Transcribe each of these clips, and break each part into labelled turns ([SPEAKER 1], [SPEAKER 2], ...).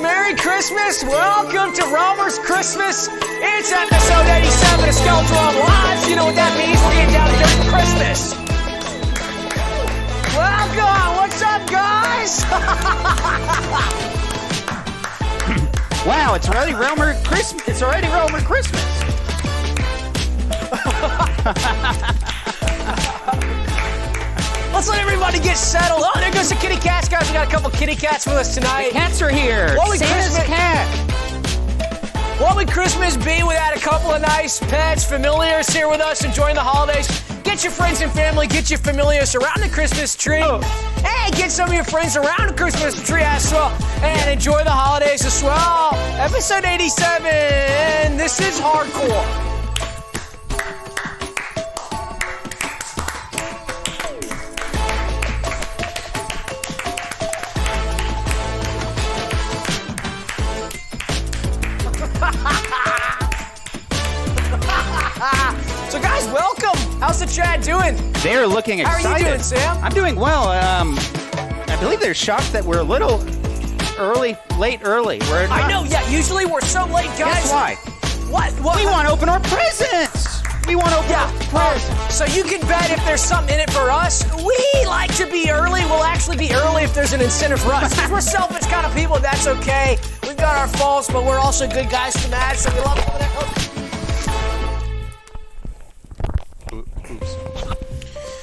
[SPEAKER 1] Merry Christmas! Welcome to Romer's Christmas! It's episode 87 of Skeletal Lives! You know what that means? We're getting down to dirty Christmas! Welcome! What's up, guys? wow, it's already Romer Christmas! It's already Romer Christmas! Let's let everybody get settled. Oh, there goes the kitty cats, guys. We got a couple kitty cats with us tonight.
[SPEAKER 2] Cats are here.
[SPEAKER 1] What would
[SPEAKER 2] Santa's
[SPEAKER 1] Christmas-
[SPEAKER 2] cat.
[SPEAKER 1] What would Christmas be without a couple of nice pets, familiars here with us enjoying the holidays? Get your friends and family, get your familiars around the Christmas tree.
[SPEAKER 2] Oh.
[SPEAKER 1] Hey, get some of your friends around the Christmas tree as well and enjoy the holidays as well. Episode 87, this is hardcore. So, guys, welcome. How's the chat doing?
[SPEAKER 2] They're looking
[SPEAKER 1] How are you
[SPEAKER 2] excited.
[SPEAKER 1] doing, Sam?
[SPEAKER 2] I'm doing well. Um, I believe they're shocked that we're a little early, late, early. We're
[SPEAKER 1] I
[SPEAKER 2] not-
[SPEAKER 1] know, yeah, usually we're so late, guys.
[SPEAKER 2] Guess why?
[SPEAKER 1] What? What?
[SPEAKER 2] We want to open our presents. We want to open
[SPEAKER 1] Yeah.
[SPEAKER 2] our presents.
[SPEAKER 1] um, so you can bet if there's something in it for us, we like to be early. We'll actually be early if there's an incentive for us. 'Cause we're selfish kind of people. That's okay. We've got our faults, but we're also good guys to match. So we love all that.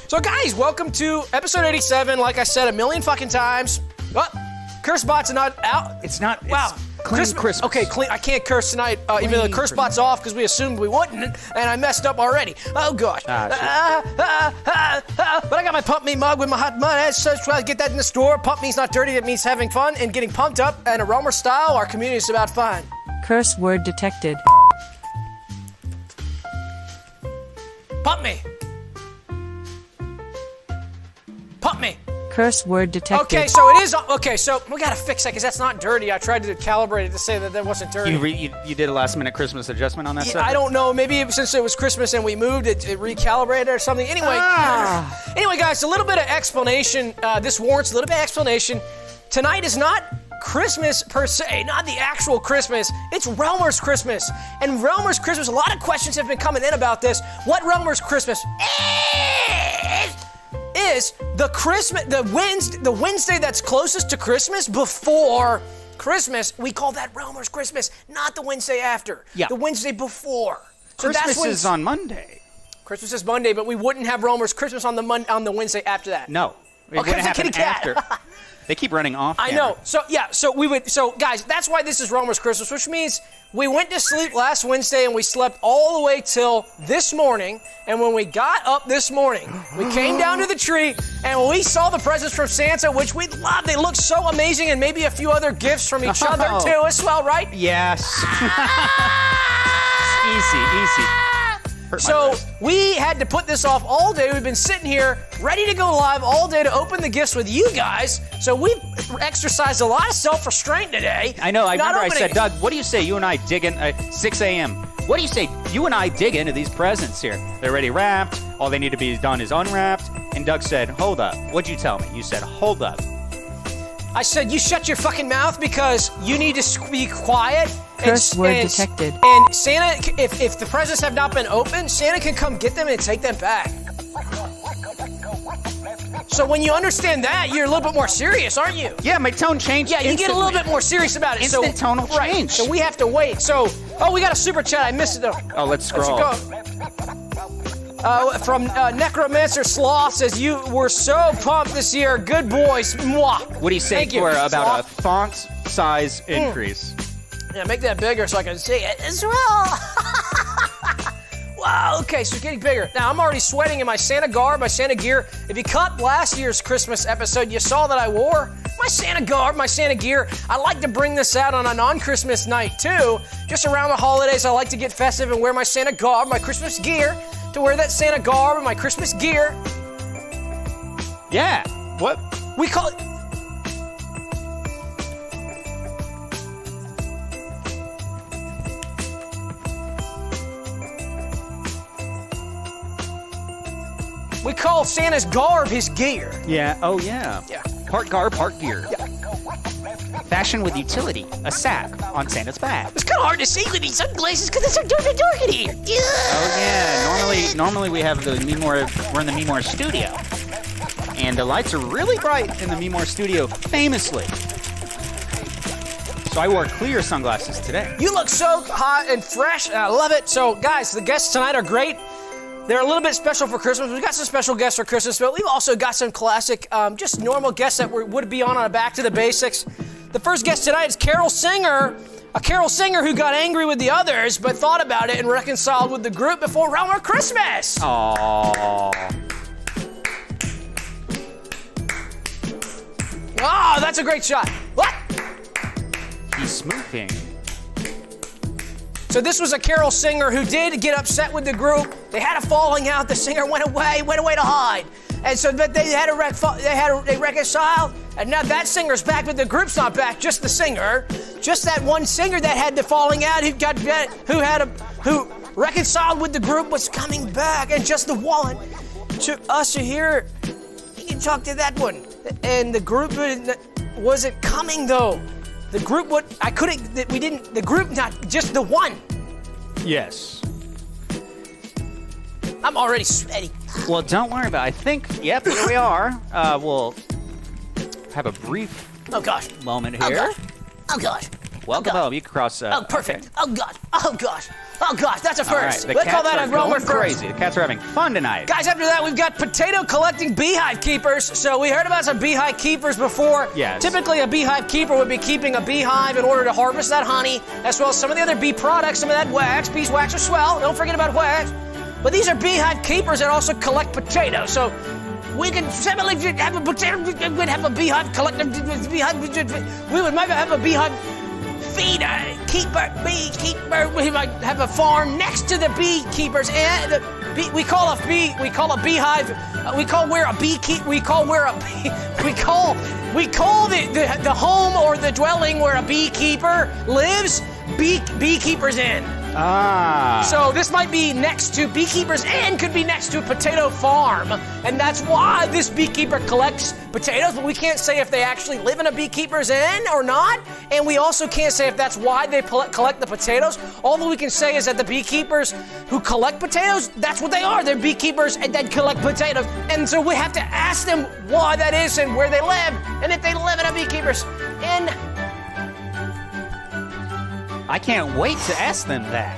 [SPEAKER 1] So guys, welcome to episode 87. Like I said a million fucking times. Oh, curse bots are not out.
[SPEAKER 2] It's not. It's
[SPEAKER 1] Wow.
[SPEAKER 2] Clean Christmas.
[SPEAKER 1] Okay, clean. I can't curse tonight, uh, even though the
[SPEAKER 2] Clean
[SPEAKER 1] curse
[SPEAKER 2] Christmas.
[SPEAKER 1] bot's off because we assumed we wouldn't, and I messed up already. Oh gosh.
[SPEAKER 2] Ah, shit.
[SPEAKER 1] Uh, uh, uh, uh, but I got my pump me mug with my hot mud. As such, try to get that in the store. Pump me's not dirty. It means having fun and getting pumped up. And a Romer style, our community is about fun.
[SPEAKER 3] Curse word detected.
[SPEAKER 1] Pump me. Pump me.
[SPEAKER 3] Curse word detected.
[SPEAKER 1] Okay, so it is. Okay, so we gotta fix that because that's not dirty. I tried to calibrate it to say that that wasn't dirty.
[SPEAKER 2] You, re- you, you did a last minute Christmas adjustment on that.
[SPEAKER 1] Yeah,
[SPEAKER 2] subject?
[SPEAKER 1] I don't know. Maybe it- since it was Christmas and we moved, it, it recalibrated or something. Anyway, anyway, guys, a little bit of explanation. Uh, this warrants a little bit of explanation. Tonight is not Christmas per se, not the actual Christmas. It's Realmer's Christmas, and Realmer's Christmas. A lot of questions have been coming in about this. What Realmer's Christmas is? Is the Christmas the Wednesday the Wednesday that's closest to Christmas before? Christmas, we call that Realmer's Christmas, not the Wednesday after.
[SPEAKER 2] Yeah.
[SPEAKER 1] The Wednesday before. So
[SPEAKER 2] Christmas
[SPEAKER 1] that's when
[SPEAKER 2] is on Monday.
[SPEAKER 1] Christmas is Monday, but we wouldn't have Romer's Christmas on the Mon- on the Wednesday after that.
[SPEAKER 2] No. It
[SPEAKER 1] Okay,
[SPEAKER 2] wouldn't
[SPEAKER 1] it's a
[SPEAKER 2] happen
[SPEAKER 1] kitty cat.
[SPEAKER 2] after. they keep running off.
[SPEAKER 1] I
[SPEAKER 2] camera.
[SPEAKER 1] know. So yeah, so we would so guys, that's why this is Romer's Christmas, which means we went to sleep last Wednesday and we slept all the way till this morning. And when we got up this morning, we came down to the tree and we saw the presents from Santa, which we love. They look so amazing, and maybe a few other gifts from each other
[SPEAKER 2] Oh.
[SPEAKER 1] too as well, right?
[SPEAKER 2] Yes. easy, easy. Hurt my
[SPEAKER 1] So
[SPEAKER 2] wrist.
[SPEAKER 1] we had to put this off all day. We've been sitting here ready to go live all day to open the gifts with you guys. So we've exercised a lot of self-restraint today.
[SPEAKER 2] I know. I
[SPEAKER 1] Not
[SPEAKER 2] remember I
[SPEAKER 1] opening-
[SPEAKER 2] said, Doug, what do you say you and I dig in uh, at 6 a.m.? What do you say you and I dig into these presents here? They're already wrapped. All they need to be done is unwrapped. And Doug said, hold up. What'd you tell me? You said, hold up.
[SPEAKER 1] I said you shut your fucking mouth because you need to squ- be quiet.
[SPEAKER 3] Curse word detected.
[SPEAKER 1] And Santa, c- if, if the presents have not been opened, Santa can come get them and take them back. So when you understand that, you're a little bit more serious, aren't you?
[SPEAKER 2] Yeah, my tone changed.
[SPEAKER 1] Yeah, you get a little bit
[SPEAKER 2] instantly.
[SPEAKER 1] more serious about it.
[SPEAKER 2] Instant
[SPEAKER 1] so,
[SPEAKER 2] tonal
[SPEAKER 1] right,
[SPEAKER 2] change.
[SPEAKER 1] So we have to wait. So, oh, we got a super chat. I missed it though.
[SPEAKER 2] Oh, let's scroll.
[SPEAKER 1] Let's go. Uh, from uh, Necromancer Sloth says, You were so pumped this year. Good boys. Mwah.
[SPEAKER 2] What do you say
[SPEAKER 1] Thank
[SPEAKER 2] for uh,
[SPEAKER 1] you. Mm.
[SPEAKER 2] about
[SPEAKER 1] Sloth.
[SPEAKER 2] a font size increase?
[SPEAKER 1] Yeah, make that bigger so I can see it as well. wow, okay, so it's getting bigger. Now, I'm already sweating in my Santa garb, my Santa gear. If you caught last year's Christmas episode, you saw that I wore my Santa garb, my Santa gear. I like to bring this out on a non Christmas night, too. Just around the holidays, I like to get festive and wear my Santa garb, my Christmas gear, to wear that Santa garb and my Christmas gear.
[SPEAKER 2] Yeah. What?
[SPEAKER 1] We call it. We call Santa's garb his gear.
[SPEAKER 2] Yeah. Oh, yeah.
[SPEAKER 1] Yeah.
[SPEAKER 2] Part garb, part gear. fashioned with utility, a sack on Santa's back.
[SPEAKER 1] It's kind of hard to see with these sunglasses because it's so dark and dark in here.
[SPEAKER 2] Oh yeah, normally normally we have the Memore we're in the Memore studio. And the lights are really bright in the Memore studio, famously. So I wore clear sunglasses today.
[SPEAKER 1] You look so hot and fresh. and I love it. So, guys, the guests tonight are great. They're a little bit special for Christmas. We've got some special guests for Christmas, but we've also got some classic, um, just normal guests that were, would be on on a Back to the Basics. The first guest tonight is Carol Singer, a Carol Singer who got angry with the others, but thought about it and reconciled with the group before around our Christmas.
[SPEAKER 2] Oh. Aww.
[SPEAKER 1] Oh, that's a great shot. What?
[SPEAKER 2] He's smoothing.
[SPEAKER 1] So this was a carol singer who did get upset with the group. They had a falling out. The singer went away, went away to hide, and so but they had a rec- they had a, they reconciled, and now that singer's back, but the group's not back. Just the singer, just that one singer that had the falling out who got bet- who had a who reconciled with the group was coming back, and just the one. To us to hear, you can talk to that one, and the group wasn't coming though. The group would I couldn't that we didn't the group not just the one.
[SPEAKER 2] Yes.
[SPEAKER 1] I'm already sweaty.
[SPEAKER 2] Well, don't worry about it. I think, yep, here we are. Uh, we'll have a brief
[SPEAKER 1] Oh gosh.
[SPEAKER 2] moment
[SPEAKER 1] Oh
[SPEAKER 2] here.
[SPEAKER 1] gosh. Oh gosh.
[SPEAKER 2] Welcome
[SPEAKER 1] Oh, God.
[SPEAKER 2] home. You can cross. Uh,
[SPEAKER 1] Oh perfect. Oh god. Oh gosh. Oh gosh. That's a
[SPEAKER 2] All right.
[SPEAKER 1] first.
[SPEAKER 2] The
[SPEAKER 1] Let's call
[SPEAKER 2] cats
[SPEAKER 1] that
[SPEAKER 2] are
[SPEAKER 1] a Romer
[SPEAKER 2] going
[SPEAKER 1] first.
[SPEAKER 2] crazy. The cats are having fun tonight.
[SPEAKER 1] Guys, after that, we've got potato collecting beehive keepers. So we heard about some beehive keepers before.
[SPEAKER 2] Yes.
[SPEAKER 1] Typically, a beehive keeper would be keeping a beehive in order to harvest that honey, as well as some of the other bee products, some of that wax, beeswax or swell. Don't forget about wax. But these are beehive keepers that also collect potatoes. So we could similarly have a potato. We'd have a beehive collector. Beehive. We would maybe have a beehive feeder, keeper, beekeeper. We might have a farm next to the beekeepers. And the bee, we call a bee, we call a beehive, uh, we call where a beekeep, we call where a bee, we call, we call the, the, the home or the dwelling where a beekeeper lives, bee, beekeepers in.
[SPEAKER 2] Ah.
[SPEAKER 1] So this might be next to beekeepers and could be next to a potato farm. And that's why this beekeeper collects potatoes, but we can't say if they actually live in a beekeeper's inn or not. And we also can't say if that's why they pol- collect the potatoes. All that we can say is that the beekeepers who collect potatoes, that's what they are. They're beekeepers and then collect potatoes. And so we have to ask them why that is and where they live and if they live in a beekeeper's inn.
[SPEAKER 2] I can't wait to ask them that.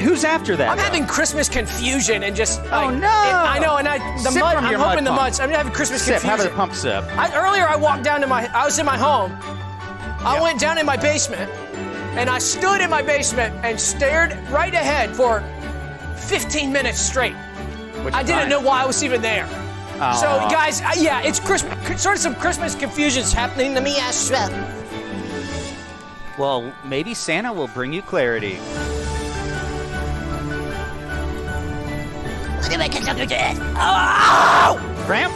[SPEAKER 2] Who's after that?
[SPEAKER 1] I'm having Christmas confusion and just. Like,
[SPEAKER 2] Oh, no.
[SPEAKER 1] I know, and I the
[SPEAKER 2] Sip
[SPEAKER 1] mud.
[SPEAKER 2] from
[SPEAKER 1] I'm
[SPEAKER 2] your
[SPEAKER 1] hoping
[SPEAKER 2] mud
[SPEAKER 1] the
[SPEAKER 2] pump.
[SPEAKER 1] muds. I'm having Christmas
[SPEAKER 2] sip. Have
[SPEAKER 1] confusion.
[SPEAKER 2] a pump sip.
[SPEAKER 1] I, earlier, I walked down to my. I was in my home. I
[SPEAKER 2] Yeah.
[SPEAKER 1] went down in my basement, and I stood in my basement and stared right ahead for 15 minutes straight.
[SPEAKER 2] Which Oh.
[SPEAKER 1] I
[SPEAKER 2] is
[SPEAKER 1] didn't
[SPEAKER 2] fine.
[SPEAKER 1] know why I was even there.
[SPEAKER 2] Aw.
[SPEAKER 1] So, guys, I, yeah, it's Christmas. Sort of some Christmas confusion's happening to me as well.
[SPEAKER 2] Well, maybe Santa will bring you clarity.
[SPEAKER 1] Look at my conductor dead.
[SPEAKER 2] Cramp?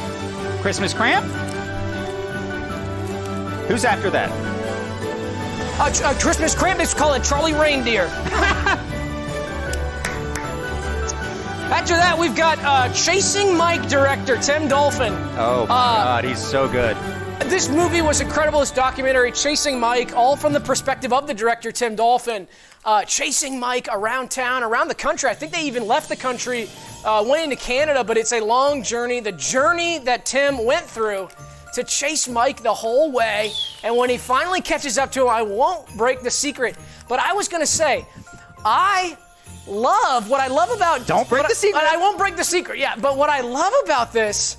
[SPEAKER 2] Christmas cramp? Who's after that?
[SPEAKER 1] A, a Christmas cramp is called a Charlie Reindeer. After that, we've got uh, Chasing Mike director Tim Dolphin.
[SPEAKER 2] Oh my
[SPEAKER 1] Uh,
[SPEAKER 2] God, he's so good.
[SPEAKER 1] This movie was incredible. This documentary, Chasing Mike, all from the perspective of the director, Tim Dolphin. Uh, chasing Mike around town, around the country. I think they even left the country, uh, went into Canada, but it's a long journey. The journey that Tim went through to chase Mike the whole way. And when he finally catches up to him, I won't break the secret, but I was going to say, I love what I love about.
[SPEAKER 2] Don't break
[SPEAKER 1] what
[SPEAKER 2] the secret.
[SPEAKER 1] I, and I won't break the secret, yeah, but what I love about this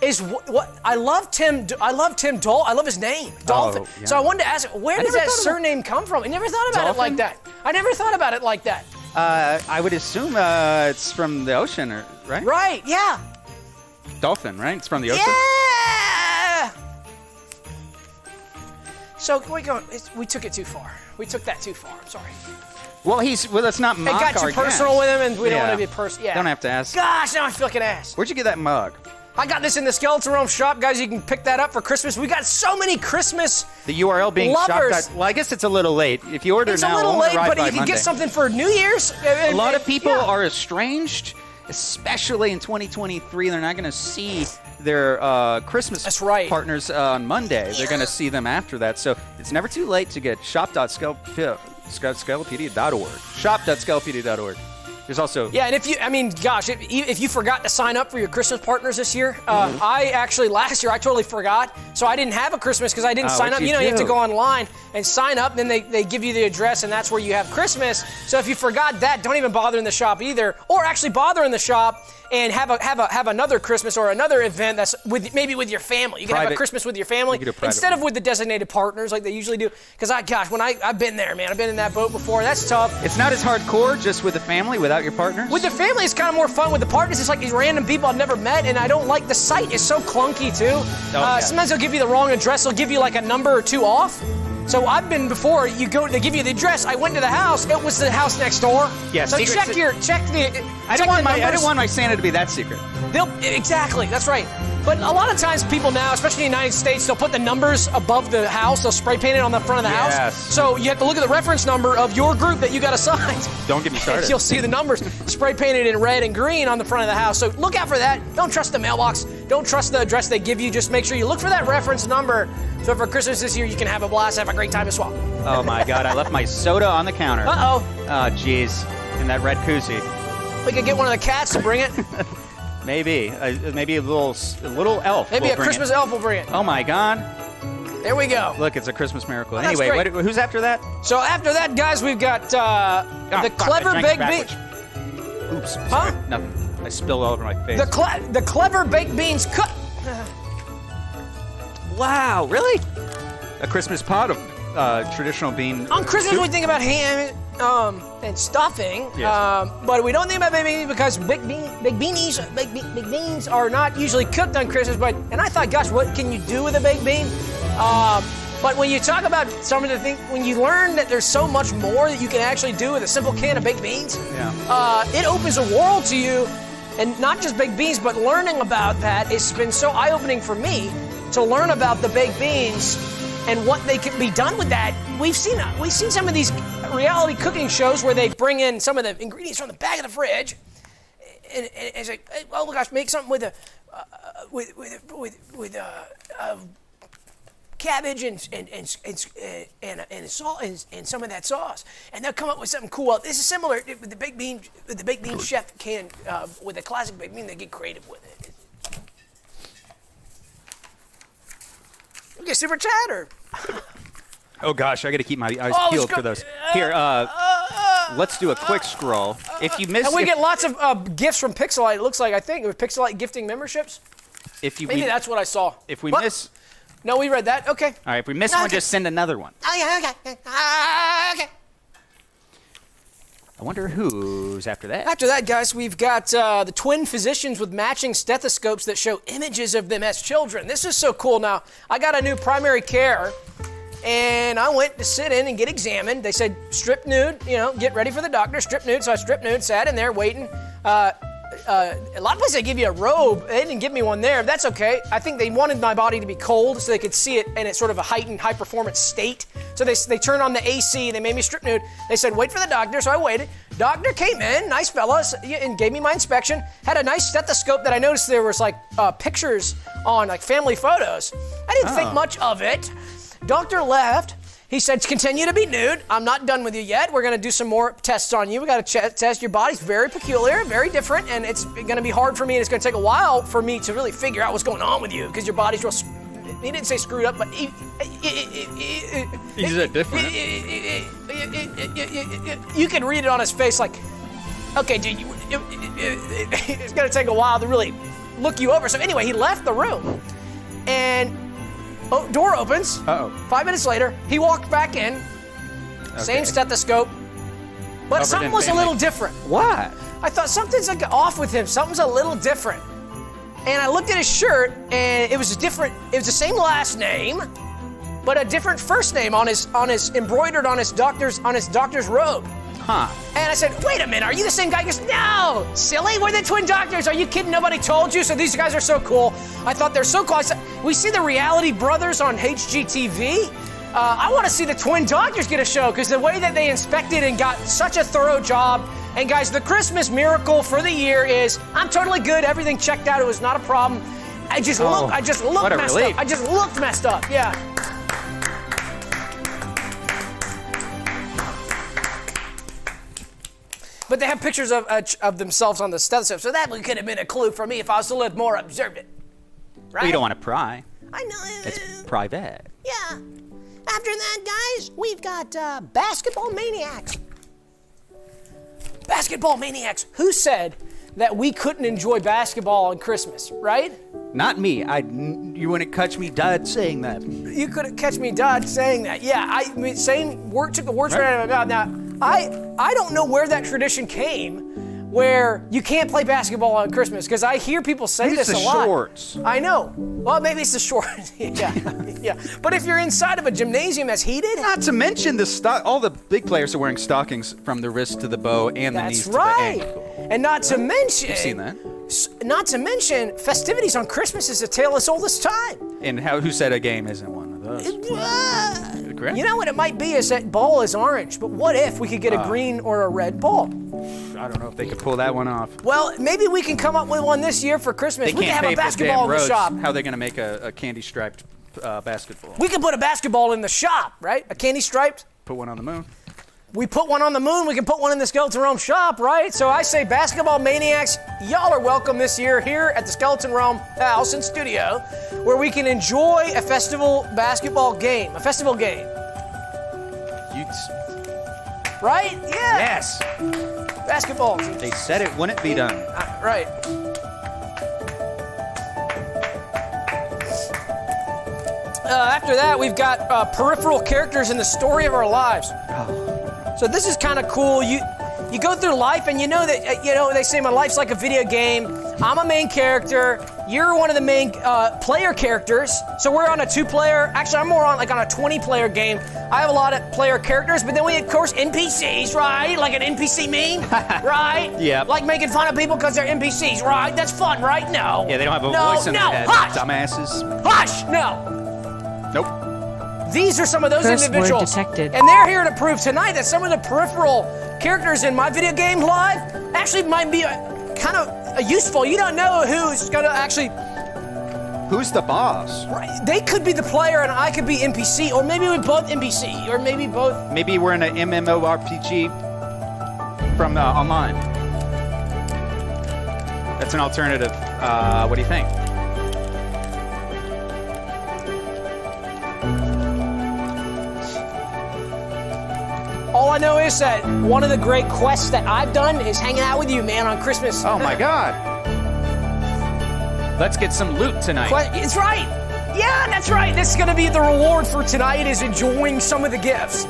[SPEAKER 1] is what, what I love Tim. I love Tim Dol. I love his name, Dolphin.
[SPEAKER 2] Oh, yeah.
[SPEAKER 1] So I wanted to ask, where does
[SPEAKER 2] never
[SPEAKER 1] that
[SPEAKER 2] thought about-
[SPEAKER 1] surname come from? I never thought about it like
[SPEAKER 2] Dolphin?
[SPEAKER 1] that. I never thought about it like that.
[SPEAKER 2] Uh, I would assume uh, it's from the ocean, or, right?
[SPEAKER 1] Right? Yeah.
[SPEAKER 2] Dolphin, right? It's from the ocean.
[SPEAKER 1] Yeah. So we go. it's- We took it too far. We took that too far. I'm sorry.
[SPEAKER 2] Well, he's well. Let's not
[SPEAKER 1] It
[SPEAKER 2] mock
[SPEAKER 1] got
[SPEAKER 2] our
[SPEAKER 1] too personal
[SPEAKER 2] guest.
[SPEAKER 1] with him, and we
[SPEAKER 2] Yeah.
[SPEAKER 1] don't want to be personal. Yeah.
[SPEAKER 2] Don't have to ask.
[SPEAKER 1] Gosh, now I feel like an ass.
[SPEAKER 2] Where'd you get that mug?
[SPEAKER 1] I got this in the Skeleton Realm shop, guys. You can pick that up for Christmas. We got so many Christmas.
[SPEAKER 2] The URL being
[SPEAKER 1] Lovers.
[SPEAKER 2] shop. dot- Well, I guess it's a little late. If you order
[SPEAKER 1] It's
[SPEAKER 2] now,
[SPEAKER 1] a
[SPEAKER 2] it
[SPEAKER 1] little
[SPEAKER 2] won't
[SPEAKER 1] late,
[SPEAKER 2] arrive
[SPEAKER 1] but you
[SPEAKER 2] by
[SPEAKER 1] can
[SPEAKER 2] Monday.
[SPEAKER 1] get something for New Year's. eh,
[SPEAKER 2] A lot of people are estranged, especially in 2023. They're not going to see
[SPEAKER 4] their uh, Christmas
[SPEAKER 1] That's right.
[SPEAKER 4] partners uh, on Monday. They're going to see them after that. So it's never too late to get shop.scalopedia.org. Shop.scalopedia.org. There's also
[SPEAKER 1] Yeah, and if you, I mean, gosh, if, e, if you forgot to sign up for your Christmas partners this year, uh,
[SPEAKER 4] Mm-hmm.
[SPEAKER 1] I actually last year I totally forgot, so I didn't have a Christmas because I didn't
[SPEAKER 4] Oh,
[SPEAKER 1] sign
[SPEAKER 4] what'd
[SPEAKER 1] up.
[SPEAKER 4] you
[SPEAKER 1] You know, you have to
[SPEAKER 4] do?
[SPEAKER 1] go online and sign up, then they, they give you the address, and that's where you have Christmas. So if you forgot that, don't even bother in the shop either, or actually bother in the shop and have a have a have another Christmas or another event that's with maybe with your family. You can have a
[SPEAKER 4] Private-
[SPEAKER 1] Christmas with your family
[SPEAKER 4] You could do a private
[SPEAKER 1] instead of
[SPEAKER 4] one.
[SPEAKER 1] with the designated partners like they usually do. Because I, gosh, when I I've been there, man, I've been in that boat before. That's tough.
[SPEAKER 4] it's not as hardcore just with the family without your partners.
[SPEAKER 1] With the family, it's kind of more fun. With the partners, it's like these random people I've never met, and I don't like the site. It's so clunky too. uh,
[SPEAKER 4] Oh, yeah.
[SPEAKER 1] Sometimes they'll give you the wrong address. They'll give you like a number or two off. So I've been before. You go, they give you the address. I went to the house. It was the house next door.
[SPEAKER 4] Yeah,
[SPEAKER 1] So
[SPEAKER 4] secret-
[SPEAKER 1] check your check the.
[SPEAKER 4] I
[SPEAKER 1] check
[SPEAKER 4] don't want
[SPEAKER 1] the
[SPEAKER 4] my I
[SPEAKER 1] numbers.
[SPEAKER 4] don't want my Santa to be that secret.
[SPEAKER 1] They'll exactly. That's right. But a lot of times, people now, especially in the United States, they'll put the numbers above the house. They'll spray paint it on the front of the
[SPEAKER 4] Yes.
[SPEAKER 1] house. So you have to look at the reference number of your group that you got assigned.
[SPEAKER 4] Don't get me started.
[SPEAKER 1] You'll see the numbers spray painted in red and green on the front of the house. So look out for that. Don't trust the mailbox. Don't trust the address they give you. Just make sure you look for that reference number. So for Christmas this year, you can have a blast, have a great time as well.
[SPEAKER 4] Oh my God! I left my soda on the counter.
[SPEAKER 1] Uh
[SPEAKER 4] Oh
[SPEAKER 1] oh.
[SPEAKER 4] jeez, in that red koozie.
[SPEAKER 1] We could get one of the cats to bring it.
[SPEAKER 4] Maybe, uh, maybe a little, s- a little elf.
[SPEAKER 1] Maybe
[SPEAKER 4] will
[SPEAKER 1] a
[SPEAKER 4] bring it.
[SPEAKER 1] Christmas elf will bring it.
[SPEAKER 4] Oh my God!
[SPEAKER 1] There we go.
[SPEAKER 4] Look, it's a Christmas miracle.
[SPEAKER 1] that's
[SPEAKER 4] anyway,
[SPEAKER 1] great.
[SPEAKER 4] what, who's after that?
[SPEAKER 1] So after that, guys, we've got uh,
[SPEAKER 4] Ah,
[SPEAKER 1] the
[SPEAKER 4] fuck, I
[SPEAKER 1] clever
[SPEAKER 4] drank it
[SPEAKER 1] baked
[SPEAKER 4] backwards.
[SPEAKER 1] bean.
[SPEAKER 4] Oops.
[SPEAKER 1] Huh?
[SPEAKER 4] Sorry, nothing. I spilled all over my face.
[SPEAKER 1] The, cle- the clever baked beans cut.
[SPEAKER 4] wow! Really? A Christmas pot of uh, traditional bean.
[SPEAKER 1] On Christmas,
[SPEAKER 4] soup?
[SPEAKER 1] we think about ham um, and stuffing,
[SPEAKER 4] Yes.
[SPEAKER 1] um, but we don't think about baked beans because big, bean, big beanies, big, be- big beans are not usually cooked on Christmas. But and I thought, gosh, what can you do with a baked bean? Um, but when you talk about some of the things, when you learn that there's so much more that you can actually do with a simple can of baked beans,
[SPEAKER 4] Yeah.
[SPEAKER 1] uh, it opens a world to you, and not just baked beans, but learning about that has been so eye-opening for me to learn about the baked beans and what they can be done with that. We've seen uh, we've seen some of these reality cooking shows where they bring in some of the ingredients from the back of the fridge, and, and it's like, hey, oh my gosh, make something with a uh, with with with with uh, uh, cabbage and and and and uh, and, and salt and, and some of that sauce, and they'll come up with something cool. This is similar to the baked bean. The baked bean chef can uh, with a classic baked bean, they get creative with it. We get super chatter.
[SPEAKER 4] Oh gosh, I got to keep my eyes
[SPEAKER 1] Oh, it's
[SPEAKER 4] peeled
[SPEAKER 1] go-
[SPEAKER 4] for those. Here, uh, let's do a quick scroll. If you missed,
[SPEAKER 1] And we
[SPEAKER 4] if,
[SPEAKER 1] get lots of uh, gifts from Pixelite. It looks like I think it was Pixelite gifting memberships.
[SPEAKER 4] if you
[SPEAKER 1] Maybe
[SPEAKER 4] we,
[SPEAKER 1] that's what I saw.
[SPEAKER 4] if we
[SPEAKER 1] What?
[SPEAKER 4] miss,
[SPEAKER 1] no, we read that. Okay.
[SPEAKER 4] all right, if we miss one, just send another one.
[SPEAKER 1] Oh yeah, okay, okay, Ah, okay.
[SPEAKER 4] I wonder who's after that.
[SPEAKER 1] After that, guys, we've got uh, the twin physicians with matching stethoscopes that show images of them as children. This is so cool. Now, I got a new primary care, and I went to sit in and get examined. They said, strip nude, you know, get ready for the doctor, strip nude. So I strip nude, sat in there waiting. Uh, uh, a lot of places they give you a robe. They didn't give me one there. That's okay. I think they wanted my body to be cold so they could see it in it's sort of a heightened, high performance state. So they, they turned on the AC. They made me strip nude. They said, wait for the doctor. So I waited. Doctor came in, nice fella, s- y- and gave me my inspection. Had a nice stethoscope that I noticed there was like uh, pictures on, like family photos. I didn't think much of it. Doctor left. He said, continue to be nude. I'm not done with you yet. We're going to do some more tests on you. We got to ch- test your body's very peculiar, very different, and it's going to be hard for me, and it's going to take a while for me to really figure out what's going on with you because your body's real. sc- He didn't say screwed up, but. He,
[SPEAKER 4] He's a different.
[SPEAKER 1] You can read it on his face like, okay, dude, you, you- it's going to take a while to really look you over. So, anyway, he left the room, and oh, door opens.
[SPEAKER 4] Uh-oh.
[SPEAKER 1] Five minutes later, he walked back in,
[SPEAKER 4] Okay.
[SPEAKER 1] same stethoscope, but
[SPEAKER 4] Covered
[SPEAKER 1] something
[SPEAKER 4] in
[SPEAKER 1] was
[SPEAKER 4] family.
[SPEAKER 1] a little different.
[SPEAKER 4] What?
[SPEAKER 1] I thought something's like off with him. Something's a little different. And I looked at his shirt, and it was a different. It was the same last name, but a different first name on his on his embroidered on his doctor's on his doctor's robe.
[SPEAKER 4] Huh?
[SPEAKER 1] And I said, wait a minute, are you the same guy? He goes, no, silly, we're the twin doctors. Are you kidding? Nobody told you. So these guys are so cool. I thought they're so cool. I said, we see the reality brothers on HGTV. Uh, I want to see the twin doctors get a show because the way that they inspected and got such a thorough job. And guys, the Christmas miracle for the year is I'm totally good. Everything checked out. It was not a problem. I just
[SPEAKER 4] Oh,
[SPEAKER 1] look. I just look
[SPEAKER 4] what a
[SPEAKER 1] messed
[SPEAKER 4] relief.
[SPEAKER 1] up. I just looked messed up. Yeah. But they have pictures of uh, ch- of themselves on the stethoscope, so that could have been a clue for me if I was a little more observant. Right?
[SPEAKER 4] We don't want to pry.
[SPEAKER 5] I know.
[SPEAKER 4] It's
[SPEAKER 5] uh,
[SPEAKER 4] private.
[SPEAKER 5] yeah. After that, guys, we've got uh, basketball maniacs.
[SPEAKER 1] Basketball maniacs. Who said that we couldn't enjoy basketball on Christmas? Right?
[SPEAKER 4] Not me. I. You wouldn't catch me, Dud, saying that.
[SPEAKER 1] you couldn't catch me Dodd saying that. Yeah, I mean, same word took the words right. out of my mouth. Now, I I don't know where that tradition came, where you can't play basketball on Christmas because I hear people say
[SPEAKER 4] Maybe it's
[SPEAKER 1] this
[SPEAKER 4] the
[SPEAKER 1] a lot.
[SPEAKER 4] shorts.
[SPEAKER 1] I know. Well, maybe it's the shorts. yeah, yeah. But if you're inside of a gymnasium that's heated,
[SPEAKER 4] Not to mention the sto- all the big players are wearing stockings from the wrist to the bow and the
[SPEAKER 1] that's
[SPEAKER 4] knees
[SPEAKER 1] right.
[SPEAKER 4] to the ankle.
[SPEAKER 1] And not to mention,
[SPEAKER 4] I've seen that.
[SPEAKER 1] s- Not to mention, festivities on Christmas is a tale as old as time.
[SPEAKER 4] And how? Who said a game isn't one of those?
[SPEAKER 1] Ah.
[SPEAKER 4] Correct.
[SPEAKER 1] You know what it might be is that ball is orange, but what if we could get a
[SPEAKER 4] Ah.
[SPEAKER 1] green or a red ball?
[SPEAKER 4] I don't know if they could pull that one off.
[SPEAKER 1] Well, maybe we can come up with one this year for Christmas.
[SPEAKER 4] They
[SPEAKER 1] we can
[SPEAKER 4] can't
[SPEAKER 1] have a
[SPEAKER 4] pave the
[SPEAKER 1] basketball
[SPEAKER 4] damn
[SPEAKER 1] in the
[SPEAKER 4] roads.
[SPEAKER 1] shop.
[SPEAKER 4] How are they going to make a, a candy striped uh, basketball?
[SPEAKER 1] We can put a basketball in the shop, right? A candy striped.
[SPEAKER 4] Put one on the moon.
[SPEAKER 1] We put one on the moon. We can put one in the Skeleton Realm shop, right? So I say, basketball maniacs, y'all are welcome this year here at the Skeleton Realm house and studio, where we can enjoy a festival basketball game, a festival game,
[SPEAKER 4] You, t-
[SPEAKER 1] right? Yeah.
[SPEAKER 4] yes.
[SPEAKER 1] Basketball.
[SPEAKER 4] They said it wouldn't be done.
[SPEAKER 1] Uh, right. Uh, after that, we've got uh, peripheral characters in the story of our lives.
[SPEAKER 4] Oh.
[SPEAKER 1] So this is kind of cool. You you go through life and you know that uh, you know they say my life's like a video game. I'm a main character. You're one of the main uh, player characters. So we're on a two-player. Actually, I'm more on like on a 20-player game. I have a lot of player characters, but then we of course NPCs, right? Like an NPC meme, right?
[SPEAKER 4] Yep.
[SPEAKER 1] Like making fun of people because they're NPCs, right? That's fun, right? No.
[SPEAKER 4] Yeah, they don't have a
[SPEAKER 1] no,
[SPEAKER 4] voice in
[SPEAKER 1] no.
[SPEAKER 4] their head.
[SPEAKER 1] Hush!
[SPEAKER 4] Dumbasses.
[SPEAKER 1] Hush! No.
[SPEAKER 4] Nope.
[SPEAKER 1] These are some of those
[SPEAKER 3] Curse word
[SPEAKER 1] individuals.
[SPEAKER 3] detected.
[SPEAKER 1] And they're here to prove tonight that some of the peripheral characters in my video game live actually might be uh kind of uh, useful. You don't know who's going to actually.
[SPEAKER 4] Who's the boss?
[SPEAKER 1] They could be the player and I could be NPC, or maybe we're both NPC, or maybe both.
[SPEAKER 4] Maybe we're in an MMORPG from uh, online. That's an alternative. Uh, what do you think?
[SPEAKER 1] All I know is that one of the great quests that I've done is hanging out with you, man, on Christmas.
[SPEAKER 4] Oh my God! Let's get some loot tonight.
[SPEAKER 1] But it's right. Yeah, that's right. This is going to be the reward for tonight is enjoying some of the gifts.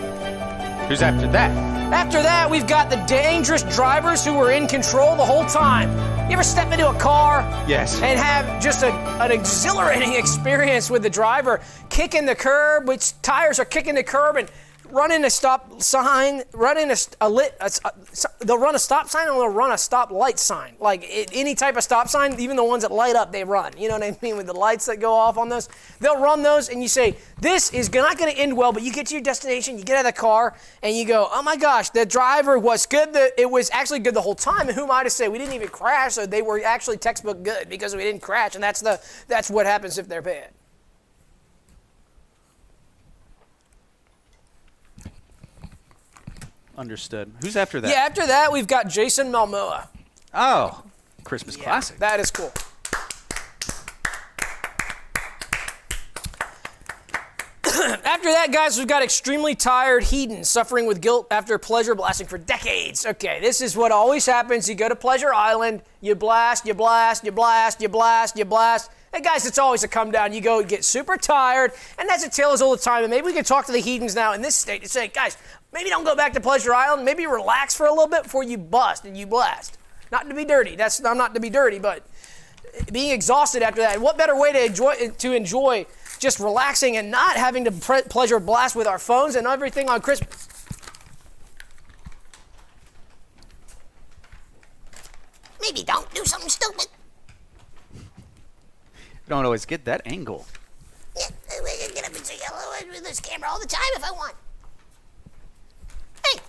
[SPEAKER 4] Who's after that?
[SPEAKER 1] After that, we've got the dangerous drivers who were in control the whole time. You ever step into a car
[SPEAKER 4] Yes.
[SPEAKER 1] and have just a, an exhilarating experience with the driver kicking the curb, which tires are kicking the curb and running a stop sign, running a, st- a lit, a s- a- they'll run a stop sign and they'll run a stop light sign. Like it, any type of stop sign, even the ones that light up, they run. You know what I mean? With the lights that go off on those, they'll run those and you say, this is not going to end well, but you get to your destination, you get out of the car and you go, oh my gosh, the driver was good. The, it was actually good the whole time. And who am I to say we didn't even crash? So they were actually textbook good because we didn't crash. And that's the, that's what happens if they're bad.
[SPEAKER 4] Understood. Who's after that?
[SPEAKER 1] Yeah, after that, we've got Jason Momoa.
[SPEAKER 4] Oh, Christmas classic.
[SPEAKER 1] That is cool. after that, guys, we've got extremely tired Hedon suffering with guilt after pleasure blasting for decades. Okay, this is what always happens. You go to Pleasure Island, you blast, you blast, you blast, you blast, you blast. And guys, it's always a come down. You go and get super tired, and that's a tale as all the time. And maybe we can talk to the Hedons now in this state and say, guys, maybe don't go back to Pleasure Island. Maybe relax for a little bit before you bust and you blast. Not to be dirty. That's I'm not to be dirty, but being exhausted after that. And what better way to enjoy to enjoy just relaxing and not having to pre- pleasure blast with our phones and everything on Christmas?
[SPEAKER 5] Maybe don't do something stupid.
[SPEAKER 4] Don't always get that angle.
[SPEAKER 5] Yeah, I can get up and say hello with this camera all the time if I want. Hey,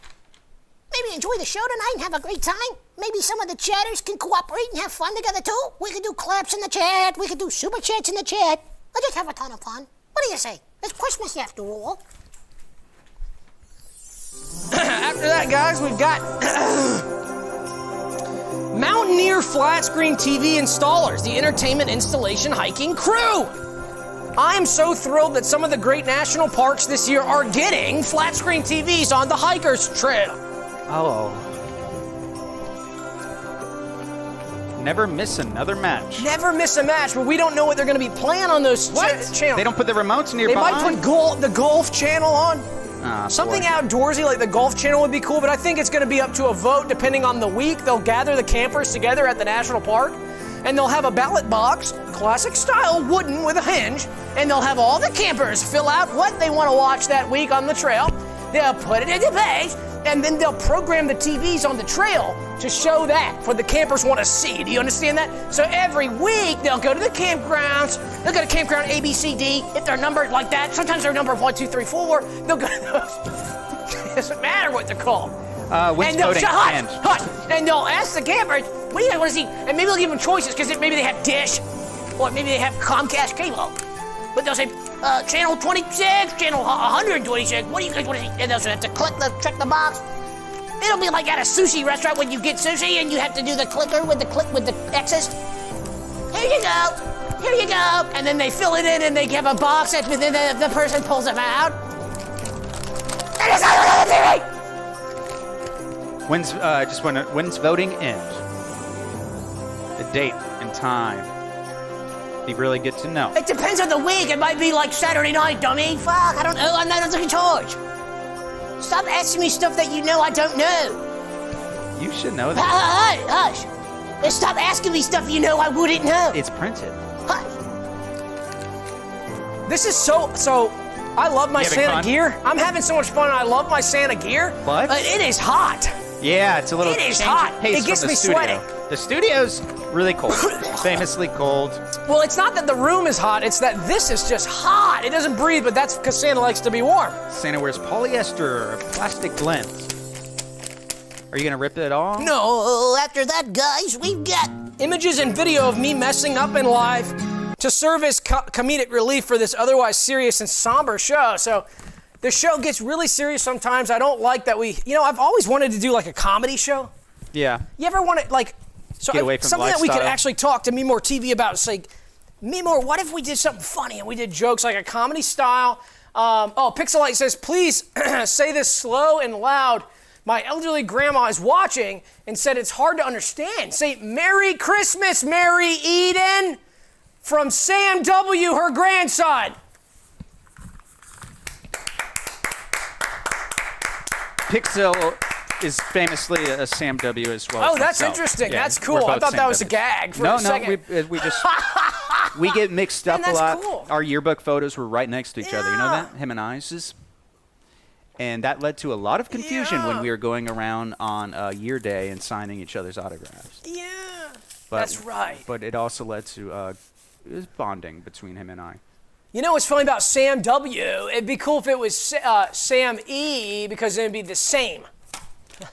[SPEAKER 5] maybe enjoy the show tonight and have a great time. Maybe some of the chatters can cooperate and have fun together too. We could do claps in the chat. We could do super chats in the chat. Let's just have a ton of fun. What do you say? It's Christmas after all.
[SPEAKER 1] After that, guys, we've got Mountaineer Flat Screen TV Installers, the entertainment installation hiking crew. I am so thrilled that some of the great national parks this year are getting flat screen TVs on the hiker's trail.
[SPEAKER 2] Oh. Never miss another match.
[SPEAKER 1] Never miss a match, but we don't know what they're going to be playing on those cha- channels.
[SPEAKER 2] They don't put the remotes near
[SPEAKER 1] They might
[SPEAKER 2] behind.
[SPEAKER 1] put gol- the golf channel on.
[SPEAKER 2] Ah,
[SPEAKER 1] Something
[SPEAKER 2] boy.
[SPEAKER 1] outdoorsy like the golf channel would be cool, but I think it's going to be up to a vote depending on the week. They'll gather the campers together at the national park and they'll have a ballot box, classic style, wooden with a hinge, and they'll have all the campers fill out what they want to watch that week on the trail. They'll put it in the page and then they'll program the TVs on the trail to show that for the campers want to see. Do you understand that? So every week they'll go to the campgrounds. They'll go to campground A, B, C, D. If they're numbered like that, sometimes they're numbered one, two, three, four. They'll go to those. it doesn't matter what they're called.
[SPEAKER 2] Uh,
[SPEAKER 1] and they'll
[SPEAKER 2] wainscoting.
[SPEAKER 1] shut hush,
[SPEAKER 2] And-
[SPEAKER 1] hush, and they'll ask the campers, "What do you guys want to see?" And maybe they'll give them choices because maybe they have Dish, or maybe they have Comcast cable. But they'll say, uh, "Channel 26, channel 126. What do you guys want to see?" And they'll have to click the check the box.
[SPEAKER 5] It'll be like at a sushi restaurant when you get sushi and you have to do the clicker with the click with the X's. Here you go. Here you go.
[SPEAKER 1] and then they fill it in and they give a box and then the, the person pulls them out.
[SPEAKER 5] That is not the TV.
[SPEAKER 2] When's uh, just when when's voting end? The date and time. Be really good to know.
[SPEAKER 1] It depends on the week. It might be like Saturday night, dummy.
[SPEAKER 5] Fuck! I don't know. I'm not in charge. Stop asking me stuff that you know I don't know.
[SPEAKER 2] You should know
[SPEAKER 5] Hu-
[SPEAKER 2] that
[SPEAKER 5] hu- hu- Hush. And stop asking me stuff you know I wouldn't know.
[SPEAKER 2] it's printed.
[SPEAKER 5] Hush.
[SPEAKER 1] This is so so. I love my
[SPEAKER 2] You having
[SPEAKER 1] Santa
[SPEAKER 2] fun?
[SPEAKER 1] gear. I'm having so much fun. and I love my Santa gear.
[SPEAKER 2] What?
[SPEAKER 1] But it is hot.
[SPEAKER 2] Yeah, it's a little.
[SPEAKER 1] It is
[SPEAKER 2] change of
[SPEAKER 1] hot.
[SPEAKER 2] pace
[SPEAKER 1] It gets
[SPEAKER 2] from the
[SPEAKER 1] me
[SPEAKER 2] studio.
[SPEAKER 1] sweating.
[SPEAKER 2] The studio's really cold, famously cold.
[SPEAKER 1] Well, it's not that the room is hot. It's that this is just hot. It doesn't breathe, but that's because Santa likes to be warm.
[SPEAKER 2] Santa wears polyester or plastic lens. Are you gonna rip it all?
[SPEAKER 1] No.
[SPEAKER 5] Oh, after that, guys, we've got.
[SPEAKER 1] Images and video of me messing up in life to serve as co- comedic relief for this otherwise serious and somber show. So. The show gets really serious sometimes. I don't like that we, you know, I've always wanted to do like a comedy show.
[SPEAKER 2] Yeah.
[SPEAKER 1] You ever want to like so
[SPEAKER 2] Get away from
[SPEAKER 1] something that we could
[SPEAKER 2] lifestyle.
[SPEAKER 1] actually talk to Me More TV about? It's like Me More, what if we did something funny and we did jokes like a comedy style? Um, oh, Pixelite says, please say this slow and loud. My elderly grandma is watching and said it's hard to understand. Say Merry Christmas, Mary Eden, from Sam W, her grandson.
[SPEAKER 2] Pixel is famously a Sam W as well.
[SPEAKER 1] Oh, that's
[SPEAKER 2] himself.
[SPEAKER 1] interesting.
[SPEAKER 2] Yeah,
[SPEAKER 1] That's
[SPEAKER 2] we're
[SPEAKER 1] cool. I
[SPEAKER 2] both
[SPEAKER 1] thought
[SPEAKER 2] Sam
[SPEAKER 1] that was a
[SPEAKER 2] Ws.
[SPEAKER 1] gag for
[SPEAKER 2] no,
[SPEAKER 1] a
[SPEAKER 2] no,
[SPEAKER 1] second.
[SPEAKER 2] we uh, we just we get mixed up
[SPEAKER 1] that's
[SPEAKER 2] a lot.
[SPEAKER 1] cool.
[SPEAKER 2] Our yearbook photos were right next to each other. You know
[SPEAKER 1] Yeah.
[SPEAKER 2] that him and I's. And that led to a lot of confusion when
[SPEAKER 1] Yeah.
[SPEAKER 2] we were going around on uh, year day and signing each other's autographs.
[SPEAKER 1] yeah.
[SPEAKER 2] But,
[SPEAKER 1] That's right.
[SPEAKER 2] But it also led to uh, it was bonding between him and I.
[SPEAKER 1] You know what's funny about Sam W? It'd be cool if it was Sa- uh, Sam E because it'd be the same.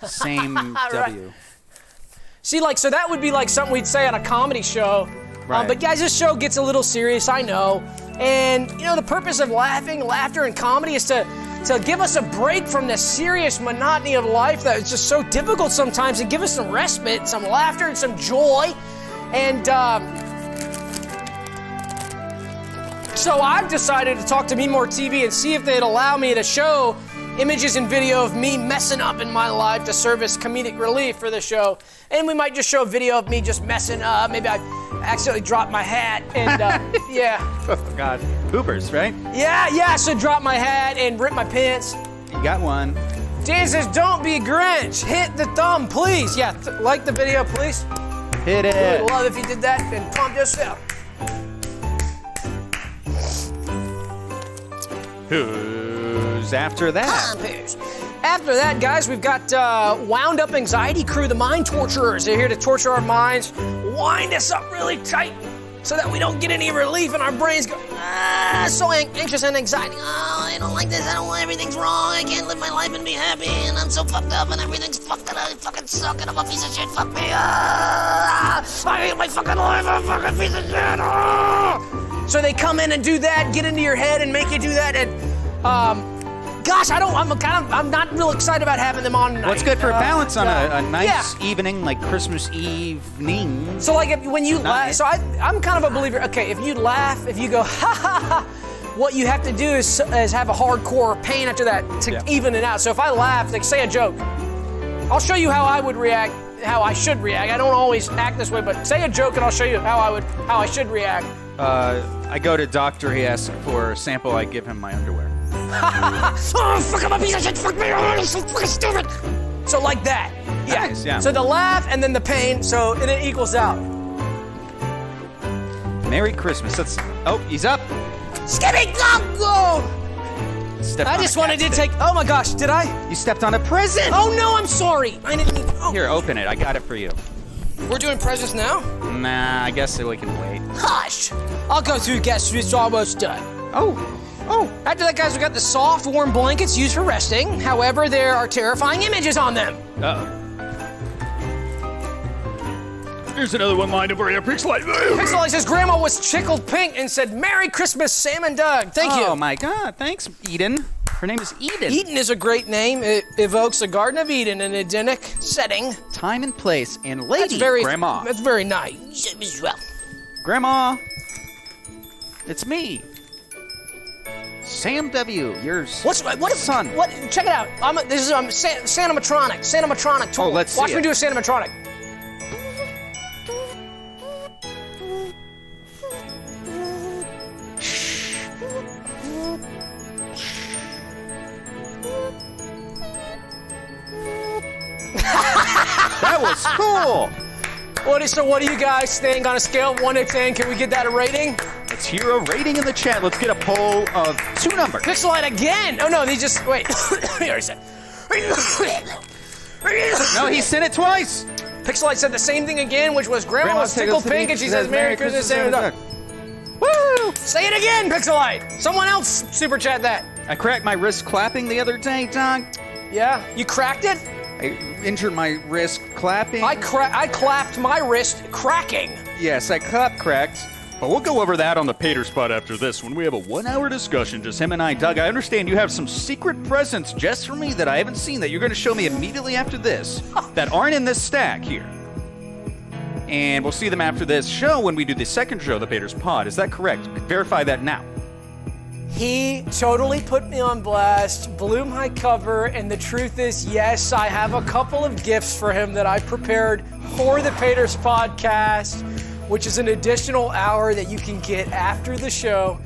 [SPEAKER 2] Same W.
[SPEAKER 1] See, like, so that would be like something we'd say on a comedy show. Um,
[SPEAKER 2] Right.
[SPEAKER 1] but guys, this show gets a little serious, I know. And, you know, the purpose of laughing, laughter, and comedy is to, to give us a break from the serious monotony of life that is just so difficult sometimes and give us some respite, some laughter, and some joy. And, um, So I've decided to talk to Me More TV and see if they'd allow me to show images and video of me messing up in my life to serve as comedic relief for the show. And we might just show a video of me just messing up. Maybe I accidentally dropped my hat and uh, yeah,
[SPEAKER 2] Oh God, Hoopers, right?
[SPEAKER 1] yeah, yeah. I should drop my hat and rip my pants.
[SPEAKER 2] You got one.
[SPEAKER 1] Dan says, "Don't be Grinch. Hit the thumb, please. Yeah, th- like the video, please.
[SPEAKER 2] Hit
[SPEAKER 1] I'd
[SPEAKER 2] it.
[SPEAKER 1] love if you did that and pump yourself."
[SPEAKER 2] Who's after that?
[SPEAKER 1] Pompous. After that, guys, we've got uh, Wound Up Anxiety Crew, the mind torturers. They're here to torture our minds, wind us up really tight, so that we don't get any relief and our brains go, ah, so an- anxious and anxiety.
[SPEAKER 5] Oh, I don't like this. I don't want everything's wrong. I can't live my life and be happy. And I'm so fucked up and everything's fucked up. I fucking suck and I'm a piece of shit. Fuck me. Ah, I hate my fucking life. I'm a fucking piece of shit. Ah.
[SPEAKER 1] So they come in and do that, get into your head and make you do that. And, um, gosh, I don't, I'm, I'm, I'm not real excited about having them on tonight.
[SPEAKER 2] What's good for
[SPEAKER 1] Uh,
[SPEAKER 2] balance on a, a nice
[SPEAKER 1] yeah.
[SPEAKER 2] evening like Christmas evening?
[SPEAKER 1] So like if, when you laugh,
[SPEAKER 2] Nice.
[SPEAKER 1] so I, I'm kind of a believer. Okay, if you laugh, if you go ha ha ha, what you have to do is, is have a hardcore pain after that to
[SPEAKER 2] Yeah.
[SPEAKER 1] even it out. So if I laugh, like say a joke, I'll show you how I would react, how I should react. I don't always act this way, but say a joke and I'll show you how I would, how I should react.
[SPEAKER 2] Uh, I go to doctor. He asks for a sample. I give him my underwear.
[SPEAKER 5] Oh, fuck, I'm a piece of shit. Fuck me. Oh, I'm so fucking stupid.
[SPEAKER 1] So like that. Yeah.
[SPEAKER 2] Nice, yeah.
[SPEAKER 1] So the laugh and then the pain, so and it equals out.
[SPEAKER 2] Merry Christmas. That's oh, he's up.
[SPEAKER 1] Skippy go go!
[SPEAKER 2] Stepped
[SPEAKER 1] I
[SPEAKER 2] on
[SPEAKER 1] just
[SPEAKER 2] a
[SPEAKER 1] wanted to
[SPEAKER 2] cat
[SPEAKER 1] take. Oh my gosh, did I?
[SPEAKER 2] stick. You stepped on a present.
[SPEAKER 1] Oh no, I'm sorry. I didn't. mean- Oh.
[SPEAKER 2] Here, open it. I got it for you.
[SPEAKER 1] We're doing presents now.
[SPEAKER 2] Nah, I guess we can wait.
[SPEAKER 1] Hush! I'll go through guess it's almost done.
[SPEAKER 2] Oh, oh,
[SPEAKER 1] After that, guys, we got the soft, warm blankets used for resting. However, there are terrifying images on them.
[SPEAKER 2] uh. Here's another one lined up for you. Pixel
[SPEAKER 1] Pixel Lily says Grandma was chickled pink and said, "Merry Christmas, Sam and Doug." Thank
[SPEAKER 2] Oh
[SPEAKER 1] you. E-
[SPEAKER 2] my God! Thanks, Eden. Her name is Eden.
[SPEAKER 1] Eden is a great name. It evokes the Garden of Eden, an idyllic setting.
[SPEAKER 2] Time and place and
[SPEAKER 1] That's
[SPEAKER 2] lady.
[SPEAKER 1] very
[SPEAKER 2] Grandma.
[SPEAKER 1] That's very nice.
[SPEAKER 5] Shit, Mrs. Well.
[SPEAKER 2] Grandma, it's me, Sam W. Yours.
[SPEAKER 1] What's what if
[SPEAKER 2] son?
[SPEAKER 1] What? Check it out. I'm a, this is um San, Santamatronic. Santamatronic. Tool.
[SPEAKER 2] Oh, let's see
[SPEAKER 1] watch me
[SPEAKER 2] it.
[SPEAKER 1] do a Santamatronic.
[SPEAKER 2] That was cool.
[SPEAKER 1] What is so? What do you guys think on a scale of one to ten? Can we get that a rating?
[SPEAKER 2] Let's hear a rating in the chat. Let's get a poll of two numbers.
[SPEAKER 1] Pixelite again! Oh no, they just wait. he already said.
[SPEAKER 2] No, he sent it twice.
[SPEAKER 1] Pixelite said the same thing again, which was Grandma was tickled
[SPEAKER 2] tickled
[SPEAKER 1] Oh, pink, and she says Merry Christmas, Sam and Doc."
[SPEAKER 2] Woo!
[SPEAKER 1] Say it again, Pixelite. Someone else super chat that.
[SPEAKER 2] I cracked my wrist clapping the other day, Doc.
[SPEAKER 1] Yeah, you cracked it.
[SPEAKER 2] I injured my wrist clapping.
[SPEAKER 1] I cra- I clapped my wrist, cracking.
[SPEAKER 2] Yes, I clap cracked. But we'll go over that on the Pater spot after this when we have a one hour discussion, just him and I. Doug, I understand you have some secret presents just for me that I haven't seen that you're going to show me immediately after this that aren't in this stack here. And we'll see them after this show when we do the second show, The Pater's Pod. Is that correct? Verify that now.
[SPEAKER 1] He totally put me on blast, blew my cover, and the truth is, yes, I have a couple of gifts for him that I prepared for the Pater's podcast, which is an additional hour that you can get after the show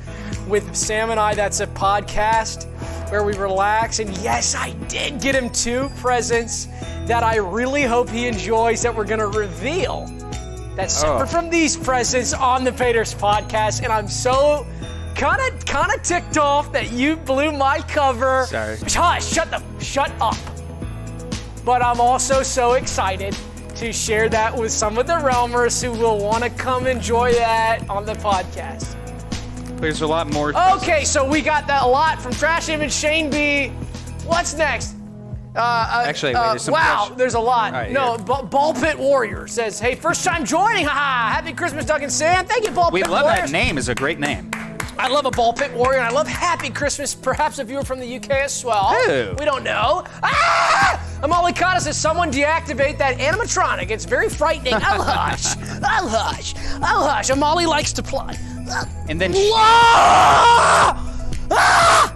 [SPEAKER 1] with Sam and I. That's a podcast where we relax. And yes, I did get him two presents that I really hope he enjoys that we're going to reveal. That's separate from these presents on the Pater's podcast, and I'm so kind of kind of ticked off that you blew my cover.
[SPEAKER 2] Sorry.
[SPEAKER 1] Hush, shut the shut up. But I'm also so excited to share that with some of the realmers who will want to come enjoy that on the podcast.
[SPEAKER 2] There's a lot more.
[SPEAKER 1] Okay, so we got that a lot from Trash Image Shane B. What's next? Uh, uh,
[SPEAKER 2] Actually, wait,
[SPEAKER 1] uh,
[SPEAKER 2] there's some
[SPEAKER 1] wow,
[SPEAKER 2] fresh-
[SPEAKER 1] there's a lot.
[SPEAKER 2] All right,
[SPEAKER 1] no,
[SPEAKER 2] here.
[SPEAKER 1] B- Ball Pit Warrior says, "Hey, first time joining, haha! Happy Christmas, Doug and Sam. Thank you, Ball
[SPEAKER 2] We
[SPEAKER 1] Pit
[SPEAKER 2] love
[SPEAKER 1] Warriors.
[SPEAKER 2] that name, is a great name.
[SPEAKER 1] I love a Ball Pit Warrior, and I love Happy Christmas. Perhaps if you were from the UK as well,
[SPEAKER 2] Ew.
[SPEAKER 1] we don't know. Ah! Amali Kata says, someone deactivate that animatronic. It's very frightening. I'll hush. I'll hush. I'll hush. Amali likes to plot.
[SPEAKER 2] And then,
[SPEAKER 1] Ah! Ah!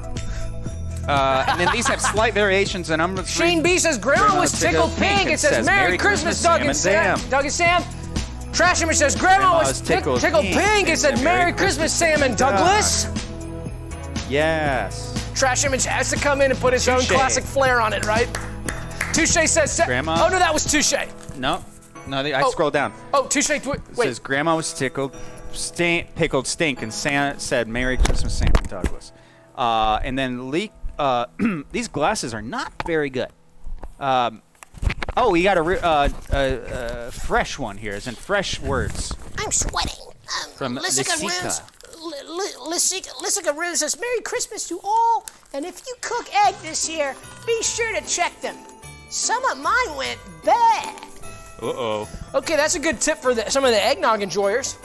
[SPEAKER 2] uh, and then these have slight variations, and I'm gonna
[SPEAKER 1] Shane B says Grandma
[SPEAKER 2] Grandma
[SPEAKER 1] was tickled pink. It says Merry Christmas, Doug and Sam. Doug and Sam. Trash Image says Grandma
[SPEAKER 2] Grandma
[SPEAKER 1] was
[SPEAKER 2] was
[SPEAKER 1] tick-
[SPEAKER 2] tickled
[SPEAKER 1] tickled
[SPEAKER 2] pink.
[SPEAKER 1] pink. It said Merry Christmas, Sam and Douglas.
[SPEAKER 2] Yes.
[SPEAKER 1] Trash Image has to come in and put his own
[SPEAKER 2] Touche.
[SPEAKER 1] classic flair on it, right? Touche says. Sa-
[SPEAKER 2] Grandma?
[SPEAKER 1] Oh no, that was Touche.
[SPEAKER 2] No. No, they- I
[SPEAKER 1] Oh.
[SPEAKER 2] scroll down.
[SPEAKER 1] Oh, Touche. Tw-
[SPEAKER 2] It
[SPEAKER 1] wait.
[SPEAKER 2] says Grandma was tickled, stink, pickled stink, and Santa said Merry Christmas, Sam and Douglas. Uh, and then leak. Uh, these glasses are not very good. Um, oh, we got a, re- uh, a, a fresh one here. It's in fresh words.
[SPEAKER 5] I'm sweating. Um,
[SPEAKER 6] From
[SPEAKER 5] Lissica
[SPEAKER 6] Lysica.
[SPEAKER 5] Ruse, L- L- Lysica, Lysica Ruse says, Merry Christmas to all, and if you cook egg this year, be sure to check them. Some of mine went bad.
[SPEAKER 6] Uh oh.
[SPEAKER 1] Okay, that's a good tip for the, some of the eggnog enjoyers.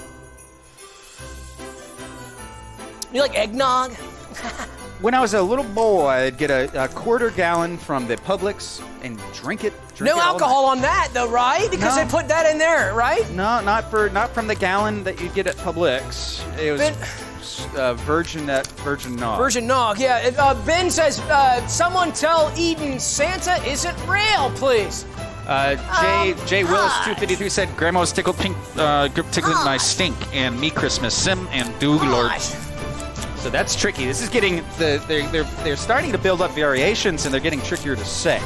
[SPEAKER 1] You like eggnog?
[SPEAKER 2] When I was a little boy, I'd get a, a quarter gallon from the Publix and drink it. drink
[SPEAKER 1] No
[SPEAKER 2] it all
[SPEAKER 1] alcohol on that, though, right? Because
[SPEAKER 2] No.
[SPEAKER 1] they put that in there, right?
[SPEAKER 2] night. No, not for not from the gallon that you get at Publix. It was
[SPEAKER 1] Ben-
[SPEAKER 2] uh, virgin that virgin nog.
[SPEAKER 1] Virgin Nog, yeah. It- Uh, ben says, uh, someone tell Eden Santa isn't real, please.
[SPEAKER 6] Uh, Jay
[SPEAKER 5] Um,
[SPEAKER 6] Jay Willis
[SPEAKER 1] uh,
[SPEAKER 5] hi.
[SPEAKER 6] two fifty three said Grandma's tickle pink uh, gr- tickling
[SPEAKER 5] Hi.
[SPEAKER 6] my stink and me Christmas sim and do lord.
[SPEAKER 5] Gosh.
[SPEAKER 2] So that's tricky. This is getting the they're, they're they're starting to build up variations and they're getting trickier to say.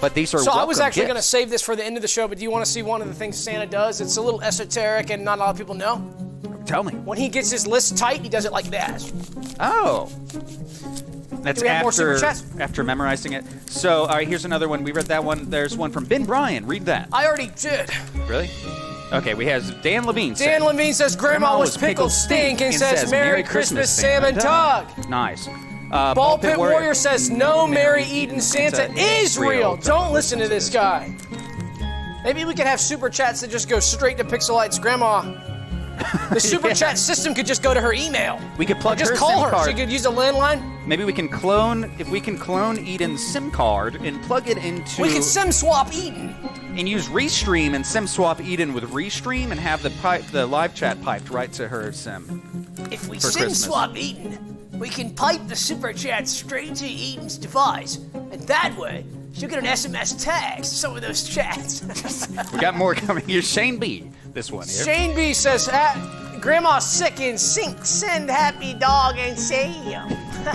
[SPEAKER 2] But these are
[SPEAKER 1] So I was
[SPEAKER 2] welcome
[SPEAKER 1] actually
[SPEAKER 2] gifts.
[SPEAKER 1] going to save this for the end of the show, but do you want to see one of the things Santa does? It's a little esoteric and not a lot of people know.
[SPEAKER 2] tell me.
[SPEAKER 1] When he gets his list tight, he does it like that.
[SPEAKER 2] Oh. That's
[SPEAKER 1] Do we have more
[SPEAKER 2] after
[SPEAKER 1] super chats?
[SPEAKER 2] after memorizing it. So, all right, here's another one. We read that one. There's one from Ben Bryan. Read that.
[SPEAKER 1] I already did.
[SPEAKER 2] Really? Okay, we has Dan Levine.
[SPEAKER 1] Dan
[SPEAKER 2] said,
[SPEAKER 1] Levine says, Grandma, was pickled stink and says, Merry, Christmas, Sam and Tug.
[SPEAKER 2] Nice. Uh,
[SPEAKER 1] Ball Pit Warrior, says, No Mary Eden Santa is real. Don't listen to this guy. Maybe we could have super chats that just go straight to Pixelite's grandma. The super
[SPEAKER 2] Yeah.
[SPEAKER 1] chat system could just go to her email.
[SPEAKER 2] We could plug
[SPEAKER 1] Just
[SPEAKER 2] her
[SPEAKER 1] call
[SPEAKER 2] SIM
[SPEAKER 1] her.
[SPEAKER 2] card.
[SPEAKER 1] She could use a landline.
[SPEAKER 2] Maybe we can clone if we can clone Eden's SIM card and plug it into
[SPEAKER 1] We could sim swap Eden.
[SPEAKER 2] and use Restream and SIM swap Eden with Restream and have the pipe the live chat piped right to her SIM.
[SPEAKER 1] If we
[SPEAKER 2] For
[SPEAKER 1] sim
[SPEAKER 2] Christmas.
[SPEAKER 1] swap Eden, we can pipe the super chat straight to Eden's device, and that way she'll get an SMS tag to some of those chats.
[SPEAKER 2] We got more coming. Here's Shane B. This one here.
[SPEAKER 1] Shane B says, "Ha- Grandma's sick and sink. Send happy dog and Sam.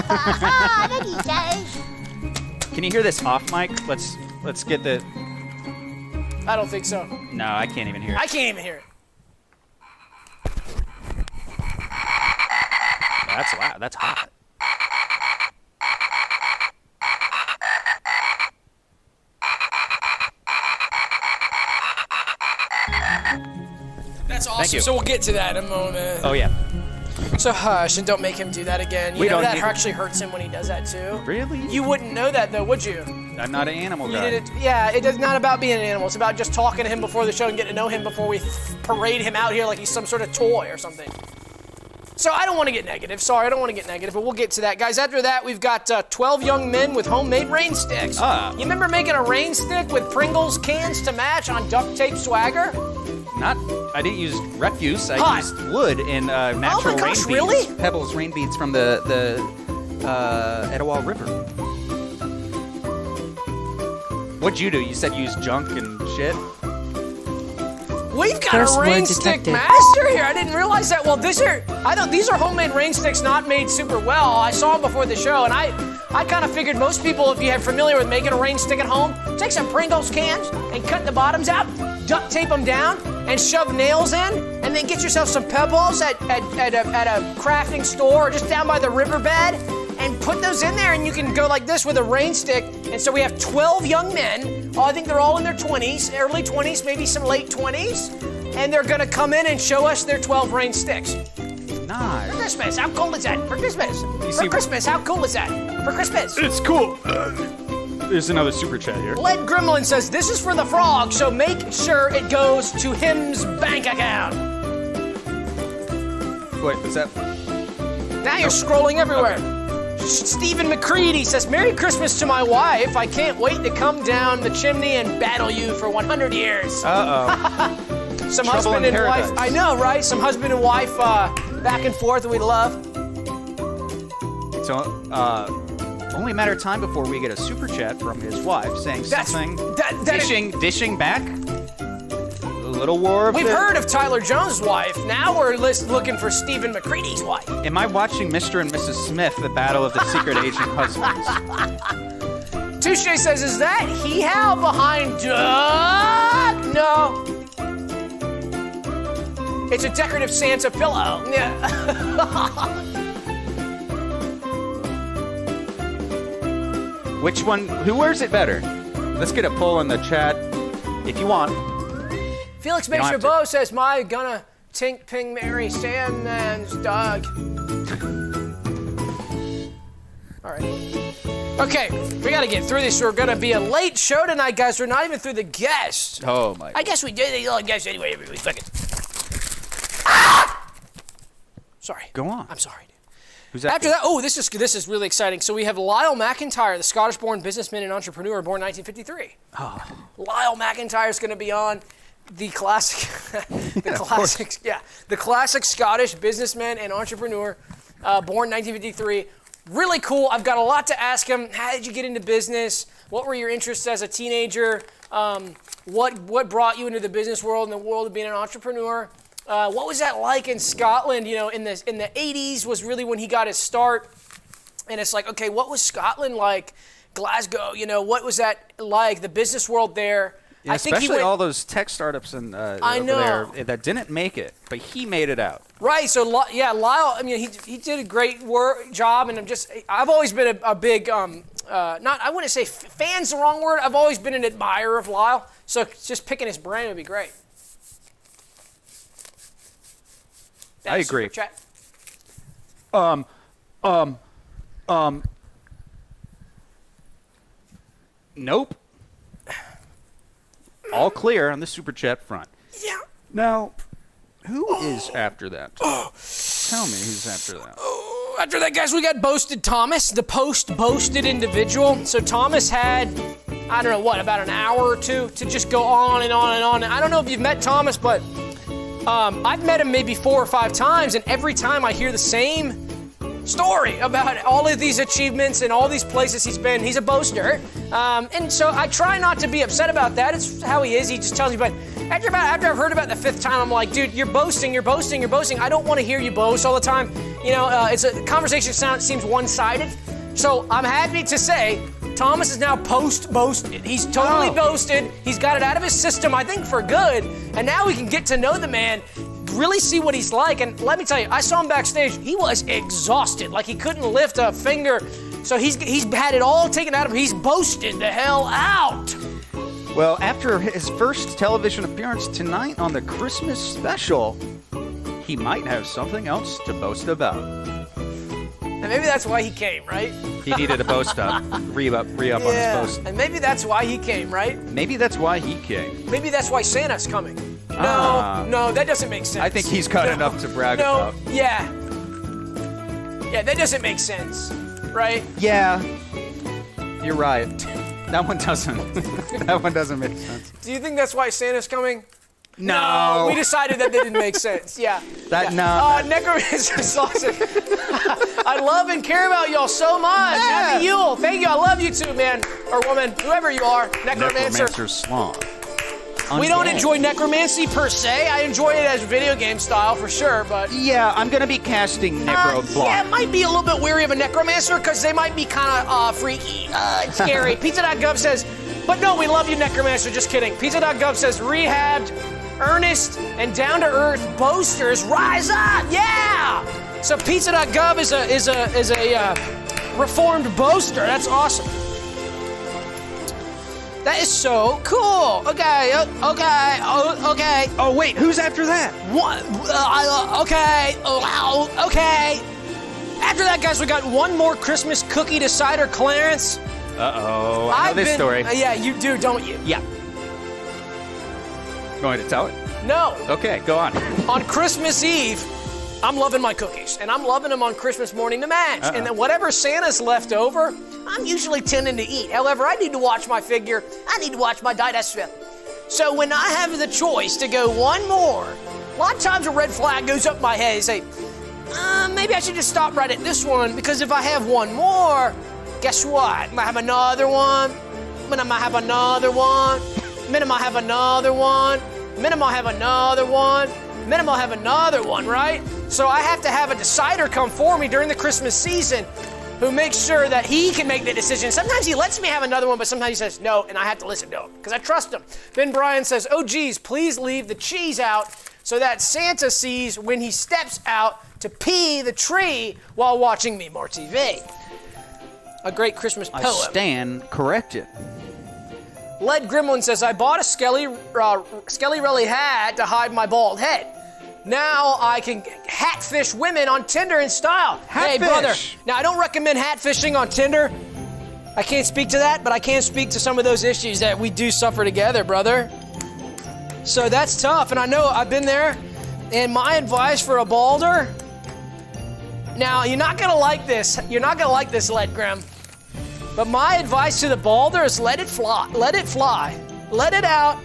[SPEAKER 5] Ah, thank you guys.
[SPEAKER 2] Can you hear this off mic? Let's let's get the.
[SPEAKER 1] I don't think so.
[SPEAKER 2] No, I can't even hear it.
[SPEAKER 1] I can't even hear it.
[SPEAKER 2] That's loud. That's hot.
[SPEAKER 1] That's awesome.
[SPEAKER 2] you.
[SPEAKER 1] So we'll get to that in a moment.
[SPEAKER 2] Oh yeah.
[SPEAKER 1] So hush and don't make him do that again. You
[SPEAKER 2] We
[SPEAKER 1] know
[SPEAKER 2] don't
[SPEAKER 1] that
[SPEAKER 2] need-
[SPEAKER 1] actually hurts him when he does that too.
[SPEAKER 2] Really?
[SPEAKER 1] You wouldn't know that though, would you?
[SPEAKER 2] I'm not an animal
[SPEAKER 1] You
[SPEAKER 2] guy.
[SPEAKER 1] did it. Yeah, it is not about being an animal. It's about just talking to him before the show and getting to know him before we parade him out here like he's some sort of toy or something. So I don't want to get negative. Sorry, I don't want to get negative, but we'll get to that, guys. After that, we've got uh, 12 young men with homemade rain sticks.
[SPEAKER 2] Ah.
[SPEAKER 1] You remember making a rain stick with Pringles cans to match on duct tape swagger?
[SPEAKER 2] Not. I didn't use refuse. I
[SPEAKER 1] Hot. Oh
[SPEAKER 2] used wood and uh, natural rain
[SPEAKER 1] gosh,
[SPEAKER 2] beads.
[SPEAKER 1] really?
[SPEAKER 2] Pebbles, rain beads from the the uh, Etowah River. What'd you do? You said you used junk and shit.
[SPEAKER 1] We've got
[SPEAKER 3] First
[SPEAKER 1] a rain
[SPEAKER 3] word
[SPEAKER 1] stick
[SPEAKER 3] detected.
[SPEAKER 1] master here. I didn't realize that. Well, these are I don't these are homemade rain sticks, not made super well. I saw them before the show, and I I kind of figured most people, if you are familiar with making a rain stick at home, take some Pringles cans and cut the bottoms out, duct tape them down, and shove nails in, and then get yourself some pebbles at at, at, a, at a crafting store or just down by the riverbed. And put those in there, and you can go like this with a rain stick. And so we have 12 young men. Oh, I think they're all in their 20s, early 20s, maybe some late 20s and they're gonna come in and show us their 12 rain sticks.
[SPEAKER 2] Nice.
[SPEAKER 1] Christmas, how cool is that? For Christmas. For
[SPEAKER 2] see-
[SPEAKER 1] Christmas, how cool is that? For Christmas.
[SPEAKER 2] It's cool. there's another super chat here.
[SPEAKER 1] Led Gremlin says this is for the frog, so make sure it goes to him's bank account.
[SPEAKER 2] Wait, was that?
[SPEAKER 1] Now you're scrolling everywhere. Stephen McCready says, Merry Christmas to my wife. I can't wait to come down the chimney and battle you for 100 years.
[SPEAKER 2] Uh
[SPEAKER 1] Some
[SPEAKER 2] Trouble
[SPEAKER 1] husband
[SPEAKER 2] in
[SPEAKER 1] and wife.
[SPEAKER 2] Paradise.
[SPEAKER 1] I know, right? Some husband and wife uh, back and forth that we love.
[SPEAKER 2] oh. So, uh, only a matter of time before we get a super chat from his wife saying
[SPEAKER 1] That's-
[SPEAKER 2] something.
[SPEAKER 1] that- that-
[SPEAKER 2] dishing, dishing back. A little war. of
[SPEAKER 1] We've
[SPEAKER 2] the-
[SPEAKER 1] heard of Tyler Jones' wife. Now we're list- looking for Stephen McCready's wife.
[SPEAKER 2] Am I watching Mr. and Mrs. Smith, The Battle of the Secret Agent Husbands?
[SPEAKER 1] Touche says, "Is that he how behind Doug?" No. It's a decorative Santa pillow. Yeah.
[SPEAKER 2] Which one? Who wears it better? Let's get a poll in the chat if you want.
[SPEAKER 1] Felix
[SPEAKER 2] don't have to-
[SPEAKER 1] Beau says, "My gonna Tink, Ping, Mary, Sandman's dog. All right. Okay, we gotta get through this. We're gonna be a late show tonight, guys. We're not even through the guests.
[SPEAKER 4] Oh my.
[SPEAKER 1] I guess we did the little guests anyway. Every week. Fuck it. Ah! Sorry.
[SPEAKER 4] Go on.
[SPEAKER 1] I'm sorry. dude.
[SPEAKER 4] Who's that?
[SPEAKER 1] After that, oh, this is this is really exciting. So we have Lyle McIntyre, the Scottish-born businessman and entrepreneur, born 1953.
[SPEAKER 4] Oh.
[SPEAKER 1] Lyle McIntyre is going to be on the classic, the classic, yeah, the classic Scottish businessman and entrepreneur, uh, born 1953. Really cool. I've got a lot to ask him. How did you get into business? What were your interests as a teenager? Um, what what brought you into the business world and the world of being an entrepreneur? Uh, what was that like in Scotland? You know, in the in the 80s was really when he got his start and it's like, okay, what was Scotland like? Glasgow, you know, what was that like? The business world there.
[SPEAKER 4] And
[SPEAKER 1] I think
[SPEAKER 4] especially
[SPEAKER 1] he went,
[SPEAKER 4] all those tech startups and uh,
[SPEAKER 1] I
[SPEAKER 4] over
[SPEAKER 1] know.
[SPEAKER 4] there that didn't make it, but he made it out.
[SPEAKER 1] right. So Li- yeah, Lyle. I mean, he, he did a great work job, and I'm just I've always been a, a big um uh, not I wouldn't say f- fans the wrong word. I've always been an admirer of Lyle. So just picking his brain would be great.
[SPEAKER 4] I agree.
[SPEAKER 1] Super chat.
[SPEAKER 4] Nope. All clear on the super chat front.
[SPEAKER 1] Yeah.
[SPEAKER 4] Now, who is after that? Tell me who's after that.
[SPEAKER 1] After that, guys, we got Boasted Thomas, the post boasted individual. So Thomas had, I don't know what, about an hour or two to just go on and on and on. And I don't know if you've met Thomas, but um, I've met him maybe four or five times, and every time I hear the same story about all of these achievements and all these places he's been. He's a boaster, um, and so I try not to be upset about that. It's how he is. He just tells me. But after about after I've heard about it the fifth time, I'm like, dude, you're boasting, you're boasting, you're boasting. I don't want to hear you boast all the time. You know, uh, it's a the conversation sound seems one-sided. So I'm happy to say. Thomas is now post boasted. He's totally
[SPEAKER 4] Oh.
[SPEAKER 1] boasted. He's got it out of his system, I think, for good. And now we can get to know the man, really see what he's like. And let me tell you, I saw him backstage. He was exhausted, like he couldn't lift a finger. So he's he's had it all taken out of him. He's boasted the hell out.
[SPEAKER 4] Well, after his first television appearance tonight on the Christmas special, he might have something else to boast about.
[SPEAKER 1] And maybe that's why he came, right?
[SPEAKER 4] He needed a boast up, re up, re up on his boast.
[SPEAKER 1] And maybe that's why he came, right?
[SPEAKER 4] Maybe that's why he came.
[SPEAKER 1] Maybe that's why Santa's coming. No,
[SPEAKER 4] Ah.
[SPEAKER 1] no, that doesn't make sense.
[SPEAKER 4] I think he's got
[SPEAKER 1] No.
[SPEAKER 4] enough to brag
[SPEAKER 1] No,
[SPEAKER 4] about.
[SPEAKER 1] yeah. Yeah, that doesn't make sense, right?
[SPEAKER 4] Yeah, you're right. That one doesn't. that one doesn't make sense.
[SPEAKER 1] Do you think that's why Santa's coming?
[SPEAKER 4] No,
[SPEAKER 1] Oh, we decided that didn't make sense. Yeah.
[SPEAKER 4] that Oh. no.
[SPEAKER 1] Uh, Necromancer Sausage. I love and care about y'all so much. Happy Yule. Thank you. I love you too, man or woman, whoever you are. Oh, Necromancer.
[SPEAKER 4] Necromancer Slong.
[SPEAKER 1] We don't
[SPEAKER 4] Undead.
[SPEAKER 1] enjoy necromancy per se. I enjoy it as video game style for sure, but.
[SPEAKER 4] Yeah, I'm gonna be casting
[SPEAKER 1] Uh,
[SPEAKER 4] Necro
[SPEAKER 1] yeah, it might be a little bit weary of a necromancer because they might be kind of uh, freaky, uh, and scary. Pizza.gov says, but no, we love you, necromancer. Just kidding. Pizza.gov says, rehabbed, earnest, and down to earth boasters rise up. Yeah. So Pizza.gov is a is a is a uh, reformed boaster. That's awesome. That is so cool. Okay, o- okay, o- okay.
[SPEAKER 4] Oh wait, who's after that?
[SPEAKER 1] One, uh, I, uh, okay, oh, ow, okay. After that, guys, we got one more Christmas cookie to cider Clarence.
[SPEAKER 4] Uh oh, I know this
[SPEAKER 1] been,
[SPEAKER 4] story.
[SPEAKER 1] Uh, yeah, you do, don't you?
[SPEAKER 4] yeah. Going to tell it?
[SPEAKER 1] No.
[SPEAKER 4] Okay, go on.
[SPEAKER 1] On Christmas Eve, I'm loving my cookies, and I'm loving them on Christmas morning to match. And then whatever Santa's left over, I'm usually tending to eat. However, I need to watch my figure. I need to watch my digestive. So when I have the choice to go one more, a lot of times a red flag goes up my head and say, uh, maybe I should just stop right at this one because if I have one more, guess what? I might have another one. Then I might have another one. Then I might have another one. Then I might have another one. Then I might have another one, right? So I have to have a decider come for me during the Christmas season who makes sure that he can make the decision. Sometimes he lets me have another one, but sometimes he says no, and I have to listen to him because I trust him. Ben Bryan says, Oh, geez, please leave the cheese out so that Santa sees when he steps out to pee the tree while watching me more TV. A great Christmas poem.
[SPEAKER 4] Stan corrected.
[SPEAKER 1] Lead Gremlin says, I bought a Skelly, uh, Skelly Relly hat to hide my bald head. Now I can hatfish women on Tinder in style. Hey,
[SPEAKER 4] Hatfish.
[SPEAKER 1] brother. Now I don't recommend hatfishing on Tinder. I can't speak to that, but I can speak to some of those issues that we do suffer together, brother. So that's tough, and I know I've been there. And my advice for a balder. Now you're not gonna like this. You're not gonna like this, Led Graham. But my advice to the balder is let it fly. Let it fly. Let it out.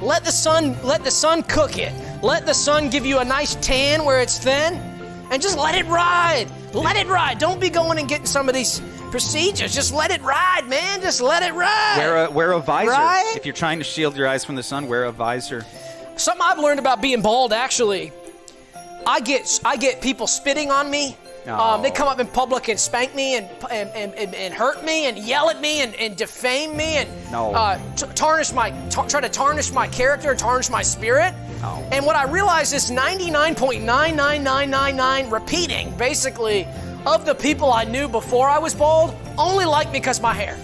[SPEAKER 1] Let the sun let the sun cook it. Let the sun give you a nice tan where it's thin, and just let it ride. Let it ride. Don't be going and getting some of these procedures. Just let it ride, man. Just let it ride.
[SPEAKER 2] Wear a, wear a visor.
[SPEAKER 1] Right?
[SPEAKER 2] If you're trying to shield your eyes from the sun, wear a visor.
[SPEAKER 1] Something I've learned about being bald, actually, I get I get people spitting on me. Um,
[SPEAKER 2] Oh.
[SPEAKER 1] they come up in public and spank me and and, and, and, and hurt me and yell at me and, and defame me and
[SPEAKER 2] No.
[SPEAKER 1] uh, t- tarnish my tar- try to tarnish my character, tarnish my spirit.
[SPEAKER 2] No.
[SPEAKER 1] And what I realized is 99.99999 repeating basically of the people I knew before I was bald only liked me because my hair.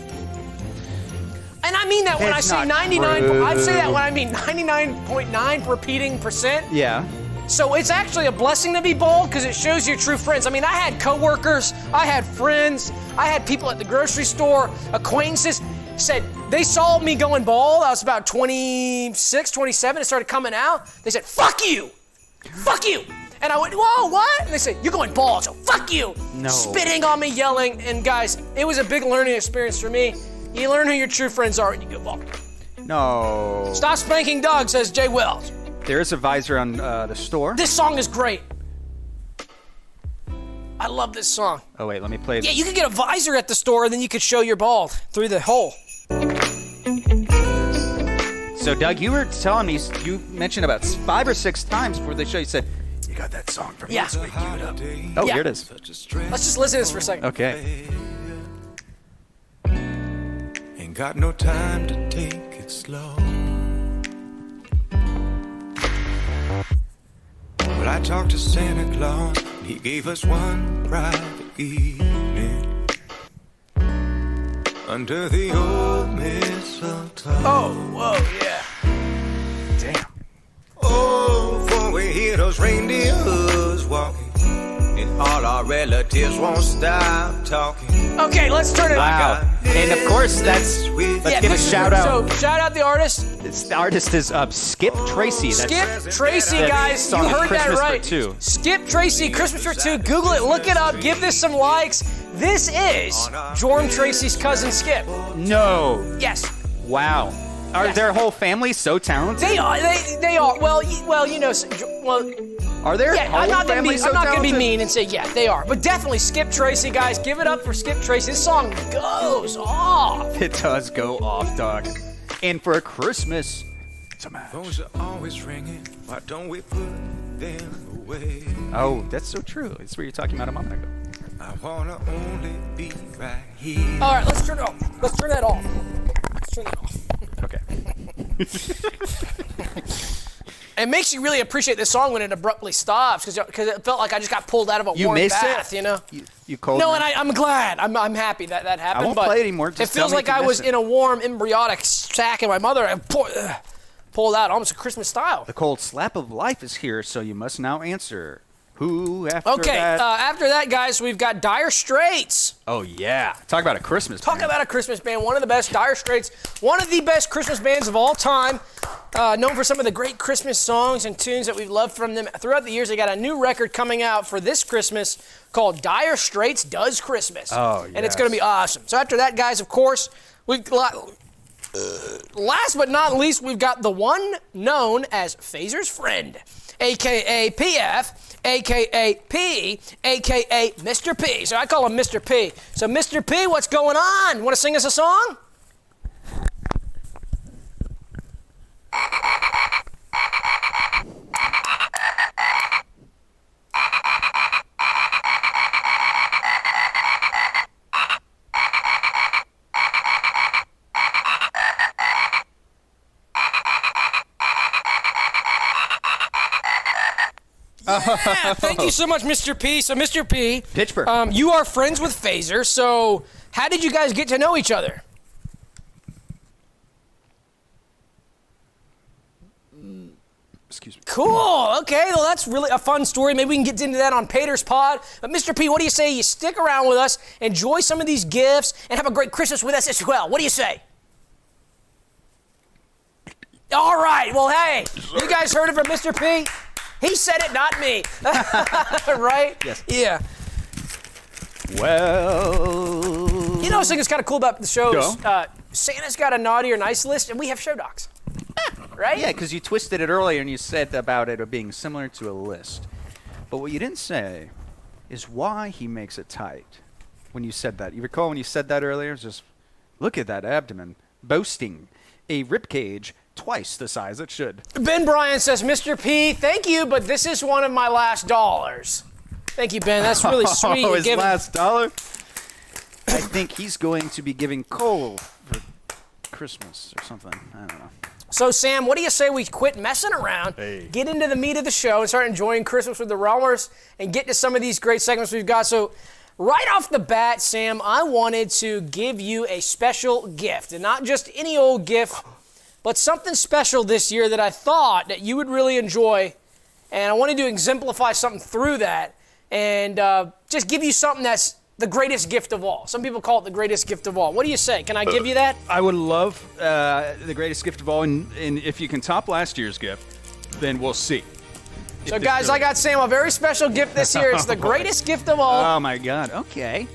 [SPEAKER 1] And I mean that when
[SPEAKER 2] It's
[SPEAKER 1] I say
[SPEAKER 2] not
[SPEAKER 1] 99,
[SPEAKER 2] true.
[SPEAKER 1] I'd say that when I mean 99.9 repeating percent.
[SPEAKER 2] Yeah.
[SPEAKER 1] So it's actually a blessing to be bald because it shows your true friends. I mean, I had coworkers, I had friends, I had people at the grocery store, acquaintances said they saw me going bald. I was about 26, 27. It started coming out. They said, "Fuck you, fuck you." And I went, whoa, what? And they said, you're going bald, so fuck you. No. Spitting on me, yelling. And guys, it was a big learning experience for me. You learn who your true friends are when you go bald.
[SPEAKER 2] No.
[SPEAKER 1] Stop spanking dogs, says Jay Wells.
[SPEAKER 2] There is a visor on uh, the store.
[SPEAKER 1] This song is great. I love this song.
[SPEAKER 2] Oh wait, let me play.
[SPEAKER 1] Yeah, you could get a visor at the store, and then you could show your bald through the hole.
[SPEAKER 2] So Doug, you were telling me you mentioned about five or six times before the show. You said you got that song from
[SPEAKER 1] Yeah.
[SPEAKER 2] last week. Oh,
[SPEAKER 1] Yeah.
[SPEAKER 2] here it is.
[SPEAKER 1] Let's just listen to this for a second.
[SPEAKER 2] Okay.
[SPEAKER 7] Ain't got no time to take it slow. Well, I talked to Santa Claus. He gave us one private evening under the old mistletoe.
[SPEAKER 1] Oh, whoa, yeah.
[SPEAKER 7] Oh, for we hear those reindeer hooves walking, and all our relatives won't stop talking.
[SPEAKER 1] Okay, let's turn it.
[SPEAKER 2] Wow. And of course, that's
[SPEAKER 7] Sweet-
[SPEAKER 2] let's give a
[SPEAKER 1] this is-
[SPEAKER 2] shout out.
[SPEAKER 1] So shout out the artist,
[SPEAKER 2] It's, the artist is uh, Skip Tracy. That's
[SPEAKER 1] Oh, Skip Tracy,
[SPEAKER 7] That
[SPEAKER 1] guys. You
[SPEAKER 2] song is
[SPEAKER 1] heard that
[SPEAKER 2] Christmas for
[SPEAKER 1] right.
[SPEAKER 2] Two.
[SPEAKER 1] Skip Tracy, Christmas for two. Google it, look it up, give this some likes. This is Jordan Tracy's cousin Skip.
[SPEAKER 2] no.
[SPEAKER 1] Yes,
[SPEAKER 2] Wow. Are
[SPEAKER 1] Yes.
[SPEAKER 2] their whole family so talented?
[SPEAKER 1] They are. They, they are. Well, y- well, you know. s- Well,
[SPEAKER 2] Are their
[SPEAKER 1] yeah.
[SPEAKER 2] whole
[SPEAKER 1] I'm not gonna
[SPEAKER 2] family
[SPEAKER 1] be.
[SPEAKER 2] so
[SPEAKER 1] I'm not gonna be
[SPEAKER 2] talented?
[SPEAKER 1] mean and say yeah, they are. But definitely Skip Tracy, guys. Give it up for Skip Tracy. This song goes off.
[SPEAKER 2] It does go off, Doug. And for Christmas, it's a match.
[SPEAKER 7] Phones are always ringing. Why don't we put them away?
[SPEAKER 2] Oh, that's so true. It's what you're talking about a moment ago.
[SPEAKER 7] I wanna only be right here.
[SPEAKER 1] All right, let's turn it off. Let's turn that off. Let's turn that off.
[SPEAKER 2] Okay.
[SPEAKER 1] It makes you really appreciate this song when it abruptly stops because it felt like I just got pulled out of a
[SPEAKER 2] You
[SPEAKER 1] warm
[SPEAKER 2] miss
[SPEAKER 1] bath.
[SPEAKER 2] it.
[SPEAKER 1] You know.
[SPEAKER 2] You, you cold.
[SPEAKER 1] No, and I, I'm glad. I'm, I'm happy that that happened.
[SPEAKER 2] won't
[SPEAKER 1] but
[SPEAKER 2] play it anymore.
[SPEAKER 1] it
[SPEAKER 2] Just tell
[SPEAKER 1] feels
[SPEAKER 2] me
[SPEAKER 1] like
[SPEAKER 2] if you
[SPEAKER 1] I
[SPEAKER 2] miss
[SPEAKER 1] was
[SPEAKER 2] it.
[SPEAKER 1] in a warm embryonic sac, and my mother and pour, ugh, pulled out almost a Christmas style.
[SPEAKER 2] The cold slap of life is here, so you must now answer. Who after
[SPEAKER 1] Okay,
[SPEAKER 2] that?
[SPEAKER 1] uh, after that, guys, we've got Dire Straits.
[SPEAKER 2] oh yeah, talk about a Christmas.
[SPEAKER 1] Talk
[SPEAKER 2] band.
[SPEAKER 1] about a Christmas band, one of the best, Dire Straits, one of the best Christmas bands of all time. Uh, known for some of the great Christmas songs and tunes that we've loved from them throughout the years. They got a new record coming out for this Christmas called Dire Straits Does Christmas.
[SPEAKER 2] Oh,
[SPEAKER 1] And it's
[SPEAKER 2] yes.
[SPEAKER 1] going to be awesome. So after that, guys, of course, we've got. uh, Last but not least, we've got the one known as Phaser's Friend, aka PF, aka P, aka Mr. P. So I call him Mr. P. So, Mr. P, what's going on? You want to sing us a song? Yeah, thank you so much, Mr. P. So, Mr. P,
[SPEAKER 2] Pittsburgh.
[SPEAKER 1] um, you are friends with Phaser. So, how did you guys get to know each other?
[SPEAKER 2] Excuse me.
[SPEAKER 1] Cool. Okay. Well, that's really a fun story. Maybe we can get into that on Pater's Pod. But Mr. P, what do you say? You stick around with us, enjoy some of these gifts, and have a great Christmas with us as well. What do you say? All right. Well, hey, you guys heard it from Mr. P. He said it, not me. right? Yes. Yeah.
[SPEAKER 4] Well,
[SPEAKER 1] You know, something that's kind of cool about the shows.
[SPEAKER 4] Yeah.
[SPEAKER 1] Uh, Santa's got a naughty or nice list, and we have show docs. right?
[SPEAKER 2] Yeah, because you twisted it earlier and you said about it being similar to a list. But what you didn't say is why he makes it tight when you said that. You recall when you said that earlier? It's just, look at that abdomen, boasting a ribcage twice the size it should.
[SPEAKER 1] Ben Bryan says, Mr. P, thank you, but this is one of my last dollars. Thank you, Ben. That's really sweet.
[SPEAKER 2] oh,
[SPEAKER 1] to
[SPEAKER 2] his
[SPEAKER 1] give-
[SPEAKER 2] last dollar? I think he's going to be giving coal for Christmas or something. I don't know.
[SPEAKER 1] So, Sam, what do you say we quit messing around, get into the meat of the show, and start enjoying Christmas with the Rollers and get to some of these great segments we've got? So, right off the bat, Sam, I wanted to give you a special gift, and not just any old gift, but something special this year that I thought that you would really enjoy. And I wanted to exemplify something through that and uh, just give you something that's the greatest gift of all. Some people call it the greatest gift of all. What do you say? Can I give you that?
[SPEAKER 4] I would love uh, the greatest gift of all, and, and if you can top last year's gift, then we'll see.
[SPEAKER 1] So, guys, I got Sam a very special gift this year. It's the greatest gift of all.
[SPEAKER 2] Oh my god. Okay.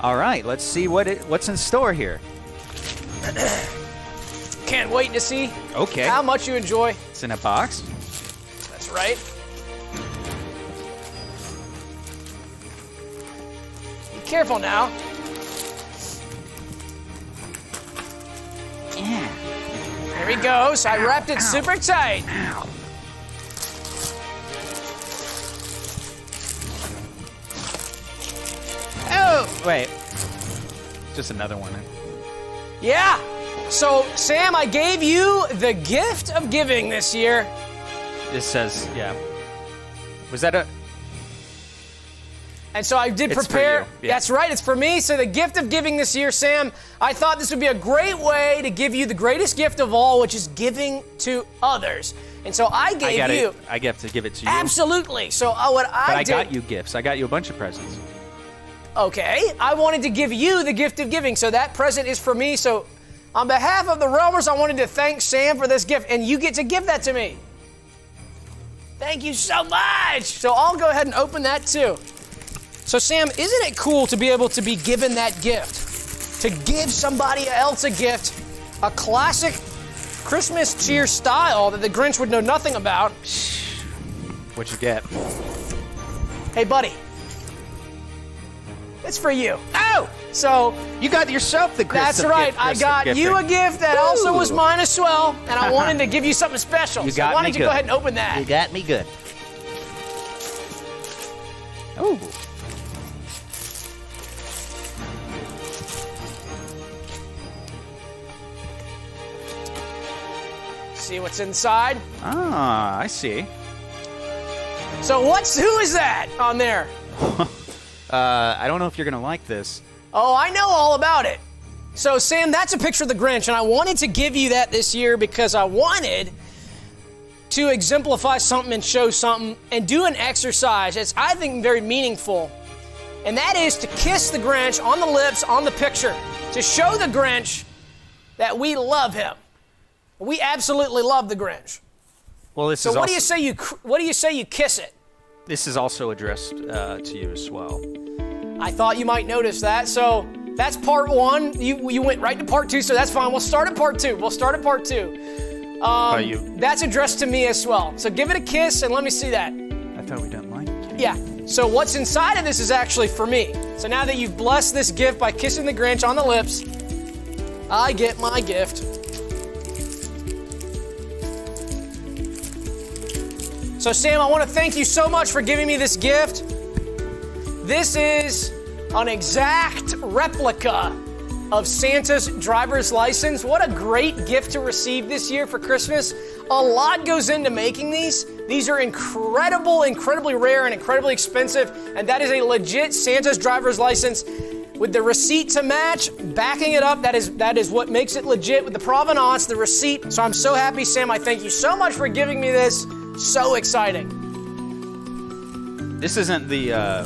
[SPEAKER 2] All right, let's see what it what's in store here.
[SPEAKER 1] Can't wait to see
[SPEAKER 2] Okay.
[SPEAKER 1] how much you enjoy.
[SPEAKER 2] It's in a box.
[SPEAKER 1] That's right. Be careful now. There he goes. I wrapped it super tight.
[SPEAKER 2] Oh, wait. Just another one.
[SPEAKER 1] Yeah. So, Sam, I gave you the gift of giving this year.
[SPEAKER 2] This says, yeah. Was that a
[SPEAKER 1] And so I did
[SPEAKER 2] It's for
[SPEAKER 1] prepare.
[SPEAKER 2] you, yeah.
[SPEAKER 1] That's right, it's for me. So the gift of giving this year, Sam, I thought this would be a great way to give you the greatest gift of all, which is giving to others. And so I
[SPEAKER 2] I
[SPEAKER 1] gave
[SPEAKER 2] got
[SPEAKER 1] you
[SPEAKER 2] it. I have to give it to you.
[SPEAKER 1] absolutely. So uh, what I
[SPEAKER 2] But I,
[SPEAKER 1] did,
[SPEAKER 2] got you gifts. I got you a bunch of presents.
[SPEAKER 1] okay, I wanted to give you the gift of giving. So that present is for me. So on behalf of the Realmers, I wanted to thank Sam for this gift, and you get to give that to me. Thank you so much. So I'll go ahead and open that too. So Sam, isn't it cool to be able to be given that gift? To give somebody else a gift, a classic Christmas cheer style that the Grinch would know nothing about.
[SPEAKER 2] What'd you get?
[SPEAKER 1] Hey, buddy. It's for you. Oh! So
[SPEAKER 2] You got yourself the Christmas
[SPEAKER 1] that's right. I got you a gift that also was
[SPEAKER 2] Woo!
[SPEAKER 1] mine as well, and I wanted to give you something special.
[SPEAKER 2] You
[SPEAKER 1] so
[SPEAKER 2] got
[SPEAKER 1] why
[SPEAKER 2] me
[SPEAKER 1] don't you go
[SPEAKER 2] good.
[SPEAKER 1] ahead and open that?
[SPEAKER 2] got me good. Oh.
[SPEAKER 1] See what's inside.
[SPEAKER 2] Ah, I see.
[SPEAKER 1] So what's who is that on there?
[SPEAKER 2] Uh, I don't know if you're gonna like this.
[SPEAKER 1] Oh, I know all about it. So Sam, that's a picture of the Grinch, and I wanted to give you that this year because I wanted to exemplify something and show something and do an exercise that's I think very meaningful. And that is to kiss the Grinch on the lips on the picture to show the Grinch that we love him. We absolutely love the Grinch.
[SPEAKER 2] Well, this
[SPEAKER 1] So
[SPEAKER 2] is
[SPEAKER 1] what
[SPEAKER 2] also,
[SPEAKER 1] do you say you cr- what do you say you kiss it?
[SPEAKER 2] This is also addressed uh, to you as well.
[SPEAKER 1] Um, I thought you might notice that. So that's part one. You you went right to part two, so that's fine. We'll start at part two. We'll start at part two.
[SPEAKER 2] Are you?
[SPEAKER 1] That's addressed to me as well. So give it a kiss and let me see that.
[SPEAKER 2] I thought we didn't like. it.
[SPEAKER 1] Yeah. So what's inside of this is actually for me. So now that you've blessed this gift by kissing the Grinch on the lips, I get my gift. So Sam, I want to thank you so much for giving me this gift. This is an exact replica of Santa's driver's license. What a great gift to receive this year for Christmas. A lot goes into making these. These are incredible, incredibly rare, and incredibly expensive. And that is a legit Santa's driver's license. with the receipt to match, backing it up. That is that is what makes it legit with the provenance, the receipt. So I'm so happy, Sam. I thank you so much for giving me this. So exciting.
[SPEAKER 2] This isn't the. Uh,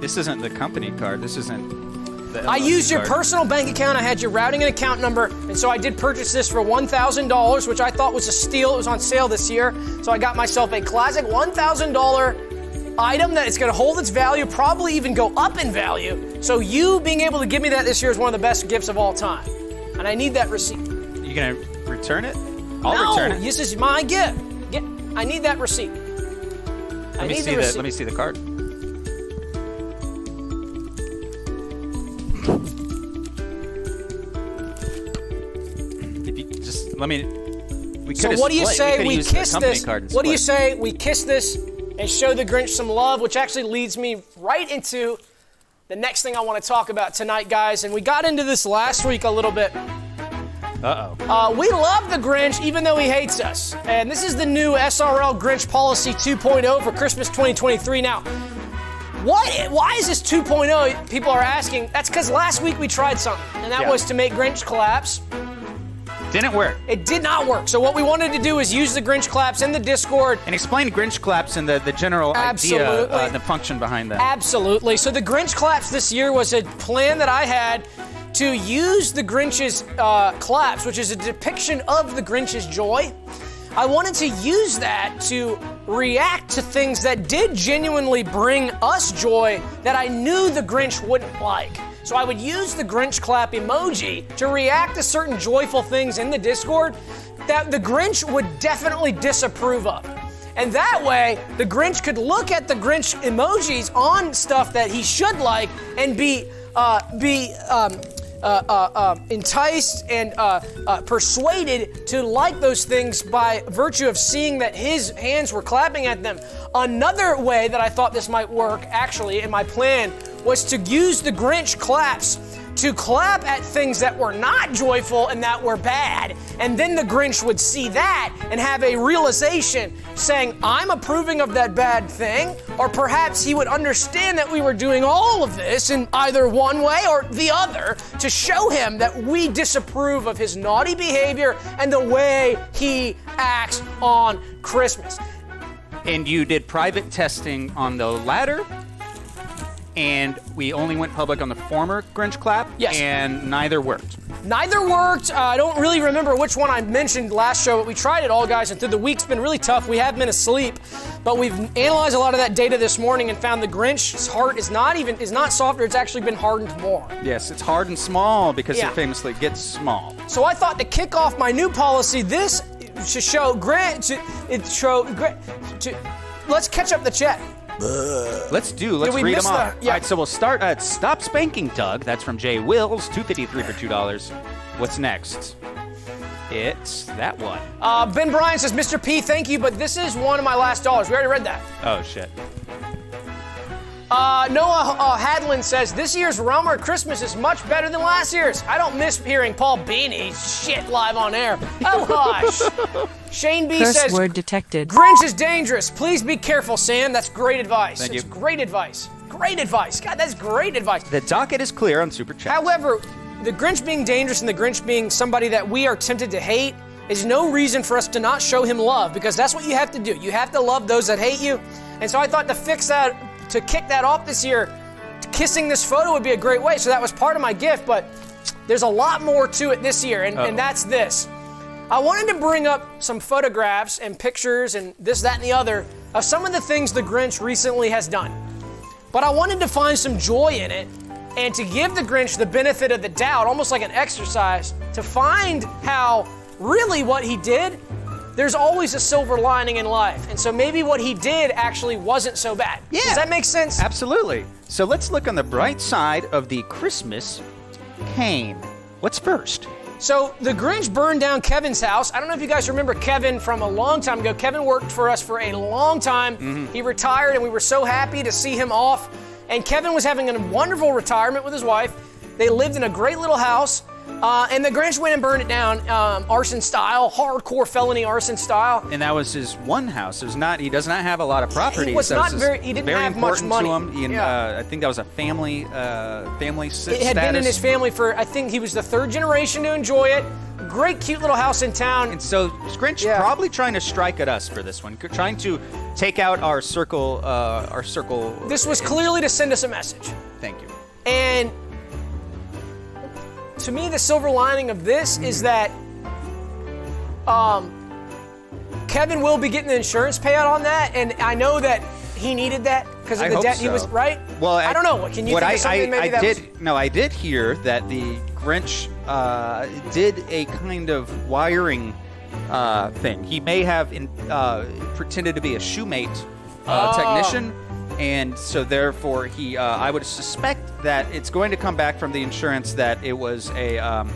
[SPEAKER 2] this isn't the company card. This isn't. The
[SPEAKER 1] I
[SPEAKER 2] LLC
[SPEAKER 1] used your
[SPEAKER 2] card.
[SPEAKER 1] personal bank account. I had your routing and account number, and so I did purchase this for $1,000, which I thought was a steal. It was on sale this year, so I got myself a classic $1,000 item that is going to hold its value, probably even go up in value. So you being able to give me that this year is one of the best gifts of all time, and I need that receipt.
[SPEAKER 2] You gonna return it? I'll
[SPEAKER 1] no,
[SPEAKER 2] return it.
[SPEAKER 1] this is my gift. Get, I need that receipt. I
[SPEAKER 2] Let me
[SPEAKER 1] need
[SPEAKER 2] see
[SPEAKER 1] the
[SPEAKER 2] the.
[SPEAKER 1] receipt.
[SPEAKER 2] Let me see the card. If you just let me. We
[SPEAKER 1] So
[SPEAKER 2] coulda
[SPEAKER 1] what do you
[SPEAKER 2] split.
[SPEAKER 1] say
[SPEAKER 2] coulda
[SPEAKER 1] we,
[SPEAKER 2] used the
[SPEAKER 1] kiss
[SPEAKER 2] company
[SPEAKER 1] this?
[SPEAKER 2] card and
[SPEAKER 1] What do you
[SPEAKER 2] split.
[SPEAKER 1] say we kiss this and show the Grinch some love, which actually leads me right into the next thing I want to talk about tonight, guys. And we got into this last week a little bit.
[SPEAKER 2] Uh oh.
[SPEAKER 1] Uh, we love the Grinch even though he hates us. And this is the new SRL Grinch Policy 2.0 for Christmas 2023. Now, what? Why is this 2.0? People are asking. That's because last week we tried something, and that
[SPEAKER 2] Yeah.
[SPEAKER 1] was to make Grinch collapse.
[SPEAKER 2] Didn't work.
[SPEAKER 1] Uh, It did not work. So what we wanted to do is use the Grinch collapse in the Discord
[SPEAKER 2] And explain Grinch claps and the, the general idea,
[SPEAKER 1] Absolutely.
[SPEAKER 2] uh, the function behind that.
[SPEAKER 1] Absolutely. So the Grinch claps this year was a plan that I had to use the Grinch's uh, claps, which is a depiction of the Grinch's joy. I wanted to use that to react to things that did genuinely bring us joy that I knew the Grinch wouldn't like. So I would use the Grinch clap emoji to react to certain joyful things in the Discord that the Grinch would definitely disapprove of. And that way, the Grinch could look at the Grinch emojis on stuff that he should like and be uh, be um, uh, uh, uh, enticed and uh, uh, persuaded to like those things by virtue of seeing that his hands were clapping at them. Another way that I thought this might work, actually, in my plan, was to use the Grinch claps to clap at things that were not joyful and that were bad. And then the Grinch would see that and have a realization saying, I'm approving of that bad thing. Or perhaps he would understand that we were doing all of this in either one way or the other to show him that we disapprove of his naughty behavior and the way he acts on Christmas.
[SPEAKER 2] And you did private testing on the latter, and we only went public on the former Grinch clap.
[SPEAKER 1] Yes.
[SPEAKER 2] And neither worked.
[SPEAKER 1] Neither worked. Uh, I don't really remember which one I mentioned last show, but we tried it all, guys, and through the week's been really tough. We have been asleep, but we've analyzed a lot of that data this morning and found the Grinch's heart is not even is not softer. It's actually been hardened more.
[SPEAKER 2] Yes, it's hard and small because
[SPEAKER 1] Yeah.
[SPEAKER 2] it famously gets small.
[SPEAKER 1] So I thought to kick off my new policy, this to show Grinch, to, it show Grinch, to let's catch up the chat.
[SPEAKER 2] Let's do. Let's
[SPEAKER 1] we
[SPEAKER 2] read
[SPEAKER 1] miss
[SPEAKER 2] them off.
[SPEAKER 1] the- yeah.
[SPEAKER 2] All right, so we'll start at Stop Spanking Doug. That's from Jay Wills, 253 for $2. What's next? It's that one.
[SPEAKER 1] Uh, ben Bryan says, Mr. P, thank you, but this is one of my last dollars. We already read that.
[SPEAKER 2] Oh, shit.
[SPEAKER 1] Uh, Noah uh, Hadlin says this year's Romer Christmas is much better than last year's. I don't miss hearing Paul Beanie's shit live on air. Oh gosh. Shane B
[SPEAKER 3] Curse
[SPEAKER 1] says
[SPEAKER 3] word detected.
[SPEAKER 1] Grinch is dangerous. Please be careful, Sam. That's great advice.
[SPEAKER 2] Thank
[SPEAKER 1] That's
[SPEAKER 2] you.
[SPEAKER 1] great advice. Great advice. God, that's great advice.
[SPEAKER 2] The docket is clear on Super Chat.
[SPEAKER 1] However, the Grinch being dangerous and the Grinch being somebody that we are tempted to hate is no reason for us to not show him love because that's what you have to do. You have to love those that hate you. And so I thought to fix that, to kick that off this year, kissing this photo would be a great way. So that was part of my gift, but there's a lot more to it this year, and, and that's this. I wanted to bring up some photographs and pictures and this, that, and the other of some of the things the Grinch recently has done but I wanted to find some joy in it and to give the Grinch the benefit of the doubt, almost like an exercise, to find how really what he did, there's always a silver lining in life. And so maybe what he did actually wasn't so bad.
[SPEAKER 2] Yeah.
[SPEAKER 1] Does that make sense?
[SPEAKER 2] Absolutely. So let's look on the bright side of the Christmas cane. What's first?
[SPEAKER 1] So the Grinch burned down Kevin's house. I don't know if you guys remember Kevin from a long time ago. Kevin worked for us for a long time.
[SPEAKER 2] Mm-hmm.
[SPEAKER 1] He retired, and we were so happy to see him off. And Kevin was having a wonderful retirement with his wife. They lived in a great little house. Uh, and the Grinch went and burned it down, um, arson style, hardcore felony arson style.
[SPEAKER 2] And that was his one house. It was not. He does not have a lot of property.
[SPEAKER 1] was
[SPEAKER 2] so
[SPEAKER 1] not
[SPEAKER 2] it's just
[SPEAKER 1] very- he didn't
[SPEAKER 2] very
[SPEAKER 1] have much
[SPEAKER 2] important
[SPEAKER 1] money.
[SPEAKER 2] To him. He,
[SPEAKER 1] Yeah.
[SPEAKER 2] uh, I think that was a family uh, family si-
[SPEAKER 1] It had
[SPEAKER 2] status.
[SPEAKER 1] been in his family for, I think he was the third generation to enjoy it. Great, cute little house in town.
[SPEAKER 2] And so Grinch
[SPEAKER 1] Yeah.
[SPEAKER 2] probably trying to strike at us for this one, c- trying to take out our circle. Uh, our circle.
[SPEAKER 1] This was clearly to send us a message.
[SPEAKER 2] Thank you.
[SPEAKER 1] And to me, the silver lining of this is that um, Kevin will be getting the insurance payout on that, and I know that he needed that because of
[SPEAKER 2] I
[SPEAKER 1] the
[SPEAKER 2] hope
[SPEAKER 1] debt he
[SPEAKER 2] so.
[SPEAKER 1] was right.
[SPEAKER 2] Well,
[SPEAKER 1] I, don't know. What Can you
[SPEAKER 2] what
[SPEAKER 1] think
[SPEAKER 2] I,
[SPEAKER 1] of something
[SPEAKER 2] I,
[SPEAKER 1] maybe
[SPEAKER 2] I
[SPEAKER 1] that was-
[SPEAKER 2] did? No, I did hear that the Grinch uh, did a kind of wiring uh, thing. He may have in, uh, pretended to be a shoemate uh,
[SPEAKER 1] Oh.
[SPEAKER 2] technician, and so therefore he. Uh, I would suspect that it's going to come back from the insurance that it was a um,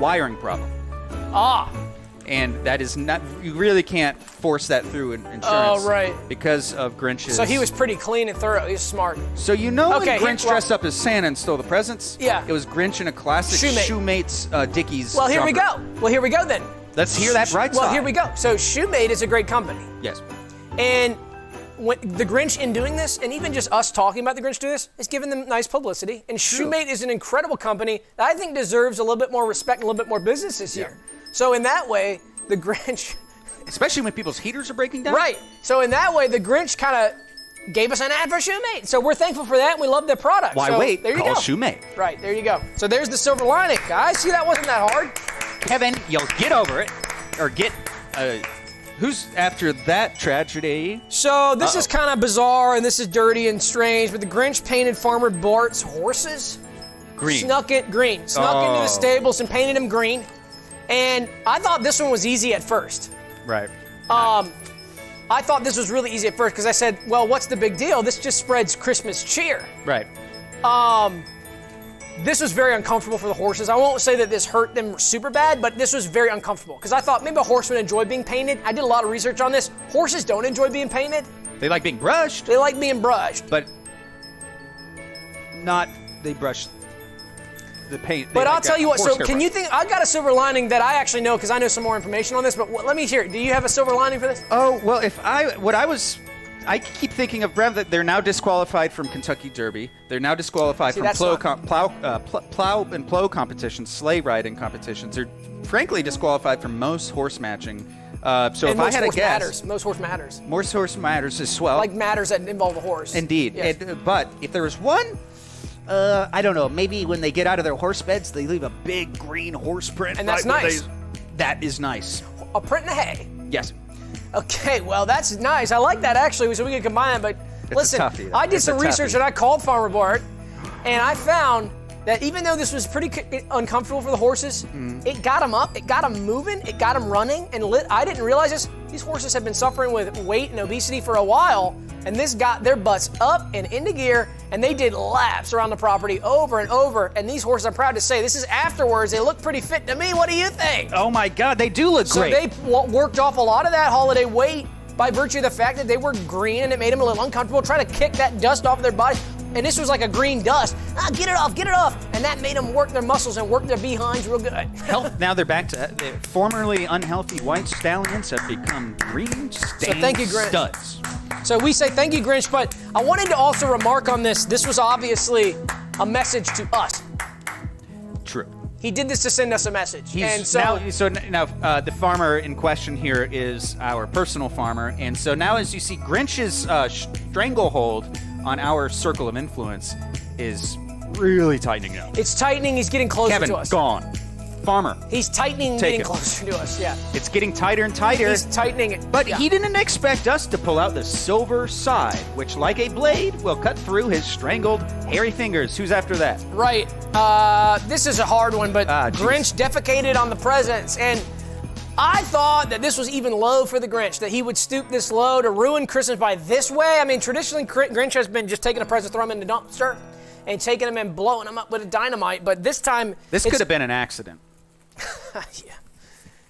[SPEAKER 2] wiring problem.
[SPEAKER 1] ah,
[SPEAKER 2] And that is not, you really can't force that through in insurance.
[SPEAKER 1] Oh, right.
[SPEAKER 2] Because of Grinch's.
[SPEAKER 1] so he was pretty clean and thorough. He was smart.
[SPEAKER 2] So you know
[SPEAKER 1] Okay,
[SPEAKER 2] when Grinch
[SPEAKER 1] here- well-
[SPEAKER 2] dressed up as Santa and stole the presents?
[SPEAKER 1] Yeah.
[SPEAKER 2] It was Grinch in a classic
[SPEAKER 1] Shoemate.
[SPEAKER 2] shoemate's uh, Dickies.
[SPEAKER 1] Well, here we go.
[SPEAKER 2] jumper.
[SPEAKER 1] Well, here we go then.
[SPEAKER 2] Let's hear that bright
[SPEAKER 1] Well,
[SPEAKER 2] side.
[SPEAKER 1] here we go. So Shoemate is a great company.
[SPEAKER 2] Yes.
[SPEAKER 1] And when the Grinch, in doing this, and even just us talking about the Grinch doing this, is giving them nice publicity. And Shoemate is an incredible company that I think deserves a little bit more respect and a little bit more business this year. So in that way, the Grinch,
[SPEAKER 2] Especially when people's heaters are breaking down.
[SPEAKER 1] right? So in that way, the Grinch kind of gave us an ad for Shoemate. So we're thankful for that. and We love their product.
[SPEAKER 2] Why
[SPEAKER 1] So
[SPEAKER 2] wait?
[SPEAKER 1] There you
[SPEAKER 2] Call
[SPEAKER 1] go.
[SPEAKER 2] shoemate.
[SPEAKER 1] Right there you go. So there's the silver lining, guys. See that wasn't that hard.
[SPEAKER 2] Kevin, you'll get over it. Or get. Uh, who's after that tragedy?
[SPEAKER 1] So this is kind of bizarre and this is dirty and strange, but the Grinch painted Farmer Bart's horses
[SPEAKER 2] Green.
[SPEAKER 1] Snuck it green. Snuck into
[SPEAKER 2] Oh.
[SPEAKER 1] the stables and painted them green. And I thought this one was easy at first.
[SPEAKER 2] Right.
[SPEAKER 1] I thought this was really easy at first because I said, well, what's the big deal? This just spreads Christmas cheer.
[SPEAKER 2] Right.
[SPEAKER 1] This was very uncomfortable for the horses. I won't say that this hurt them super bad, but this was very uncomfortable because I thought maybe a horse would enjoy being painted. I did a lot of research on this. Horses don't enjoy being painted,
[SPEAKER 2] They like being brushed,
[SPEAKER 1] they like being brushed.
[SPEAKER 2] but not they brush the paint. They
[SPEAKER 1] But I'll
[SPEAKER 2] like
[SPEAKER 1] tell
[SPEAKER 2] a
[SPEAKER 1] you what. So,
[SPEAKER 2] horse
[SPEAKER 1] can
[SPEAKER 2] hairbrush.
[SPEAKER 1] you think? I've got a silver lining that I actually know because I know some more information on this. But what, let me hear. it. Do you have a silver lining for this?
[SPEAKER 2] Oh well, if I what I was, I keep thinking of Brev that they're now disqualified from Kentucky Derby. They're now disqualified
[SPEAKER 1] See,
[SPEAKER 2] from
[SPEAKER 1] that's
[SPEAKER 2] plow,
[SPEAKER 1] not-
[SPEAKER 2] com, plow, uh, pl- plow and plow competitions, sleigh riding competitions. They're frankly disqualified from most horse matching. Uh, so
[SPEAKER 1] And
[SPEAKER 2] if I
[SPEAKER 1] most
[SPEAKER 2] had a
[SPEAKER 1] horse
[SPEAKER 2] guess,
[SPEAKER 1] matters. Most horse matters.
[SPEAKER 2] most horse matters as well.
[SPEAKER 1] Like matters that involve a horse.
[SPEAKER 2] Oh. Indeed,
[SPEAKER 1] Yes.
[SPEAKER 2] And- but if there was one. Uh, I don't know. Maybe when they get out of their horse beds, they leave a big green horse print.
[SPEAKER 1] And that's
[SPEAKER 2] right where
[SPEAKER 1] nice.
[SPEAKER 2] they- that is nice.
[SPEAKER 1] a print and a hay.
[SPEAKER 2] Yes.
[SPEAKER 1] Okay, well that's nice. I like that actually. So we can combine it. But
[SPEAKER 2] a
[SPEAKER 1] listen,
[SPEAKER 2] toughie, though.
[SPEAKER 1] I did
[SPEAKER 2] It's a
[SPEAKER 1] some research
[SPEAKER 2] toughie.
[SPEAKER 1] and I called Farmer Bart, and I found that even though this was pretty c- uncomfortable for the horses,
[SPEAKER 2] Mm.
[SPEAKER 1] it got them up, it got them moving, it got them running, and lit. I didn't realize this. These horses have been suffering with weight and obesity for a while, and this got their butts up and into gear, and they did laps around the property over and over. And these horses, I'm proud to say, this is afterwards. They look pretty fit to me. What do you think?
[SPEAKER 2] Oh my God, they do look
[SPEAKER 1] So
[SPEAKER 2] great.
[SPEAKER 1] they w- worked off a lot of that holiday weight by virtue of the fact that they were green and it made them a little uncomfortable trying to kick that dust off their body. And this was like a green dust. Ah, get it off, get it off. And that made them work their muscles and work their behinds real good.
[SPEAKER 2] health. Now they're back to their formerly unhealthy white stallions have become green stained
[SPEAKER 1] thank you, Grinch.
[SPEAKER 2] studs.
[SPEAKER 1] so we say thank you, Grinch, but I wanted to also remark on this. This was obviously a message to us.
[SPEAKER 2] True.
[SPEAKER 1] He did this to send us a message.
[SPEAKER 2] He's
[SPEAKER 1] and so
[SPEAKER 2] now, so n- now uh, the farmer in question here is our personal farmer, and so now as you see, Grinch's uh, stranglehold on our circle of influence is really tightening up.
[SPEAKER 1] it's tightening, he's getting closer
[SPEAKER 2] Kevin
[SPEAKER 1] to us.
[SPEAKER 2] gone, farmer.
[SPEAKER 1] He's tightening,
[SPEAKER 2] Take
[SPEAKER 1] getting
[SPEAKER 2] it.
[SPEAKER 1] closer to us. Yeah.
[SPEAKER 2] It's getting tighter and tighter.
[SPEAKER 1] He's tightening it.
[SPEAKER 2] But
[SPEAKER 1] Yeah.
[SPEAKER 2] he didn't expect us to pull out the silver side, which, like a blade, will cut through his strangled, hairy fingers. Who's after that?
[SPEAKER 1] Right. Uh, this is a hard one, but
[SPEAKER 2] Ah, geez.
[SPEAKER 1] Grinch defecated on the presents. And I thought that this was even low for the Grinch, that he would stoop this low to ruin Christmas by this way. I mean, traditionally, Gr- Grinch has been just taking a present, throwing him in the dumpster, and taking him and blowing him up with a dynamite. But this time,
[SPEAKER 2] This
[SPEAKER 1] it's-
[SPEAKER 2] could have been an accident.
[SPEAKER 1] yeah.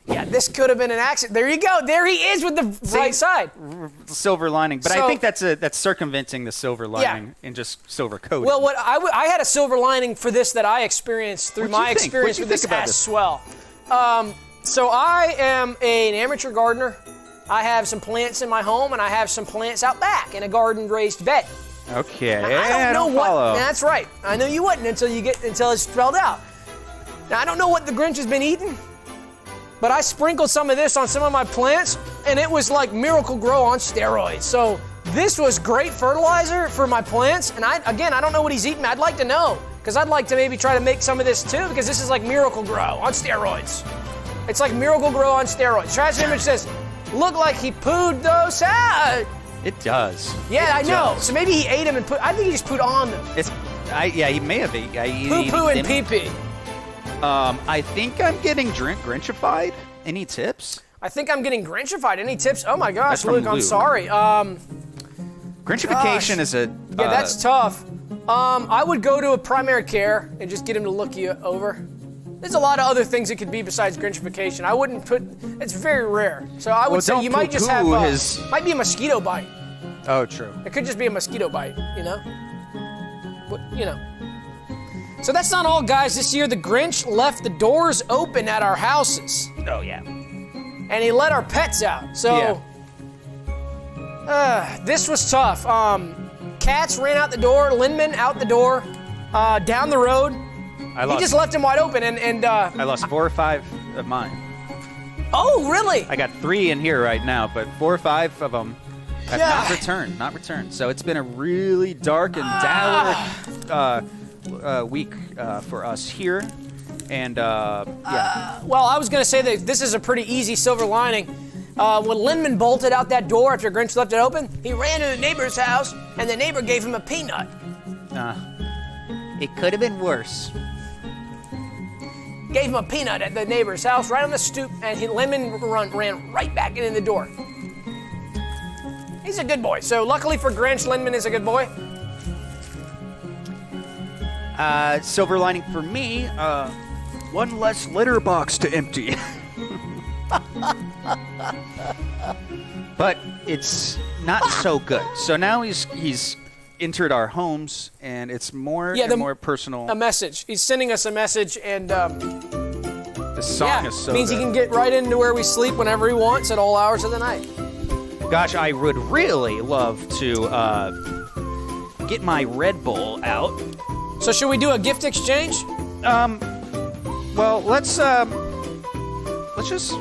[SPEAKER 1] yeah, this could have been an accident. There you go. There he is with the right side.
[SPEAKER 2] silver lining, but
[SPEAKER 1] So-
[SPEAKER 2] I think that's a that's circumventing the silver lining and just silver coating.
[SPEAKER 1] Well, what I, w- I had a silver lining for this that I experienced through
[SPEAKER 2] What'd you
[SPEAKER 1] my
[SPEAKER 2] think?
[SPEAKER 1] experience
[SPEAKER 2] What'd you
[SPEAKER 1] with this
[SPEAKER 2] think about
[SPEAKER 1] ass
[SPEAKER 2] this?
[SPEAKER 1] swell. Um, so I am an amateur gardener. I have some plants in my home, and I have some plants out back in a garden-raised bed.
[SPEAKER 2] Okay,
[SPEAKER 1] Now, I don't know what.
[SPEAKER 2] follow.
[SPEAKER 1] That's right. I know you wouldn't until you get until it's spelled out. Now I don't know what the Grinch has been eating, but I sprinkled some of this on some of my plants, and it was like Miracle Grow on steroids. So this was great fertilizer for my plants, and I again I don't know what he's eating. I'd like to know because I'd like to maybe try to make some of this too because this is like Miracle Grow on steroids. It's like Miracle Grow on steroids. Trash image says, look like he pooed those out.
[SPEAKER 2] It does.
[SPEAKER 1] Yeah, I
[SPEAKER 2] It
[SPEAKER 1] know.
[SPEAKER 2] does.
[SPEAKER 1] So maybe he ate them and put. I think he just put on them.
[SPEAKER 2] It's, I, yeah, he may have. eat- I- he
[SPEAKER 1] Poo
[SPEAKER 2] eat-
[SPEAKER 1] poo and
[SPEAKER 2] them.
[SPEAKER 1] pee pee.
[SPEAKER 2] Um, I think I'm getting drink Grinchified. Any tips?
[SPEAKER 1] I think I'm getting Grinchified. Any tips? Oh my gosh,
[SPEAKER 2] That's from
[SPEAKER 1] Luke, I'm
[SPEAKER 2] Luke.
[SPEAKER 1] sorry. Um,
[SPEAKER 2] Grinchification
[SPEAKER 1] Gosh.
[SPEAKER 2] is a.
[SPEAKER 1] yeah,
[SPEAKER 2] uh,
[SPEAKER 1] that's tough. Um, I would go to a primary care and just get him to look you over. There's a lot of other things it could be besides Grinchification. I wouldn't put. It's very rare. So I would
[SPEAKER 2] Well,
[SPEAKER 1] say
[SPEAKER 2] don't
[SPEAKER 1] you might just have.
[SPEAKER 2] poo-poo
[SPEAKER 1] uh,
[SPEAKER 2] his-
[SPEAKER 1] Might be a mosquito bite.
[SPEAKER 2] oh, true.
[SPEAKER 1] It could just be a mosquito bite, you know? But, you know. So that's not all, guys. This year, the Grinch left the doors open at our houses. Oh, yeah. And he let our pets out. So, uh, this was tough. Um, cats ran out the door, Lindman out the door, uh, down the road.
[SPEAKER 2] I
[SPEAKER 1] He
[SPEAKER 2] lost.
[SPEAKER 1] just left him wide open. And, and uh,
[SPEAKER 2] I lost four or five of mine.
[SPEAKER 1] oh, really?
[SPEAKER 2] I got three in here right now, but four or five of them have
[SPEAKER 1] Yeah.
[SPEAKER 2] not returned. Not returned. So it's been a really dark and
[SPEAKER 1] Ah.
[SPEAKER 2] dour uh, uh, week uh, for us here, and uh, yeah,
[SPEAKER 1] Well, I was going to say that this is a pretty easy silver lining. Uh, when Lindman bolted out that door after Grinch left it open, he ran to the neighbor's house and the neighbor gave him a peanut.
[SPEAKER 2] uh, it could have been worse.
[SPEAKER 1] Gave him a peanut at the neighbor's house right on the stoop and he, Lindman run, ran right back in the door. He's a good boy. So, luckily for Grinch, Lindman is a good boy.
[SPEAKER 2] Uh, silver lining for me, uh, one less litter box to empty. but it's not so good. So now he's he's entered our homes, and it's more
[SPEAKER 1] Yeah,
[SPEAKER 2] and
[SPEAKER 1] the-
[SPEAKER 2] more personal.
[SPEAKER 1] A message. He's sending us a message and um,
[SPEAKER 2] the song
[SPEAKER 1] yeah,
[SPEAKER 2] is so
[SPEAKER 1] means
[SPEAKER 2] good.
[SPEAKER 1] he can get right into where we sleep whenever he wants at all hours of the night.
[SPEAKER 2] Gosh, I would really love to uh, get my Red Bull out.
[SPEAKER 1] So, should we do a gift exchange?
[SPEAKER 2] Well, let's um, let's just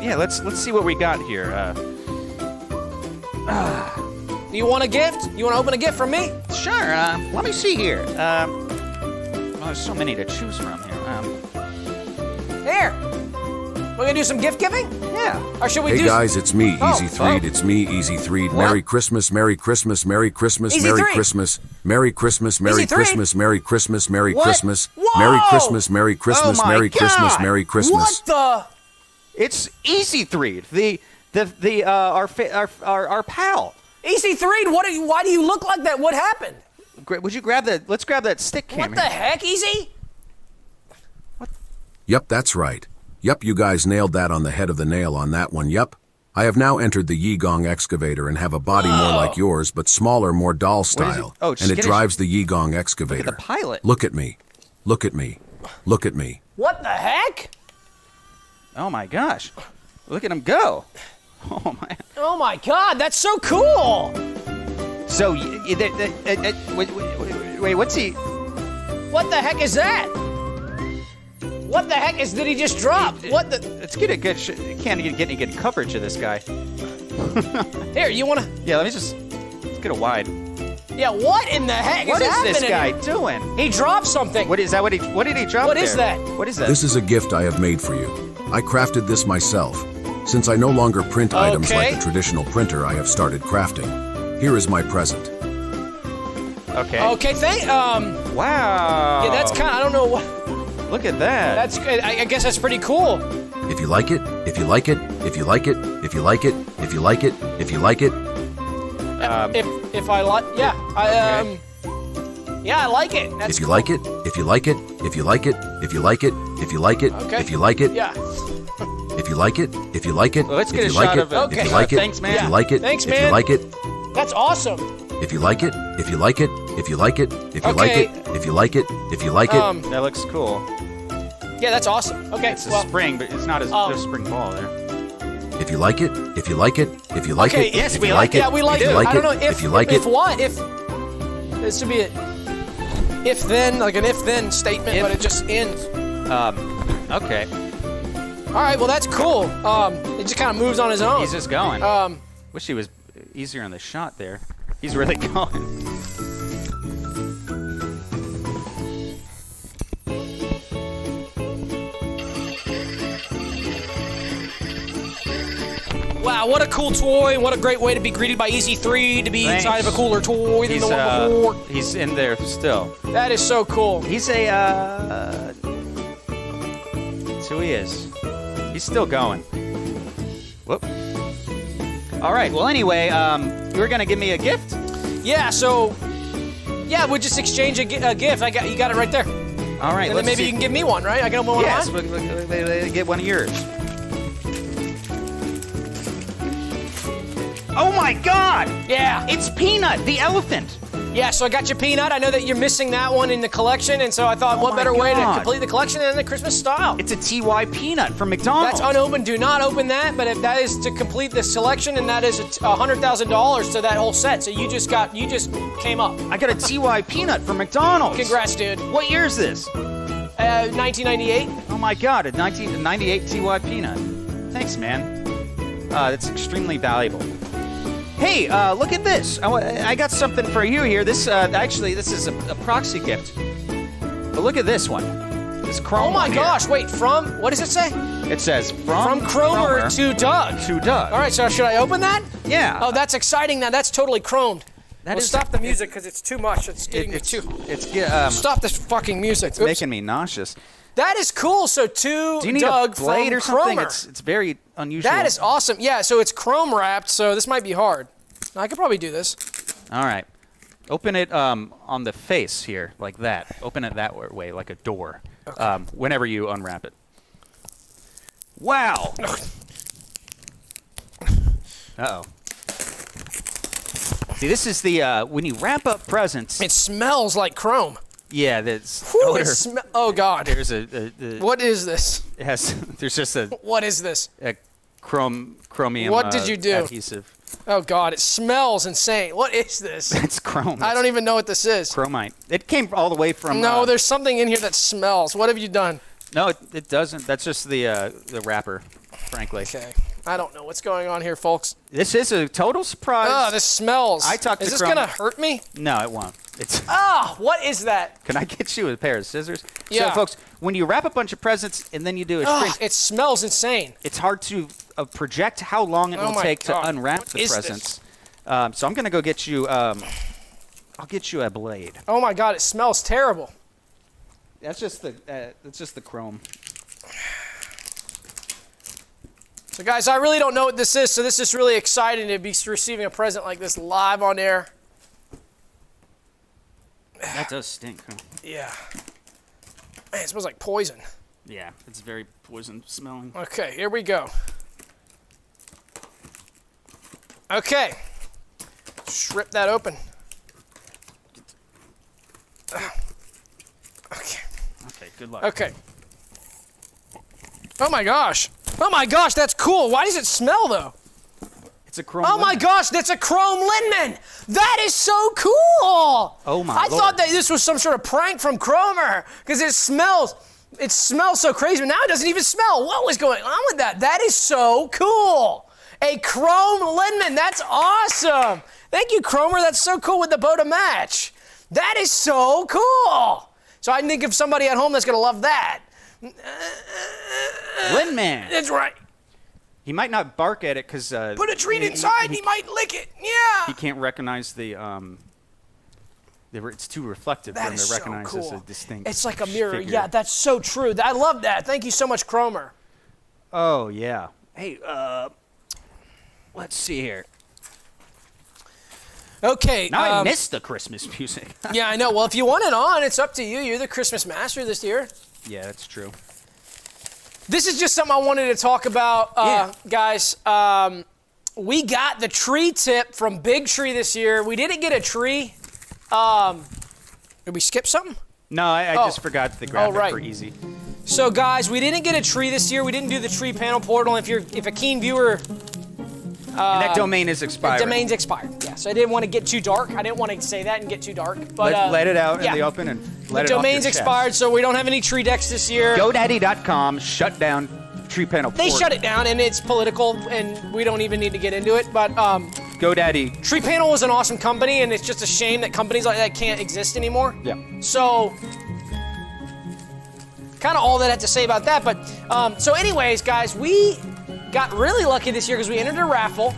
[SPEAKER 2] yeah, let's let's see what we got here. Uh,
[SPEAKER 1] Do you want a gift? You want to open a gift from me?
[SPEAKER 2] Sure. Um, let me see here. Um, well, there's so many to choose from here. Um,
[SPEAKER 1] There. We're gonna do some gift giving,
[SPEAKER 2] yeah.
[SPEAKER 1] or should we
[SPEAKER 8] Hey
[SPEAKER 1] do?
[SPEAKER 8] guys, it's me,
[SPEAKER 1] Oh,
[SPEAKER 8] Easy Threed.
[SPEAKER 2] oh.
[SPEAKER 8] It's me, Easy Threed. Merry Christmas, Merry Christmas, Merry Christmas,
[SPEAKER 1] Easy
[SPEAKER 8] Merry
[SPEAKER 1] Threed.
[SPEAKER 8] Christmas, Merry Christmas, Merry
[SPEAKER 1] Easy Threed.
[SPEAKER 8] Christmas, Merry Christmas, Merry
[SPEAKER 2] What?
[SPEAKER 8] Christmas,
[SPEAKER 2] Whoa!
[SPEAKER 8] Merry Christmas, Merry Christmas,
[SPEAKER 2] Oh my
[SPEAKER 8] Merry Christmas,
[SPEAKER 2] God!
[SPEAKER 8] Merry
[SPEAKER 1] what
[SPEAKER 8] Christmas.
[SPEAKER 1] the?
[SPEAKER 2] It's Easy Threed, the the the uh, our, fa- our our our pal.
[SPEAKER 1] EC3, E what are you? Why do you look like that? What happened?
[SPEAKER 2] Gra- Would you grab that? Let's grab that stick
[SPEAKER 1] What
[SPEAKER 2] cam.
[SPEAKER 1] the
[SPEAKER 2] here.
[SPEAKER 1] heck, E Easy?
[SPEAKER 8] Yep, that's right. Yep, you guys nailed that on the head of the nail on that one. Yep. I have now entered the Yigong excavator and have a body more like yours, but smaller, more doll style.
[SPEAKER 2] Oh, just
[SPEAKER 8] and
[SPEAKER 2] get
[SPEAKER 8] it
[SPEAKER 2] it-
[SPEAKER 8] drives the Yigong excavator.
[SPEAKER 2] the pilot.
[SPEAKER 8] Look at me. Look at me. Look at me.
[SPEAKER 1] What the heck?
[SPEAKER 2] Oh my gosh! Look at him go. Oh my.
[SPEAKER 1] Oh my God, that's so cool.
[SPEAKER 2] So y- y- that- that- that- that- uh, wait, wait, wait, wait, what's he?
[SPEAKER 1] What the heck is that? What the heck is? Did he just drop? What the?
[SPEAKER 2] Let's get a good. Sh- can't get get any good coverage of this guy.
[SPEAKER 1] Here, you wanna?
[SPEAKER 2] Yeah, let me just. Let's get a wide.
[SPEAKER 1] Yeah. What in the heck
[SPEAKER 2] What
[SPEAKER 1] is
[SPEAKER 2] is
[SPEAKER 1] happening?
[SPEAKER 2] this guy
[SPEAKER 1] here?
[SPEAKER 2] doing?
[SPEAKER 1] He dropped something.
[SPEAKER 2] What is that? What, he, what did he drop?
[SPEAKER 1] What is
[SPEAKER 2] there?
[SPEAKER 1] that?
[SPEAKER 2] What is that?
[SPEAKER 8] This is a gift I have made for you. I crafted this myself. Since I no longer print items
[SPEAKER 1] Okay.
[SPEAKER 8] like a traditional printer, I have started crafting. Here is my present.
[SPEAKER 2] okay.
[SPEAKER 1] Okay, thank. Um,
[SPEAKER 2] Wow.
[SPEAKER 1] yeah, that's kind. of I don't know what.
[SPEAKER 2] Look at that.
[SPEAKER 1] That's. I, I guess that's pretty cool.
[SPEAKER 8] If you like it, if you like it, if you like it, if you like it, if you like it, if you like it,
[SPEAKER 2] Um,
[SPEAKER 1] if if I like, yeah, I um, yeah, I like it. That's
[SPEAKER 8] if you like it, if you like it, if you like it, if you like it, if you like it, if you like it,
[SPEAKER 1] Okay.
[SPEAKER 8] if you like it,
[SPEAKER 1] yeah.
[SPEAKER 8] If you like it, if you like it,
[SPEAKER 2] Let's
[SPEAKER 8] if
[SPEAKER 2] get
[SPEAKER 8] you
[SPEAKER 2] a
[SPEAKER 8] like
[SPEAKER 2] shot
[SPEAKER 8] it,
[SPEAKER 2] of it.
[SPEAKER 8] if
[SPEAKER 1] Okay.
[SPEAKER 8] you like it,
[SPEAKER 2] Thanks, man.
[SPEAKER 8] if you like it,
[SPEAKER 1] Thanks,
[SPEAKER 8] if you
[SPEAKER 1] man.
[SPEAKER 8] like it,
[SPEAKER 1] That's awesome.
[SPEAKER 8] if you like it, if you like it, if you like it, if you like
[SPEAKER 1] Okay.
[SPEAKER 8] it, if you like it, if you like it,
[SPEAKER 1] Um,
[SPEAKER 2] That looks cool.
[SPEAKER 1] yeah, that's awesome. Okay,
[SPEAKER 2] It's a
[SPEAKER 1] well,
[SPEAKER 2] spring, but it's not as
[SPEAKER 1] um,
[SPEAKER 2] there's spring ball there.
[SPEAKER 8] if you like it, if you like it, if you like
[SPEAKER 1] okay,
[SPEAKER 8] it,
[SPEAKER 1] yes,
[SPEAKER 8] if
[SPEAKER 1] we
[SPEAKER 8] you
[SPEAKER 1] like,
[SPEAKER 8] like it,
[SPEAKER 1] Yeah, we like
[SPEAKER 8] if
[SPEAKER 1] it.
[SPEAKER 8] you like
[SPEAKER 1] I
[SPEAKER 8] it,
[SPEAKER 1] don't know if
[SPEAKER 8] if you like
[SPEAKER 1] if
[SPEAKER 8] it,
[SPEAKER 1] what if this would be a if then like an if then statement, but it just ends.
[SPEAKER 2] Okay,
[SPEAKER 1] All right, well that's cool. Um, it just kind of moves on his own.
[SPEAKER 2] he's just going.
[SPEAKER 1] um,
[SPEAKER 2] Wish he was easier on the shot there. He's really going.
[SPEAKER 1] wow, what a cool toy! What a great way to be greeted by Easy Three to be
[SPEAKER 2] Thanks.
[SPEAKER 1] inside of a cooler toy than
[SPEAKER 2] He's
[SPEAKER 1] the one
[SPEAKER 2] uh,
[SPEAKER 1] before.
[SPEAKER 2] he's in there still.
[SPEAKER 1] That is so cool.
[SPEAKER 2] He's a uh. That's who he is. He's still going. Whoop. All right. Well, anyway, um, you were gonna give me a gift.
[SPEAKER 1] Yeah, so yeah, we just exchange a, gi- a gift. I got you got it right there, and
[SPEAKER 2] All right.
[SPEAKER 1] then
[SPEAKER 2] let's
[SPEAKER 1] maybe
[SPEAKER 2] see.
[SPEAKER 1] you can give me one, right? I can open one
[SPEAKER 2] Yes,
[SPEAKER 1] of
[SPEAKER 2] but, but, but, but, but get one of yours. Oh my God!
[SPEAKER 1] mine. Yeah,
[SPEAKER 2] It's Peanut, the elephant.
[SPEAKER 1] yeah. So I got your peanut. I know that you're missing that one in the collection, and so I thought, what
[SPEAKER 2] Oh my
[SPEAKER 1] better way to
[SPEAKER 2] God.
[SPEAKER 1] complete the collection than the Christmas style?
[SPEAKER 2] It's a TY Peanut from McDonald's.
[SPEAKER 1] That's unopened. Do not open that. But if that is to complete the selection, and that is a hundred thousand dollars to that whole set. So you just got you just came up.
[SPEAKER 2] I got a TY Peanut from McDonald's.
[SPEAKER 1] Congrats, dude.
[SPEAKER 2] What year is this?
[SPEAKER 1] Uh, 1998.
[SPEAKER 2] Oh my God, a 1998 TY Peanut. Thanks, man. Uh, that's extremely valuable. Hey, uh, look at this. I, wa- I got something for you here. This uh, actually, this is a, a proxy gift. But look at this one. This Chrome.
[SPEAKER 1] Oh my
[SPEAKER 2] one here.
[SPEAKER 1] gosh! Wait, from what does it say?
[SPEAKER 2] It says from,
[SPEAKER 1] From Cromer to Doug.
[SPEAKER 2] Um, to Doug.
[SPEAKER 1] All right, so should I open that?
[SPEAKER 2] Yeah.
[SPEAKER 1] Oh, that's exciting. Now that's totally chromed.
[SPEAKER 2] That
[SPEAKER 1] well,
[SPEAKER 2] is-
[SPEAKER 1] stop the music because it's too much. It's
[SPEAKER 2] It-
[SPEAKER 1] getting me
[SPEAKER 2] it's
[SPEAKER 1] too.
[SPEAKER 2] it's ge- um,
[SPEAKER 1] Stop this fucking music. Oops.
[SPEAKER 2] making me nauseous.
[SPEAKER 1] That is cool. So two
[SPEAKER 2] Do you need
[SPEAKER 1] Doug
[SPEAKER 2] a blade
[SPEAKER 1] from
[SPEAKER 2] or something?
[SPEAKER 1] Cromer.
[SPEAKER 2] It's it's very unusual.
[SPEAKER 1] That is awesome. Yeah, so it's chrome wrapped, so this might be hard. I could probably do this.
[SPEAKER 2] all right. Open it um, on the face here, like that. Open it that wa- way, like a door. Um, whenever you unwrap it. Wow. Uh oh. See, this is the uh, when you wrap up presents.
[SPEAKER 1] It smells like chrome.
[SPEAKER 2] yeah, that's
[SPEAKER 1] Whew,
[SPEAKER 2] odor.
[SPEAKER 1] it sm- oh God.
[SPEAKER 2] There's a, a, a
[SPEAKER 1] What is this?
[SPEAKER 2] it has there's just a
[SPEAKER 1] What is this?
[SPEAKER 2] a uh, chrome chromium.
[SPEAKER 1] What did
[SPEAKER 2] uh,
[SPEAKER 1] you do?
[SPEAKER 2] Adhesive.
[SPEAKER 1] Oh God, it smells insane. What is this?
[SPEAKER 2] It's chrome.
[SPEAKER 1] I don't even know what this is.
[SPEAKER 2] Chromite. It came all the way from.
[SPEAKER 1] No,
[SPEAKER 2] uh,
[SPEAKER 1] there's something in here that smells. What have you done?
[SPEAKER 2] No, it, it doesn't. That's just the uh, the wrapper. Frankly,
[SPEAKER 1] Okay. I don't know what's going on here, folks.
[SPEAKER 2] this is a total surprise.
[SPEAKER 1] Oh, this smells.
[SPEAKER 2] I talked
[SPEAKER 1] Is
[SPEAKER 2] to
[SPEAKER 1] this
[SPEAKER 2] Chrome-
[SPEAKER 1] gonna hurt me?
[SPEAKER 2] No, it won't. It's.
[SPEAKER 1] Ah, what is that?
[SPEAKER 2] Can I get you a pair of scissors?
[SPEAKER 1] Yeah.
[SPEAKER 2] So, folks, when you wrap a bunch of presents and then you do a
[SPEAKER 1] Ah,
[SPEAKER 2] shrink,
[SPEAKER 1] it smells insane.
[SPEAKER 2] it's hard to uh, project how long it
[SPEAKER 1] Oh
[SPEAKER 2] will
[SPEAKER 1] my
[SPEAKER 2] take
[SPEAKER 1] God.
[SPEAKER 2] to unwrap
[SPEAKER 1] What
[SPEAKER 2] the
[SPEAKER 1] is this?
[SPEAKER 2] presents. Um, so I'm gonna go get you. Um, I'll get you a blade.
[SPEAKER 1] Oh my God, it smells terrible.
[SPEAKER 2] That's just the. Uh, that's just the chrome.
[SPEAKER 1] So, guys, I really don't know what this is, so this is really exciting to be receiving a present like this live on air.
[SPEAKER 9] That does stink, huh?
[SPEAKER 1] Yeah. Man, it smells like poison.
[SPEAKER 9] Yeah, it's very poison smelling.
[SPEAKER 1] Okay, here we go. Okay. Just rip that open. Ah. Okay.
[SPEAKER 9] Okay, good luck.
[SPEAKER 1] Okay. Oh my gosh. Oh my gosh, that's cool. Why does it smell though?
[SPEAKER 2] It's a chrome.
[SPEAKER 1] Oh my
[SPEAKER 2] lemon.
[SPEAKER 1] gosh, that's a chrome Lindman. That is so cool.
[SPEAKER 2] Oh my
[SPEAKER 1] I thought
[SPEAKER 2] lord.
[SPEAKER 1] that this was some sort of prank from Cromer because it smells. It smells so crazy, but now it doesn't even smell. What was going on with that? That is so cool. A chrome Lindman. That's awesome. Thank you, Cromer. That's so cool with the bow to match. That is so cool. So I think of somebody at home that's gonna love that.
[SPEAKER 2] Lindman.
[SPEAKER 1] That's right.
[SPEAKER 2] He might not bark at it because uh,
[SPEAKER 1] Put a treat
[SPEAKER 2] he-
[SPEAKER 1] inside and he might lick it. Yeah.
[SPEAKER 2] He can't recognize the um. The, re- it's too reflective for
[SPEAKER 1] That
[SPEAKER 2] him
[SPEAKER 1] is
[SPEAKER 2] to
[SPEAKER 1] so
[SPEAKER 2] recognize as
[SPEAKER 1] cool.
[SPEAKER 2] a distinct.
[SPEAKER 1] It's like a mirror.
[SPEAKER 2] figure.
[SPEAKER 1] Yeah, that's so true. I love that. Thank you so much, Cromer.
[SPEAKER 2] oh yeah. Hey, uh, let's see here.
[SPEAKER 1] Okay.
[SPEAKER 2] Now I
[SPEAKER 1] um,
[SPEAKER 2] missed the Christmas music.
[SPEAKER 1] yeah, I know. Well, if you want it on, it's up to you. You're the Christmas master this year.
[SPEAKER 2] yeah, that's true.
[SPEAKER 1] This is just something I wanted to talk about, uh, guys. Um, we got the tree tip from Big Tree this year. We didn't get a tree. Um, did we skip something?
[SPEAKER 2] No, I, I
[SPEAKER 1] Oh.
[SPEAKER 2] just forgot the graphic
[SPEAKER 1] right.
[SPEAKER 2] for easy.
[SPEAKER 1] So, guys, we didn't get a tree this year. We didn't do the tree panel portal. If you're if a keen viewer, Uh,
[SPEAKER 2] and that domain is expired.
[SPEAKER 1] domain's expired. Yeah, so I didn't want to get too dark. I didn't want to say that and get too dark. But
[SPEAKER 2] let,
[SPEAKER 1] uh,
[SPEAKER 2] let it out
[SPEAKER 1] yeah.
[SPEAKER 2] in the open and let it off your
[SPEAKER 1] Domain's
[SPEAKER 2] chest.
[SPEAKER 1] expired, so we don't have any tree decks this year.
[SPEAKER 2] GoDaddy.com shut down tree panel.
[SPEAKER 1] they
[SPEAKER 2] portal.
[SPEAKER 1] shut it down, and it's political, and we don't even need to get into it. But um,
[SPEAKER 2] GoDaddy.
[SPEAKER 1] Tree Panel was an awesome company, and it's just a shame that companies like that can't exist anymore.
[SPEAKER 2] Yeah.
[SPEAKER 1] So, kind of all that I have to say about that. But um, so, anyways, guys, we got really lucky this year because we entered a raffle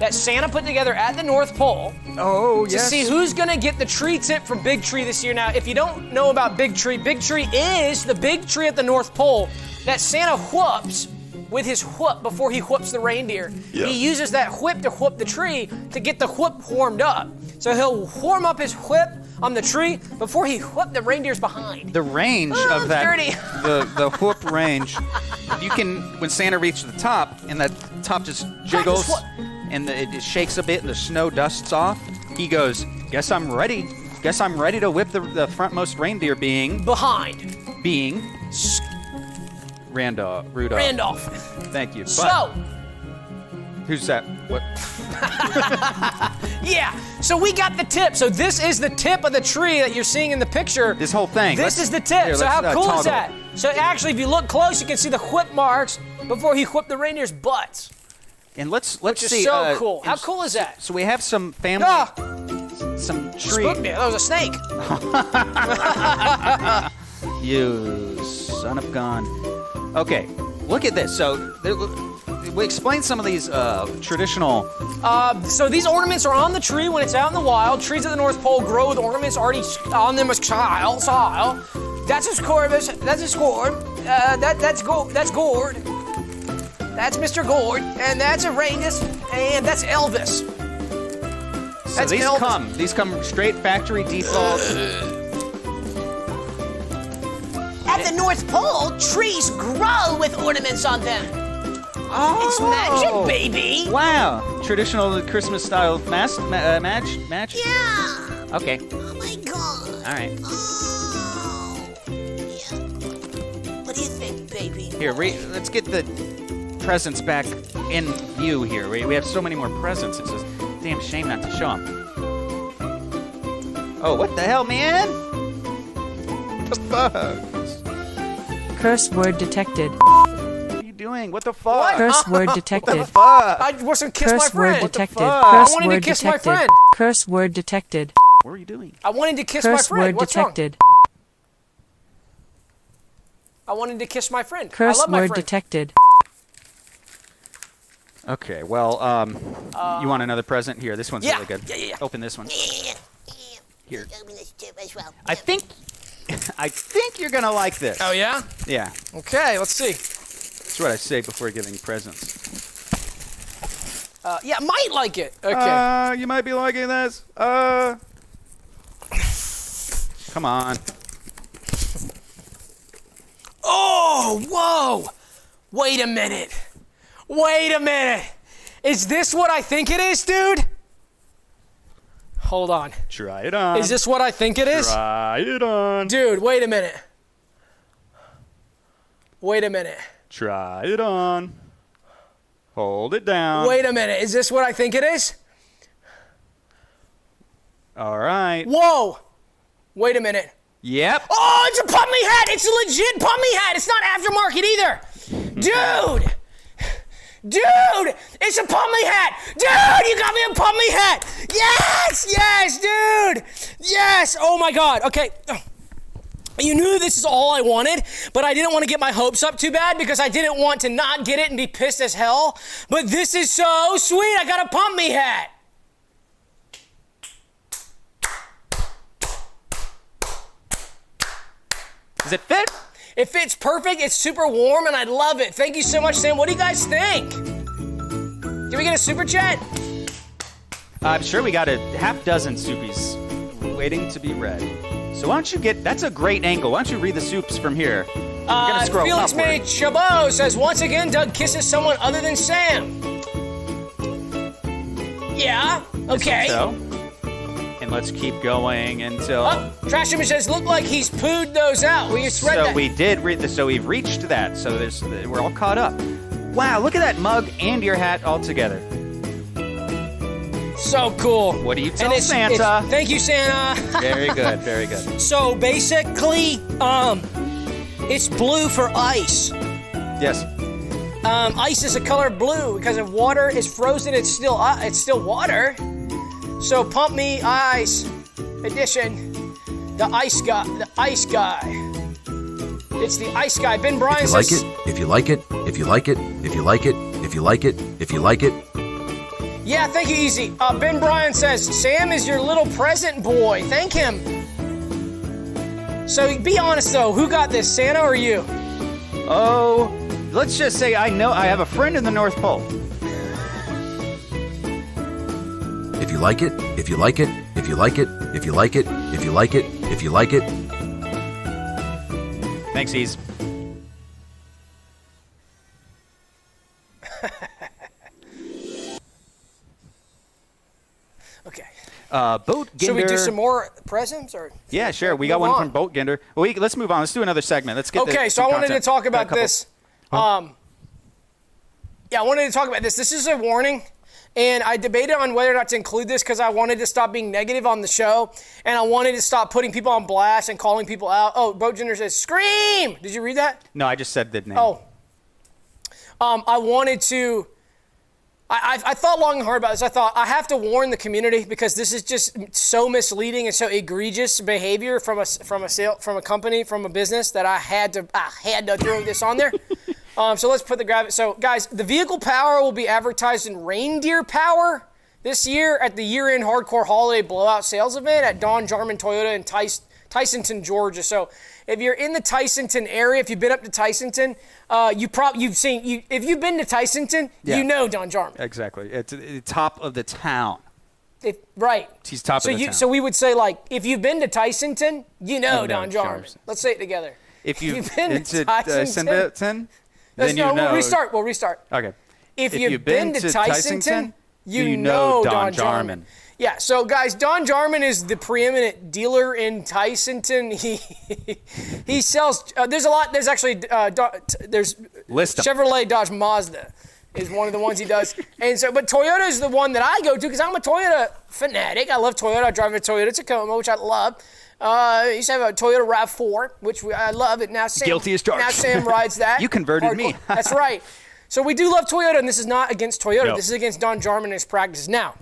[SPEAKER 1] that Santa put together at the North Pole
[SPEAKER 2] Oh
[SPEAKER 1] to
[SPEAKER 2] yes.
[SPEAKER 1] see who's going to get the tree tip from Big Tree this year. Now, if you don't know about Big Tree, Big Tree is the big tree at the North Pole that Santa whoops with his whoop before he whoops the reindeer. He uses that whip to whoop the tree to get the whoop warmed up. So he'll warm up his whip on the tree before he whoop the reindeer's behind.
[SPEAKER 2] the range
[SPEAKER 1] Oh,
[SPEAKER 2] of that
[SPEAKER 1] dirty.
[SPEAKER 2] the the whoop range. You can when Santa reaches the top and that top just jiggles
[SPEAKER 1] whoop.
[SPEAKER 2] and the, it, it shakes a bit and the snow dusts off. He goes, "Guess I'm ready. Guess I'm ready to whip the, the frontmost reindeer being
[SPEAKER 1] Behind
[SPEAKER 2] being Randolph Rudolph.
[SPEAKER 1] Randolph.
[SPEAKER 2] Thank you. But
[SPEAKER 1] So,
[SPEAKER 2] who's that? What?
[SPEAKER 1] yeah. So we got the tip. So this is the tip of the tree that you're seeing in the picture.
[SPEAKER 2] This whole thing.
[SPEAKER 1] This
[SPEAKER 2] Let's-
[SPEAKER 1] is the tip.
[SPEAKER 2] here,
[SPEAKER 1] so
[SPEAKER 2] let's,
[SPEAKER 1] how
[SPEAKER 2] uh,
[SPEAKER 1] cool
[SPEAKER 2] toggle.
[SPEAKER 1] is that? So actually, if you look close, you can see the whip marks before he whipped the reindeer's butts,
[SPEAKER 2] And let's let's
[SPEAKER 1] which is
[SPEAKER 2] see.
[SPEAKER 1] so
[SPEAKER 2] uh,
[SPEAKER 1] cool. How
[SPEAKER 2] and s-
[SPEAKER 1] cool is that?
[SPEAKER 2] So we have some family,
[SPEAKER 1] Ah,
[SPEAKER 2] some tree.
[SPEAKER 1] spooked me. That was a snake.
[SPEAKER 2] You son of gun. Okay, look at this. So there, we explain some of these uh, traditional.
[SPEAKER 1] So these ornaments are on the tree when it's out in the wild. Trees at the North Pole grow with ornaments already on them as child. soil. That's his corvus. That's his gourd. Uh, that that's go. That's gourd. That's Mr. Gourd, and that's Uranus, and that's Elvis.
[SPEAKER 2] So
[SPEAKER 1] That's
[SPEAKER 2] these
[SPEAKER 1] Elvis.
[SPEAKER 2] come. These come straight factory default.
[SPEAKER 5] At the North Pole, trees grow with ornaments on them.
[SPEAKER 2] oh,
[SPEAKER 5] It's magic, baby.
[SPEAKER 2] Wow, traditional Christmas style mas- ma- uh, match match.
[SPEAKER 5] Yeah.
[SPEAKER 2] Okay,
[SPEAKER 5] Oh my god.
[SPEAKER 2] all right.
[SPEAKER 5] Oh. Yeah. What do you think, baby?
[SPEAKER 2] Here, re- let's get the presents back in view here. We, we have so many more presents. It's just damn shame not to show them. Oh, what the hell, man? The fuck?
[SPEAKER 3] Curse word detected.
[SPEAKER 1] Uh,
[SPEAKER 2] What are you doing? What the fuck?
[SPEAKER 3] Curse word detected.
[SPEAKER 1] I wasn't kiss my
[SPEAKER 3] Curse word
[SPEAKER 1] friend.
[SPEAKER 3] detected.
[SPEAKER 2] fuck?
[SPEAKER 1] I
[SPEAKER 3] Curse
[SPEAKER 1] wanted to
[SPEAKER 3] word
[SPEAKER 1] kiss my
[SPEAKER 3] detected.
[SPEAKER 1] friend.
[SPEAKER 3] Curse word detected.
[SPEAKER 2] What are you doing?
[SPEAKER 1] I wanted to kiss my
[SPEAKER 3] Curse
[SPEAKER 1] friend.
[SPEAKER 3] word
[SPEAKER 1] What's
[SPEAKER 3] detected.
[SPEAKER 1] wrong? I wanted to kiss my friend. I
[SPEAKER 3] Curse
[SPEAKER 1] love my
[SPEAKER 3] word
[SPEAKER 1] friend.
[SPEAKER 3] detected.
[SPEAKER 2] Okay, well, um, you want another present? Here, this one's
[SPEAKER 1] yeah,
[SPEAKER 2] really good.
[SPEAKER 1] yeah, yeah, yeah.
[SPEAKER 2] Open this one.
[SPEAKER 5] Yeah.
[SPEAKER 2] Here.
[SPEAKER 5] I'm gonna do it as well.
[SPEAKER 2] I think, I think you're gonna like this.
[SPEAKER 1] oh yeah.
[SPEAKER 2] Yeah,
[SPEAKER 1] Okay, let's see.
[SPEAKER 2] that's what I say before giving presents.
[SPEAKER 1] Uh, yeah, might like it. Okay.
[SPEAKER 2] Uh, you might be liking this. Uh, come on.
[SPEAKER 1] oh, whoa! Wait a minute. Wait a minute. Is this what I think it is, dude? Hold on.
[SPEAKER 2] Try it on.
[SPEAKER 1] Is this what I think it
[SPEAKER 2] uh,
[SPEAKER 1] is?
[SPEAKER 4] Try it on.
[SPEAKER 1] Dude, wait a minute. Wait a minute.
[SPEAKER 4] Try it on. Hold it down.
[SPEAKER 1] Wait a minute. Is this what I think it is?
[SPEAKER 2] All right.
[SPEAKER 1] Whoa! Wait a minute.
[SPEAKER 2] Yep.
[SPEAKER 1] Oh, it's a Pummy hat. It's a legit Pummy hat. It's not aftermarket either. Dude. Dude, it's a Pummy hat. Dude, you got me a Pummy hat. Yes, yes, dude. Yes. Oh my God. Okay. Ugh. You knew this is all I wanted, but I didn't want to get my hopes up too bad because I didn't want to not get it and be pissed as hell. But this is so sweet. I got a Pump Me hat.
[SPEAKER 2] Does it fit?
[SPEAKER 1] It fits perfect. It's super warm, and I love it. Thank you so much, Sam. What do you guys think? Did we get a super chat?
[SPEAKER 2] I'm sure we got a half dozen soupies waiting to be read. So why don't you get? That's a great angle. Why don't you read the soups from here?
[SPEAKER 1] Uh,
[SPEAKER 2] scroll
[SPEAKER 1] Felix
[SPEAKER 2] upward.
[SPEAKER 1] May Chabot says, once again, Doug kisses someone other than Sam. Yeah, okay.
[SPEAKER 2] So, and let's keep going until.
[SPEAKER 1] Oh, Trash Image says, look like he's pooed those out. We just read
[SPEAKER 2] so
[SPEAKER 1] that.
[SPEAKER 2] we did read this. So we've reached that. So there's we're all caught up. Wow! Look at that mug and your hat all together.
[SPEAKER 1] so cool.
[SPEAKER 2] What do you tell
[SPEAKER 1] and it's,
[SPEAKER 2] Santa?
[SPEAKER 1] it's- thank you, Santa.
[SPEAKER 2] Very good. Very good.
[SPEAKER 10] So basically, um, it's blue for ice.
[SPEAKER 2] Yes.
[SPEAKER 1] um, ice is a color blue because if water is frozen, it's still uh, it's still water. So pump me ice edition. The ice guy. The ice guy. It's the ice guy. Ben Bryan
[SPEAKER 8] If you like
[SPEAKER 1] says.
[SPEAKER 8] it, if you like it, if you like it, if you like it, if you like it, if you like it,
[SPEAKER 1] Yeah, thank you, Easy. Uh, ben Bryan says, Sam is your little present boy. Thank him. So be honest though, who got this, Santa or you?
[SPEAKER 2] Oh, let's just say I know I have a friend in the North Pole.
[SPEAKER 8] if you like it, if you like it, if you like it, if you like it, if you like it, if you like it,
[SPEAKER 2] Thanks, Ease.
[SPEAKER 1] Okay.
[SPEAKER 2] Uh, boat Ginder.
[SPEAKER 1] Should we do some more presents or?
[SPEAKER 2] Yeah, sure. We got
[SPEAKER 1] Move
[SPEAKER 2] one
[SPEAKER 1] on.
[SPEAKER 2] from Boat Ginder. Well, we, let's move on. Let's do another segment. Let's get. the-
[SPEAKER 1] Okay, so I
[SPEAKER 2] some
[SPEAKER 1] wanted to
[SPEAKER 2] content.
[SPEAKER 1] talk
[SPEAKER 2] A
[SPEAKER 1] about
[SPEAKER 2] couple.
[SPEAKER 1] this. Um, yeah, I wanted to talk about this. This is a warning, and I debated on whether or not to include this because I wanted to stop being negative on the show, and I wanted to stop putting people on blast and calling people out. Oh, Boat Gender says, "Scream!" Did you read that?
[SPEAKER 2] No, I just said the name.
[SPEAKER 1] Oh. Um, I wanted to. I, I, I thought long and hard about this. I thought I have to warn the community because this is just so misleading and so egregious behavior from a s- from a sale from a company from a business that I had to I had to throw this on there. um, so let's put the graphic. So guys, the vehicle power will be advertised in reindeer power this year at the year-end hardcore holiday blowout sales event at Don Jarman Toyota in Tys- Tysonton, Georgia. So if you're in the Tysonton area, if you've been up to Tysonton, uh, you prob you've seen you if you've been to Tysonton,
[SPEAKER 2] Yeah.
[SPEAKER 1] you know Don Jarman.
[SPEAKER 2] Exactly. It's the top of the town.
[SPEAKER 1] If, right.
[SPEAKER 2] He's top
[SPEAKER 1] so
[SPEAKER 2] of the
[SPEAKER 1] you,
[SPEAKER 2] town.
[SPEAKER 1] So we would say like, if you've been to Tysonton, you know
[SPEAKER 2] know
[SPEAKER 1] Don Jarman.
[SPEAKER 2] Jarman.
[SPEAKER 1] Let's say it together.
[SPEAKER 2] If you've, uh,
[SPEAKER 1] been
[SPEAKER 2] into
[SPEAKER 1] to Tysonton,
[SPEAKER 2] Tysonton,
[SPEAKER 1] Let's-
[SPEAKER 2] then you
[SPEAKER 1] no,
[SPEAKER 2] know.
[SPEAKER 1] We'll restart. We'll restart.
[SPEAKER 2] Okay.
[SPEAKER 1] If, you've, been, to Tysonton, you,
[SPEAKER 2] you
[SPEAKER 1] know,
[SPEAKER 2] know
[SPEAKER 1] Don,
[SPEAKER 2] Don
[SPEAKER 1] Jarman.
[SPEAKER 2] Jarman.
[SPEAKER 1] Yeah, so guys, Don Jarman is the preeminent dealer in Tysonton. He he sells. Uh, there's a lot. There's actually uh, Do- t- there's
[SPEAKER 2] List 'em.
[SPEAKER 1] Chevrolet, Dodge, Mazda is one of the ones he does. and so, but Toyota is the one that I go to because I'm a Toyota fanatic. I love Toyota. I drive a Toyota Tacoma, which I love. Uh, I used to have a Toyota Rav4, which we, I love. It now Sam,
[SPEAKER 2] Guilty as charged.
[SPEAKER 1] Now Sam rides that.
[SPEAKER 2] You converted me.
[SPEAKER 1] Hardcore. That's right. So we do love Toyota, and this is not against Toyota.
[SPEAKER 2] No.
[SPEAKER 1] This is against Don Jarman and his practices. Now,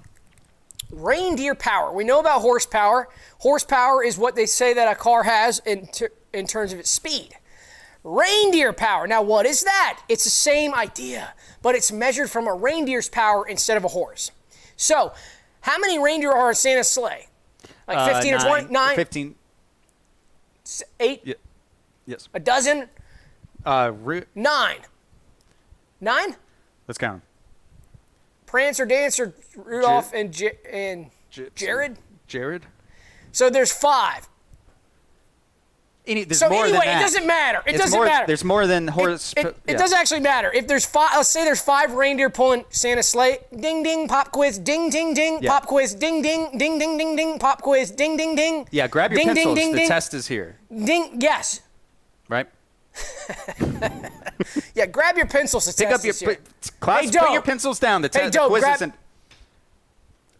[SPEAKER 1] reindeer power. We know about horsepower. Horsepower is what they say that a car has in, ter- in terms of its speed. Reindeer power. Now, what is that? It's the same idea, but it's measured from a reindeer's power instead of a horse. So, how many reindeer are in Santa's sleigh?
[SPEAKER 2] Uh,
[SPEAKER 1] Like 15 or 20? Nine?
[SPEAKER 2] 15.
[SPEAKER 1] Eight?
[SPEAKER 2] Yes.
[SPEAKER 1] A dozen?
[SPEAKER 2] Uh, ru-
[SPEAKER 1] Nine. Nine?
[SPEAKER 2] let's count.
[SPEAKER 1] Prancer, Dancer, Rudolph, and, J- and Jared?
[SPEAKER 2] Jared?
[SPEAKER 1] So there's five.
[SPEAKER 2] Any, there's
[SPEAKER 1] So
[SPEAKER 2] more than
[SPEAKER 1] anyway, it
[SPEAKER 2] that.
[SPEAKER 1] doesn't matter. It
[SPEAKER 2] It's
[SPEAKER 1] doesn't
[SPEAKER 2] more-
[SPEAKER 1] matter.
[SPEAKER 2] There's more than horse.
[SPEAKER 1] It, it doesn't actually matter. If there's five, let's say there's five reindeer pulling Santa's sleigh. Ding, ding, pop quiz. Ding, ding, ding,
[SPEAKER 2] Yeah.
[SPEAKER 1] pop quiz. Ding, ding, ding, ding, ding, ding, pop quiz. Ding, ding, ding.
[SPEAKER 2] Yeah, grab your
[SPEAKER 1] ding,
[SPEAKER 2] pencils.
[SPEAKER 1] Ding,
[SPEAKER 2] the
[SPEAKER 1] ding,
[SPEAKER 2] test is here,
[SPEAKER 1] ding, ding. Yes.
[SPEAKER 2] right?
[SPEAKER 1] Yeah, grab your pencils to
[SPEAKER 2] Pick
[SPEAKER 1] test
[SPEAKER 2] up your
[SPEAKER 1] this year.
[SPEAKER 2] pe- class.
[SPEAKER 1] Hey,
[SPEAKER 2] put your
[SPEAKER 1] dope.
[SPEAKER 2] pencils down. The, te-
[SPEAKER 1] Hey, dope,
[SPEAKER 2] the quiz
[SPEAKER 1] grab-
[SPEAKER 2] isn't.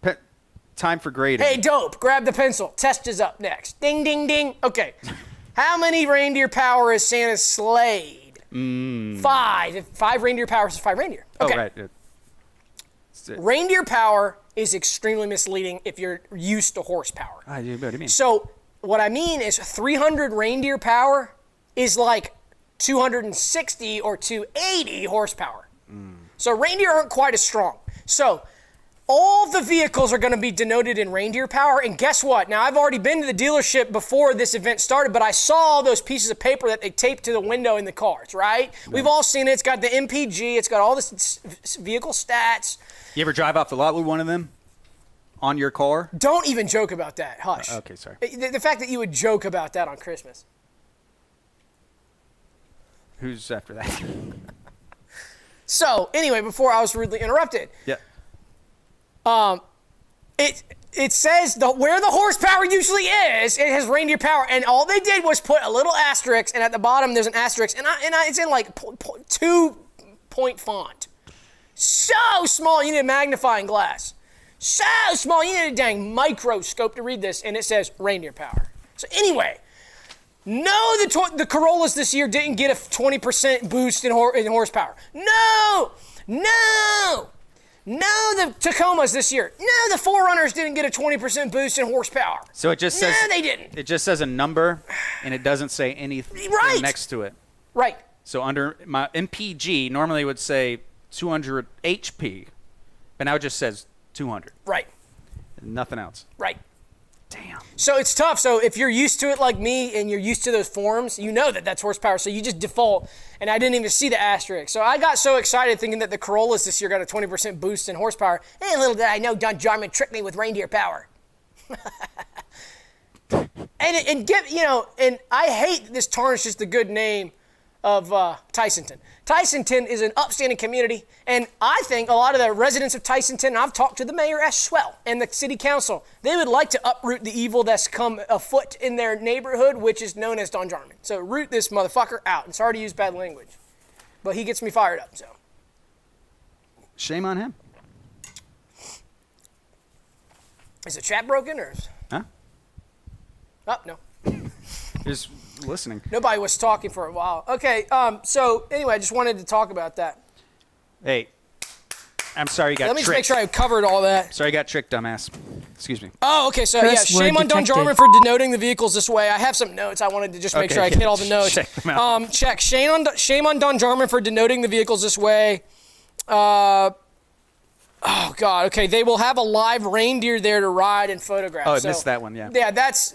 [SPEAKER 2] Pe- time for grading.
[SPEAKER 1] Hey, dope, grab the pencil. Test is up next. Ding, ding, ding. Okay. How many reindeer power is Santa's sleigh? Five. If five reindeer powers is five reindeer.
[SPEAKER 2] Mm. oh
[SPEAKER 1] Okay.
[SPEAKER 2] right. yeah.
[SPEAKER 1] Reindeer power is extremely misleading if you're used to horsepower.
[SPEAKER 2] Ah, you know what I mean.
[SPEAKER 1] So what I mean is 300 reindeer power is like 260 or 280 horsepower.
[SPEAKER 2] Hmm.
[SPEAKER 1] So reindeer aren't quite as strong. So all the vehicles are going to be denoted in reindeer power. And guess what? Now I've already been to the dealership before this event started, but I saw all those pieces of paper that they taped to the window in the cars. Right? We've all seen it. It's got the MPG. It's got all this s- s- vehicle stats.
[SPEAKER 2] you ever drive off the lot with one of them on your car?
[SPEAKER 1] Don't even joke about that. Hush.
[SPEAKER 2] Okay, sorry.
[SPEAKER 1] The, the fact that you would joke about that on Christmas.
[SPEAKER 2] who's after that?
[SPEAKER 1] So anyway, before I was rudely interrupted,
[SPEAKER 2] yeah.
[SPEAKER 1] it it says the where the horsepower usually is, it has reindeer power, and all they did was put a little asterisk, and at the bottom there's an asterisk, and I, and I, it's in like po- po- two point font, so small you need a magnifying glass, so small you need a dang microscope to read this, and it says reindeer power. So anyway. No, the, to- the Corollas this year didn't get a 20% boost in, hor- in horsepower. No! No! No, the Tacomas this year. No, the Forerunners didn't get a 20% boost in horsepower.
[SPEAKER 2] So it just says
[SPEAKER 1] No, they didn't.
[SPEAKER 2] It just says a number, and it doesn't say anything
[SPEAKER 1] Right.
[SPEAKER 2] next to it.
[SPEAKER 1] Right.
[SPEAKER 2] So under my MPG normally would say 200 HP, but now it just says 200,
[SPEAKER 1] Right.
[SPEAKER 2] nothing else.
[SPEAKER 1] Right.
[SPEAKER 2] Damn.
[SPEAKER 1] So it's tough. So if you're used to it like me and you're used to those forms, you know that that's horsepower. So you just default. And I didn't even see the asterisk. So I got so excited thinking that the Corollas this year got a 20% boost in horsepower. And little did I know Don Jarman tricked me with reindeer power. and and give you know, and I hate that this tarnishes the good name of uh, Tysonton. Tysonton is an upstanding community, and I think a lot of the residents of Tysonton, and I've talked to the mayor as well and the city council, they would like to uproot the evil that's come afoot in their neighborhood, which is known as Don Jarman. So root this motherfucker out. And sorry to use bad language, but he gets me fired up. So
[SPEAKER 2] Shame on him.
[SPEAKER 1] is the chat broken or? Is...
[SPEAKER 2] Huh?
[SPEAKER 1] Oh no.
[SPEAKER 2] Just listening.
[SPEAKER 1] Nobody was talking for a while. Okay, um, so anyway, I just wanted to talk about that.
[SPEAKER 2] Hey, I'm sorry you got
[SPEAKER 1] Let me just
[SPEAKER 2] tricked.
[SPEAKER 1] make sure I covered all that.
[SPEAKER 2] Sorry you got tricked, dumbass. Excuse me.
[SPEAKER 1] Oh, okay. So
[SPEAKER 3] Curse
[SPEAKER 1] yeah, shame
[SPEAKER 3] word
[SPEAKER 1] on Don
[SPEAKER 3] detected.
[SPEAKER 1] Jarman for denoting the vehicles this way. I have some notes. I wanted to just make
[SPEAKER 2] Okay,
[SPEAKER 1] sure I
[SPEAKER 2] yeah.
[SPEAKER 1] hit all the notes.
[SPEAKER 2] Check them out.
[SPEAKER 1] Um, check. Shame on shame on Don Jarman for denoting the vehicles this way. Uh, oh God. Okay, they will have a live reindeer there to ride and photograph.
[SPEAKER 2] Oh, I
[SPEAKER 1] So,
[SPEAKER 2] missed that one, yeah.
[SPEAKER 1] Yeah, that's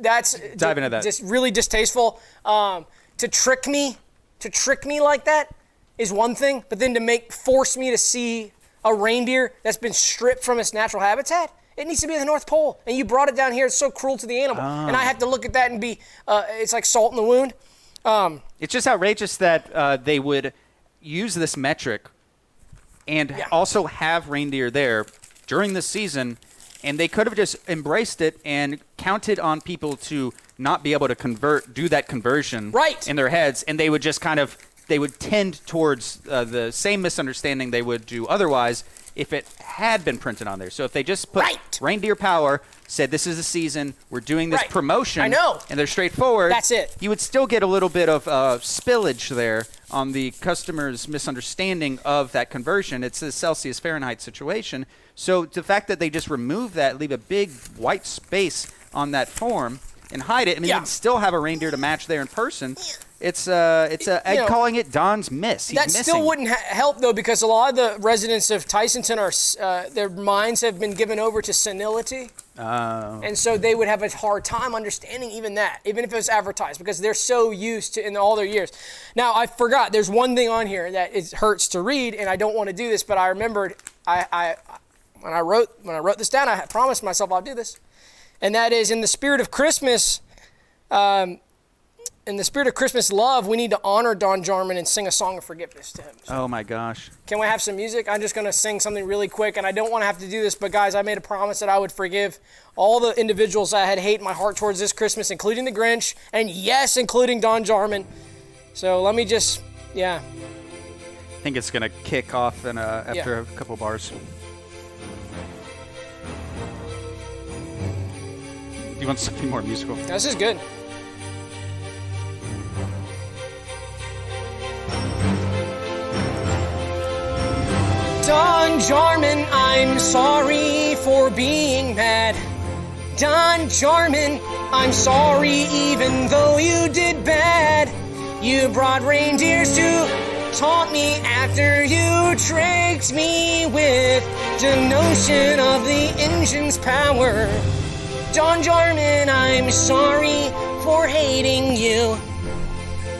[SPEAKER 1] that's
[SPEAKER 2] Dive into that.
[SPEAKER 1] Just really distasteful. Um, to trick me, to trick me like that is one thing, but then to make force me to see a reindeer that's been stripped from its natural habitat. It needs to be in the North Pole, and you brought it down here. It's so cruel to the animal, and
[SPEAKER 2] Ah.
[SPEAKER 1] I have to look at that and be—it's like salt in the wound.
[SPEAKER 2] It's just outrageous that uh, they would use this metric and also have reindeer there during the season, and they could have just embraced it and counted on people to not be able to convert, do that conversion
[SPEAKER 1] Right.
[SPEAKER 2] in their heads, and they would just kind of they would tend towards uh, the same misunderstanding they would do otherwise if it had been printed on there. So if they just put
[SPEAKER 1] Right.
[SPEAKER 2] reindeer power, said this is the season, we're doing this
[SPEAKER 1] Right.
[SPEAKER 2] promotion,
[SPEAKER 1] I know.
[SPEAKER 2] and they're straightforward.
[SPEAKER 1] That's it.
[SPEAKER 2] You would still get a little bit of uh, spillage there on the customer's misunderstanding of that conversion. It's the Celsius Fahrenheit situation. So the fact that they just remove that, leave a big white space on that form and hide it, and then
[SPEAKER 1] Yeah.
[SPEAKER 2] you'd still have a reindeer to match there in person. It's uh, it's uh,
[SPEAKER 1] You
[SPEAKER 2] Ed
[SPEAKER 1] know,
[SPEAKER 2] calling it Don's miss. He's
[SPEAKER 1] that
[SPEAKER 2] missing.
[SPEAKER 1] still wouldn't ha- help though, because a lot of the residents of Tysonton are s- uh, their minds have been given over to senility, and so they would have a hard time understanding even that, even if it was advertised, because they're so used to in all their years. Now I forgot. There's one thing on here that it hurts to read, and I don't want to do this, but I remembered. I, I when I wrote when I wrote this down, I had promised myself I'll do this, and that is in the spirit of Christmas. Um, in the spirit of Christmas love, we need to honor Don Jarman and sing a song of forgiveness to him.
[SPEAKER 2] Oh my gosh.
[SPEAKER 1] Can we have some music? I'm just going to sing something really quick, and I don't want to have to do this, but guys, I made a promise that I would forgive all the individuals I had hate in my heart towards this Christmas, including the Grinch, and yes, including Don Jarman. So let me just, yeah.
[SPEAKER 2] I think it's gonna kick off in uh after a couple bars. You want something more musical?
[SPEAKER 1] This is good. Don Jarman, I'm sorry for being mad. Don Jarman, I'm sorry even though you did bad. You brought reindeers to taunt me after you tricked me with the notion of the engine's power. Don Jarman, I'm sorry for hating you.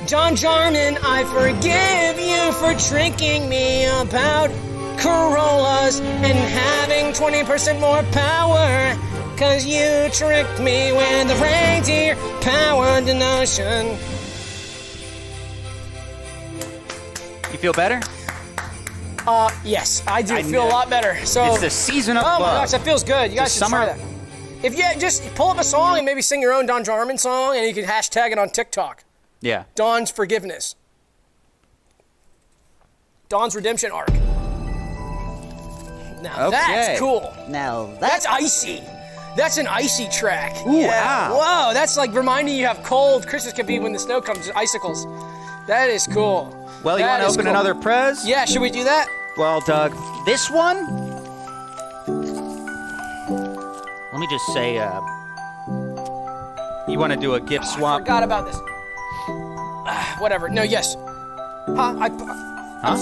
[SPEAKER 1] Don Jarman, I forgive you for tricking me about Corollas and having 20% more power. Cause you tricked me with the reindeer power denotion.
[SPEAKER 2] feel better?
[SPEAKER 1] Yes, I do
[SPEAKER 2] I
[SPEAKER 1] feel a
[SPEAKER 2] knew-
[SPEAKER 1] lot better. So
[SPEAKER 2] It's the season of
[SPEAKER 1] Oh my
[SPEAKER 2] love.
[SPEAKER 1] gosh, that feels good. You guys
[SPEAKER 2] The
[SPEAKER 1] should try
[SPEAKER 2] summer-
[SPEAKER 1] that. If you just pull up a song and maybe sing your own Don Jarman song, and you can hashtag it on TikTok.
[SPEAKER 2] Yeah.
[SPEAKER 1] Don's forgiveness. Don's redemption arc. Now
[SPEAKER 2] Okay.
[SPEAKER 1] that's cool.
[SPEAKER 10] Now
[SPEAKER 1] That's icy. That's an icy track.
[SPEAKER 2] Ooh,
[SPEAKER 1] yeah.
[SPEAKER 2] wow.
[SPEAKER 1] Whoa, that's like reminding you have cold. Christmas could be when the snow comes, icicles. That is cool.
[SPEAKER 2] Well, you
[SPEAKER 1] That
[SPEAKER 2] want to
[SPEAKER 1] is
[SPEAKER 2] open
[SPEAKER 1] cool.
[SPEAKER 2] another prez?
[SPEAKER 1] Yeah, should we do that?
[SPEAKER 2] Well, Doug, this one?
[SPEAKER 9] Let me just say, uh,
[SPEAKER 2] You want to do a gift swap?
[SPEAKER 1] Forgot about this. Ah, whatever. No, yes. Huh? I,
[SPEAKER 2] Huh?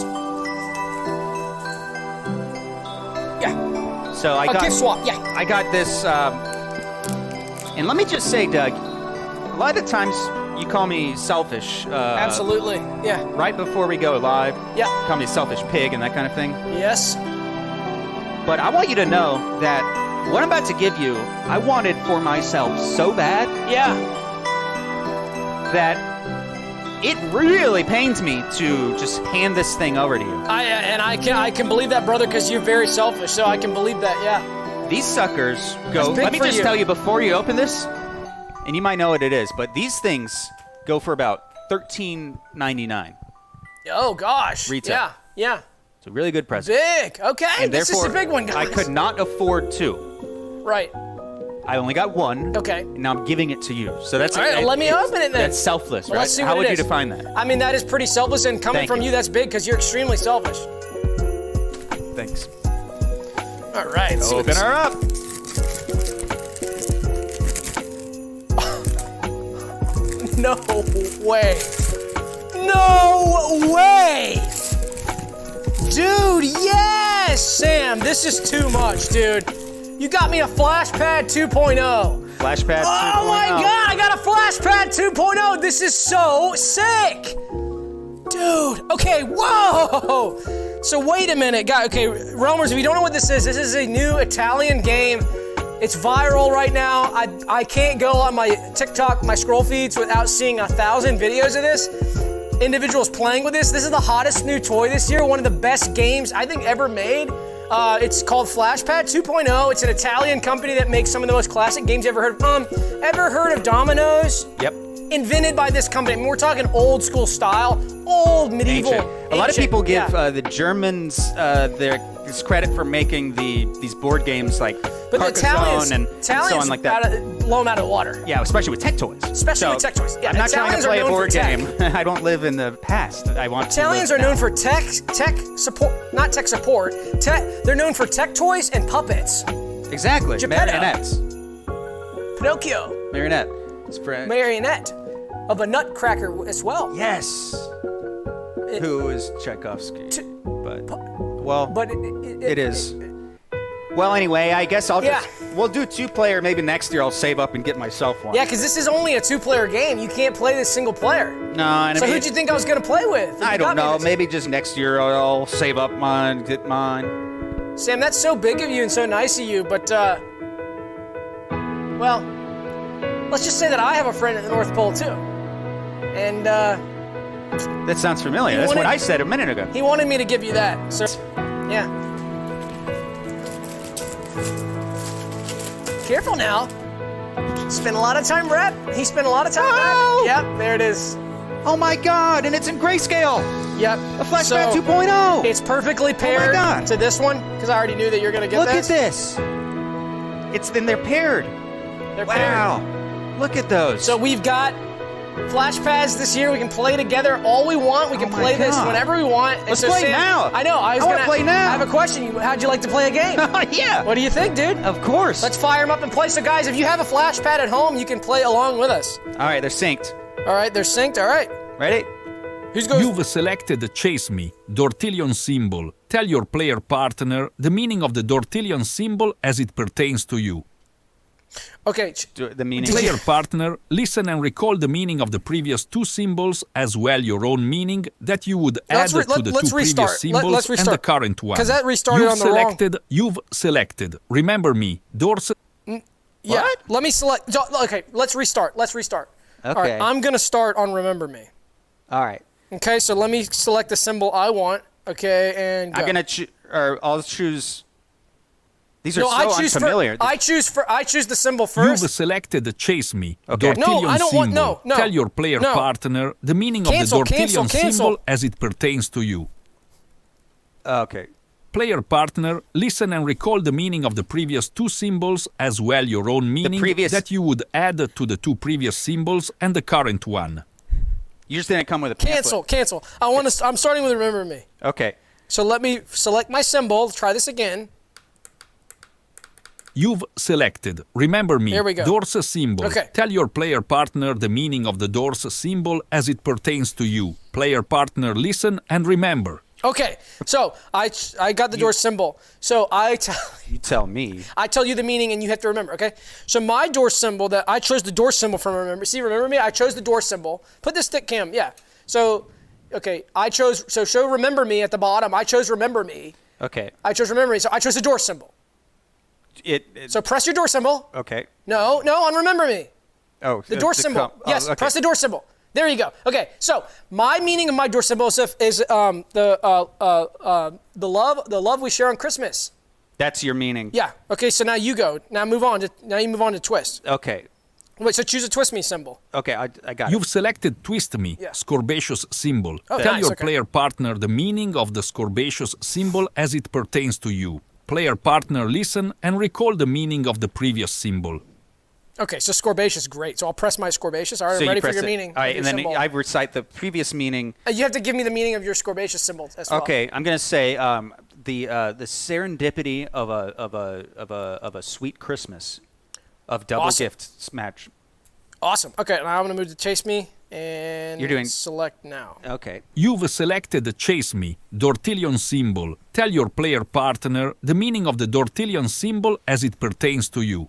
[SPEAKER 1] yeah.
[SPEAKER 2] So I
[SPEAKER 1] A
[SPEAKER 2] got Uh,
[SPEAKER 1] gift swap. Yeah.
[SPEAKER 2] I got this. Um, and let me just say, Doug, a lot of times you call me selfish. Uh,
[SPEAKER 1] Absolutely. Yeah.
[SPEAKER 2] Right before we go live,
[SPEAKER 1] Yeah.
[SPEAKER 2] call me selfish pig and that kind of thing.
[SPEAKER 1] Yes.
[SPEAKER 2] But I want you to know that what I'm about to give you, I wanted for myself so bad
[SPEAKER 1] Yeah.
[SPEAKER 2] that it really pains me to just hand this thing over to you.
[SPEAKER 1] I uh, and I can I can believe that, brother, because you're very selfish. So I can believe that. Yeah.
[SPEAKER 2] These suckers go.
[SPEAKER 1] That's big
[SPEAKER 2] Let me
[SPEAKER 1] for
[SPEAKER 2] just
[SPEAKER 1] you.
[SPEAKER 2] tell you before you open this, and you might know what it is, but these things go for about thirteen ninety nine.
[SPEAKER 1] Oh gosh.
[SPEAKER 2] Retail.
[SPEAKER 1] Yeah. Yeah.
[SPEAKER 2] It's a really good present.
[SPEAKER 1] Big. Okay.
[SPEAKER 2] And
[SPEAKER 1] this is
[SPEAKER 2] therefore,
[SPEAKER 1] a big one, guys.
[SPEAKER 2] I could not afford two.
[SPEAKER 1] Right.
[SPEAKER 2] I only got one.
[SPEAKER 1] Okay.
[SPEAKER 2] And now I'm giving it to you. So that's
[SPEAKER 1] All right,
[SPEAKER 2] it-
[SPEAKER 1] let me
[SPEAKER 2] it's-
[SPEAKER 1] open it then.
[SPEAKER 2] That's selfless,
[SPEAKER 1] Well,
[SPEAKER 2] right?
[SPEAKER 1] let's see
[SPEAKER 2] How
[SPEAKER 1] what
[SPEAKER 2] would
[SPEAKER 1] it is.
[SPEAKER 2] you define that?
[SPEAKER 1] I mean, that is pretty selfless, and coming
[SPEAKER 2] Thank
[SPEAKER 1] from
[SPEAKER 2] you.
[SPEAKER 1] you, that's big because you're extremely selfish.
[SPEAKER 2] Thanks.
[SPEAKER 1] All right. let's see what
[SPEAKER 2] Open
[SPEAKER 1] this-
[SPEAKER 2] her up.
[SPEAKER 1] No way. No way. Dude, yes, Sam. This is too much, dude. You got me a flashpad 2.0.
[SPEAKER 2] Flashpad.
[SPEAKER 1] Oh my god, I got a flashpad 2.0. oh. This is so sick. Dude, okay, whoa. So wait a minute, guy. Okay, Romers, if you don't know what this is, this is a new Italian game. It's viral right now. I, I can't go on my TikTok, my scroll feeds without seeing a thousand videos of this. Individuals playing with this. This is the hottest new toy this year. One of the best games I think ever made. Uh, it's called Flashpad 2.0. It's an Italian company that makes some of the most classic games you ever heard of. Um, ever heard of Dominoes?
[SPEAKER 2] Yep.
[SPEAKER 1] Invented by this company. I mean, we're talking old school style, old medieval.
[SPEAKER 2] Ancient. A lot of
[SPEAKER 1] ancient-
[SPEAKER 2] people give
[SPEAKER 1] yeah.
[SPEAKER 2] uh, the Germans uh, their this credit for making the these board games like
[SPEAKER 1] but the
[SPEAKER 2] Carcassonne
[SPEAKER 1] Italians,
[SPEAKER 2] and, and
[SPEAKER 1] Italians
[SPEAKER 2] so on like that.
[SPEAKER 1] Out of, blow 'em out of the water.
[SPEAKER 2] Yeah, especially with tech toys.
[SPEAKER 1] Especially
[SPEAKER 2] So,
[SPEAKER 1] with tech toys. Yeah,
[SPEAKER 2] I'm not
[SPEAKER 1] Italians are
[SPEAKER 2] trying to
[SPEAKER 1] known
[SPEAKER 2] play
[SPEAKER 1] for
[SPEAKER 2] a board
[SPEAKER 1] tech.
[SPEAKER 2] game. I don't live in the past. I want
[SPEAKER 1] Italians
[SPEAKER 2] to
[SPEAKER 1] are
[SPEAKER 2] live
[SPEAKER 1] known
[SPEAKER 2] now.
[SPEAKER 1] for tech, tech support, not tech support. Tech, they're known for tech toys and puppets.
[SPEAKER 2] exactly
[SPEAKER 1] Geppetto.
[SPEAKER 2] marionettes.
[SPEAKER 1] Pinocchio,
[SPEAKER 2] Marionette. It's for-
[SPEAKER 1] marionette of a nutcracker as well.
[SPEAKER 2] yes. Who is Tchaikovsky?
[SPEAKER 1] T-
[SPEAKER 2] but well,
[SPEAKER 1] But it, it,
[SPEAKER 2] it is. Well, anyway, I guess I'll
[SPEAKER 1] Yeah.
[SPEAKER 2] just we'll do two player. Maybe next year I'll save up and get myself one.
[SPEAKER 1] Yeah, because this is only a two-player game. You can't play this single player.
[SPEAKER 2] No, and
[SPEAKER 1] So
[SPEAKER 2] I mean,
[SPEAKER 1] who'd you think I was gonna play with? If
[SPEAKER 2] I
[SPEAKER 1] you
[SPEAKER 2] don't
[SPEAKER 1] got me
[SPEAKER 2] know.
[SPEAKER 1] this-
[SPEAKER 2] Maybe just next year I'll save up mine, get mine.
[SPEAKER 1] Sam, that's so big of you and so nice of you, but, uh, well, let's just say that I have a friend at the North Pole, too. And, uh,
[SPEAKER 2] That sounds familiar.
[SPEAKER 1] You
[SPEAKER 2] That's what
[SPEAKER 1] wanna-
[SPEAKER 2] I said a minute ago.
[SPEAKER 1] he wanted me to give you that, so, yeah. Careful now. Spent a lot of time rep. He spent a lot of time
[SPEAKER 2] Oh!
[SPEAKER 1] rep. Yep, there it is.
[SPEAKER 2] Oh my God! And it's in grayscale.
[SPEAKER 1] Yep.
[SPEAKER 2] A flashback oh.
[SPEAKER 1] So,
[SPEAKER 2] 2.0.
[SPEAKER 1] It's perfectly paired
[SPEAKER 2] God.
[SPEAKER 1] to this one, because I already knew that you're going to get
[SPEAKER 2] Look
[SPEAKER 1] this.
[SPEAKER 2] at this. It's then they're paired.
[SPEAKER 1] They're paired.
[SPEAKER 2] Wow. Look at those.
[SPEAKER 1] So we've got flash pads this year. We can play together all we want. We can
[SPEAKER 2] Oh my
[SPEAKER 1] play this
[SPEAKER 2] God.
[SPEAKER 1] whenever we want. And
[SPEAKER 2] Let's play now.
[SPEAKER 1] I know. I was
[SPEAKER 2] I wanna
[SPEAKER 1] gonna
[SPEAKER 2] play now.
[SPEAKER 1] I have a question. You- How'd you like to play a game?
[SPEAKER 2] yeah.
[SPEAKER 1] what do you think, dude?
[SPEAKER 2] Of course.
[SPEAKER 1] Let's fire them up and play. So guys, if you have a flash pad at home, you can play along with us.
[SPEAKER 2] All right, they're synced.
[SPEAKER 1] All right, they're synced. All right,
[SPEAKER 2] Ready?
[SPEAKER 1] who's going?
[SPEAKER 11] You've selected Chase Me, Dortillion symbol. Tell your player partner the meaning of the Dortillion symbol as it pertains to you.
[SPEAKER 1] Okay. ch-
[SPEAKER 2] Do the meaning.
[SPEAKER 11] Player partner, listen and recall the meaning of the previous two symbols as well your own meaning that you would
[SPEAKER 1] Let's
[SPEAKER 11] add
[SPEAKER 1] re-
[SPEAKER 11] to
[SPEAKER 1] let-
[SPEAKER 11] the
[SPEAKER 1] let's
[SPEAKER 11] two
[SPEAKER 1] restart. Let-
[SPEAKER 11] previous symbols
[SPEAKER 1] let's
[SPEAKER 11] and the
[SPEAKER 1] restart.
[SPEAKER 11] current one.
[SPEAKER 1] 'Cause that restarted
[SPEAKER 11] you've
[SPEAKER 1] on the wrong-
[SPEAKER 11] selected, You've selected. Remember me, Dors.
[SPEAKER 1] Yeah. Let me select. so- Okay. Let's restart. Let's restart. All right.
[SPEAKER 2] Okay.
[SPEAKER 1] I'm gonna start on Remember Me.
[SPEAKER 2] All right.
[SPEAKER 1] Okay, so let me select the symbol I want. Okay, and go.
[SPEAKER 2] I'm gonna choose, or I'll choose. These are
[SPEAKER 1] no,
[SPEAKER 2] so
[SPEAKER 1] I choose fir-
[SPEAKER 2] unfamiliar.
[SPEAKER 1] I choose for I choose the symbol
[SPEAKER 11] You've
[SPEAKER 1] first.
[SPEAKER 11] selected Chase Me,
[SPEAKER 1] Okay. No,
[SPEAKER 11] Dortillion
[SPEAKER 1] I don't
[SPEAKER 11] symbol.
[SPEAKER 1] want- no, no,
[SPEAKER 11] Tell your player
[SPEAKER 1] no.
[SPEAKER 11] partner the meaning
[SPEAKER 1] Cancel,
[SPEAKER 11] of the Dortillion
[SPEAKER 1] cancel, cancel.
[SPEAKER 11] symbol as it pertains to you.
[SPEAKER 2] Okay.
[SPEAKER 11] Player partner, listen and recall the meaning of the previous two symbols as well your own meaning
[SPEAKER 2] previous-
[SPEAKER 11] that you would add to the two previous symbols and the current one.
[SPEAKER 2] You just didn't come with a pamphlet.
[SPEAKER 1] Cancel, cancel. I want to. I'm starting with remember me.
[SPEAKER 2] Okay.
[SPEAKER 1] So let me select my symbol. Try this again.
[SPEAKER 11] You've selected. Remember me.
[SPEAKER 1] Here we go.
[SPEAKER 11] Doors symbol.
[SPEAKER 1] Okay.
[SPEAKER 11] Tell your player partner the meaning of the doors symbol as it pertains to you. Player partner, listen and remember.
[SPEAKER 1] Okay, so I ch- I got the door symbol. So I tell
[SPEAKER 2] You tell me.
[SPEAKER 1] I tell you the meaning and you have to remember. Okay, so my door symbol that I chose the door symbol from. Remember, see, remember me. I chose the door symbol. Put the stick cam. Yeah. So, okay, I chose. So show remember me at the bottom. I chose remember me.
[SPEAKER 2] Okay.
[SPEAKER 1] I chose remember me. So I chose the door symbol.
[SPEAKER 2] It. it-
[SPEAKER 1] So press your door symbol.
[SPEAKER 2] okay.
[SPEAKER 1] No, no, on remember me.
[SPEAKER 2] Oh.
[SPEAKER 1] The door symbol.
[SPEAKER 2] com- oh,
[SPEAKER 1] yes,
[SPEAKER 2] okay.
[SPEAKER 1] press the door symbol. There you go. Okay, so my meaning of my door symbol is, is um, the uh, uh, uh, the love the love we share on Christmas.
[SPEAKER 2] That's your meaning.
[SPEAKER 1] Yeah. Okay, so now you go. Now move on to now you move on to twist.
[SPEAKER 2] Okay.
[SPEAKER 1] Wait, so choose a twist me symbol.
[SPEAKER 2] Okay. I, I got
[SPEAKER 11] You've selected Twist Me,
[SPEAKER 1] Yeah.
[SPEAKER 11] Scorbaceous symbol.
[SPEAKER 1] Oh,
[SPEAKER 11] Tell
[SPEAKER 1] nice,
[SPEAKER 11] your
[SPEAKER 1] okay.
[SPEAKER 11] player partner the meaning of the Scorbaceous symbol as it pertains to you. Player partner, listen and recall the meaning of the previous symbol.
[SPEAKER 1] Okay, so scorbaceous, great. So I'll press my scorbaceous. All right,
[SPEAKER 2] it. So
[SPEAKER 1] I'm
[SPEAKER 2] you
[SPEAKER 1] ready for
[SPEAKER 2] press
[SPEAKER 1] your
[SPEAKER 2] it.
[SPEAKER 1] meaning.
[SPEAKER 2] All
[SPEAKER 1] of
[SPEAKER 2] right,
[SPEAKER 1] your
[SPEAKER 2] and then
[SPEAKER 1] symbol.
[SPEAKER 2] I recite the previous meaning.
[SPEAKER 1] Uh, you have to give me the meaning of your scorbaceous symbol as well.
[SPEAKER 2] Okay, I'm gonna say um, the uh, the serendipity of a of a of a of a sweet Christmas, of double
[SPEAKER 1] Awesome.
[SPEAKER 2] gift match.
[SPEAKER 1] Awesome. Okay, now I'm gonna move to chase me and
[SPEAKER 2] You're doing-
[SPEAKER 1] select now.
[SPEAKER 2] Okay.
[SPEAKER 11] You've selected Chase Me, Dortillion symbol. Tell your player partner the meaning of the Dortillion symbol as it pertains to you.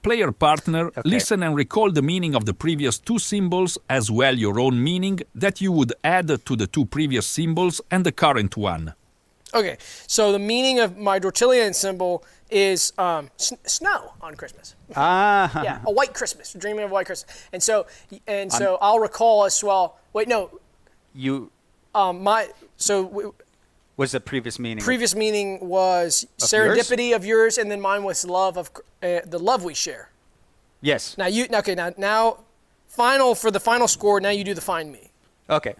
[SPEAKER 11] Player partner, listen and recall the meaning of the previous two symbols as well your own meaning that you would add to the two previous symbols and the current one.
[SPEAKER 1] Okay, so the meaning of my Dortilian symbol is um, s- snow on Christmas.
[SPEAKER 2] Ah.
[SPEAKER 1] Yeah, a white Christmas, dreaming of a white Christmas. And so, and so I'll recall as well. Wait, no,
[SPEAKER 2] You
[SPEAKER 1] um, my so w-
[SPEAKER 2] was the previous meaning.
[SPEAKER 1] previous meaning was serendipity of yours, and then mine was love of cr- uh, the love we share.
[SPEAKER 2] yes.
[SPEAKER 1] Now you okay? Now now, final for the final score. Now you do the find me,
[SPEAKER 2] Okay.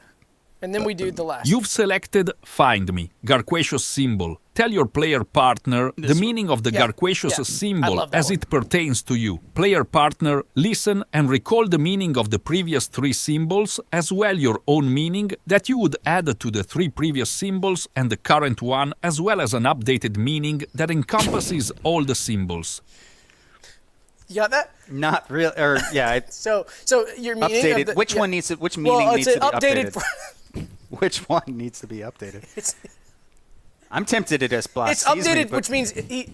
[SPEAKER 1] and then we do the last.
[SPEAKER 11] You've selected Find Me, Garquacious symbol. Tell your player partner the meaning of the
[SPEAKER 1] Yeah,
[SPEAKER 11] Garquacious
[SPEAKER 1] yeah. I
[SPEAKER 11] symbol
[SPEAKER 1] love that
[SPEAKER 11] as
[SPEAKER 1] one.
[SPEAKER 11] it pertains to you. Player partner, listen and recall the meaning of the previous three symbols as well your own meaning that you would add to the three previous symbols and the current one as well as an updated meaning that encompasses all the symbols.
[SPEAKER 1] You got that?
[SPEAKER 2] Not real. Or yeah. It's
[SPEAKER 1] So so your meaning of
[SPEAKER 2] updated.
[SPEAKER 1] the-
[SPEAKER 2] which
[SPEAKER 1] yeah.
[SPEAKER 2] one needs to? Which meaning
[SPEAKER 1] well, it's
[SPEAKER 2] needs to be
[SPEAKER 1] an
[SPEAKER 2] updated?
[SPEAKER 1] updated. for-
[SPEAKER 2] which one needs to be updated?
[SPEAKER 1] it's,
[SPEAKER 2] I'm tempted to just block.
[SPEAKER 1] it's updated, which means it, it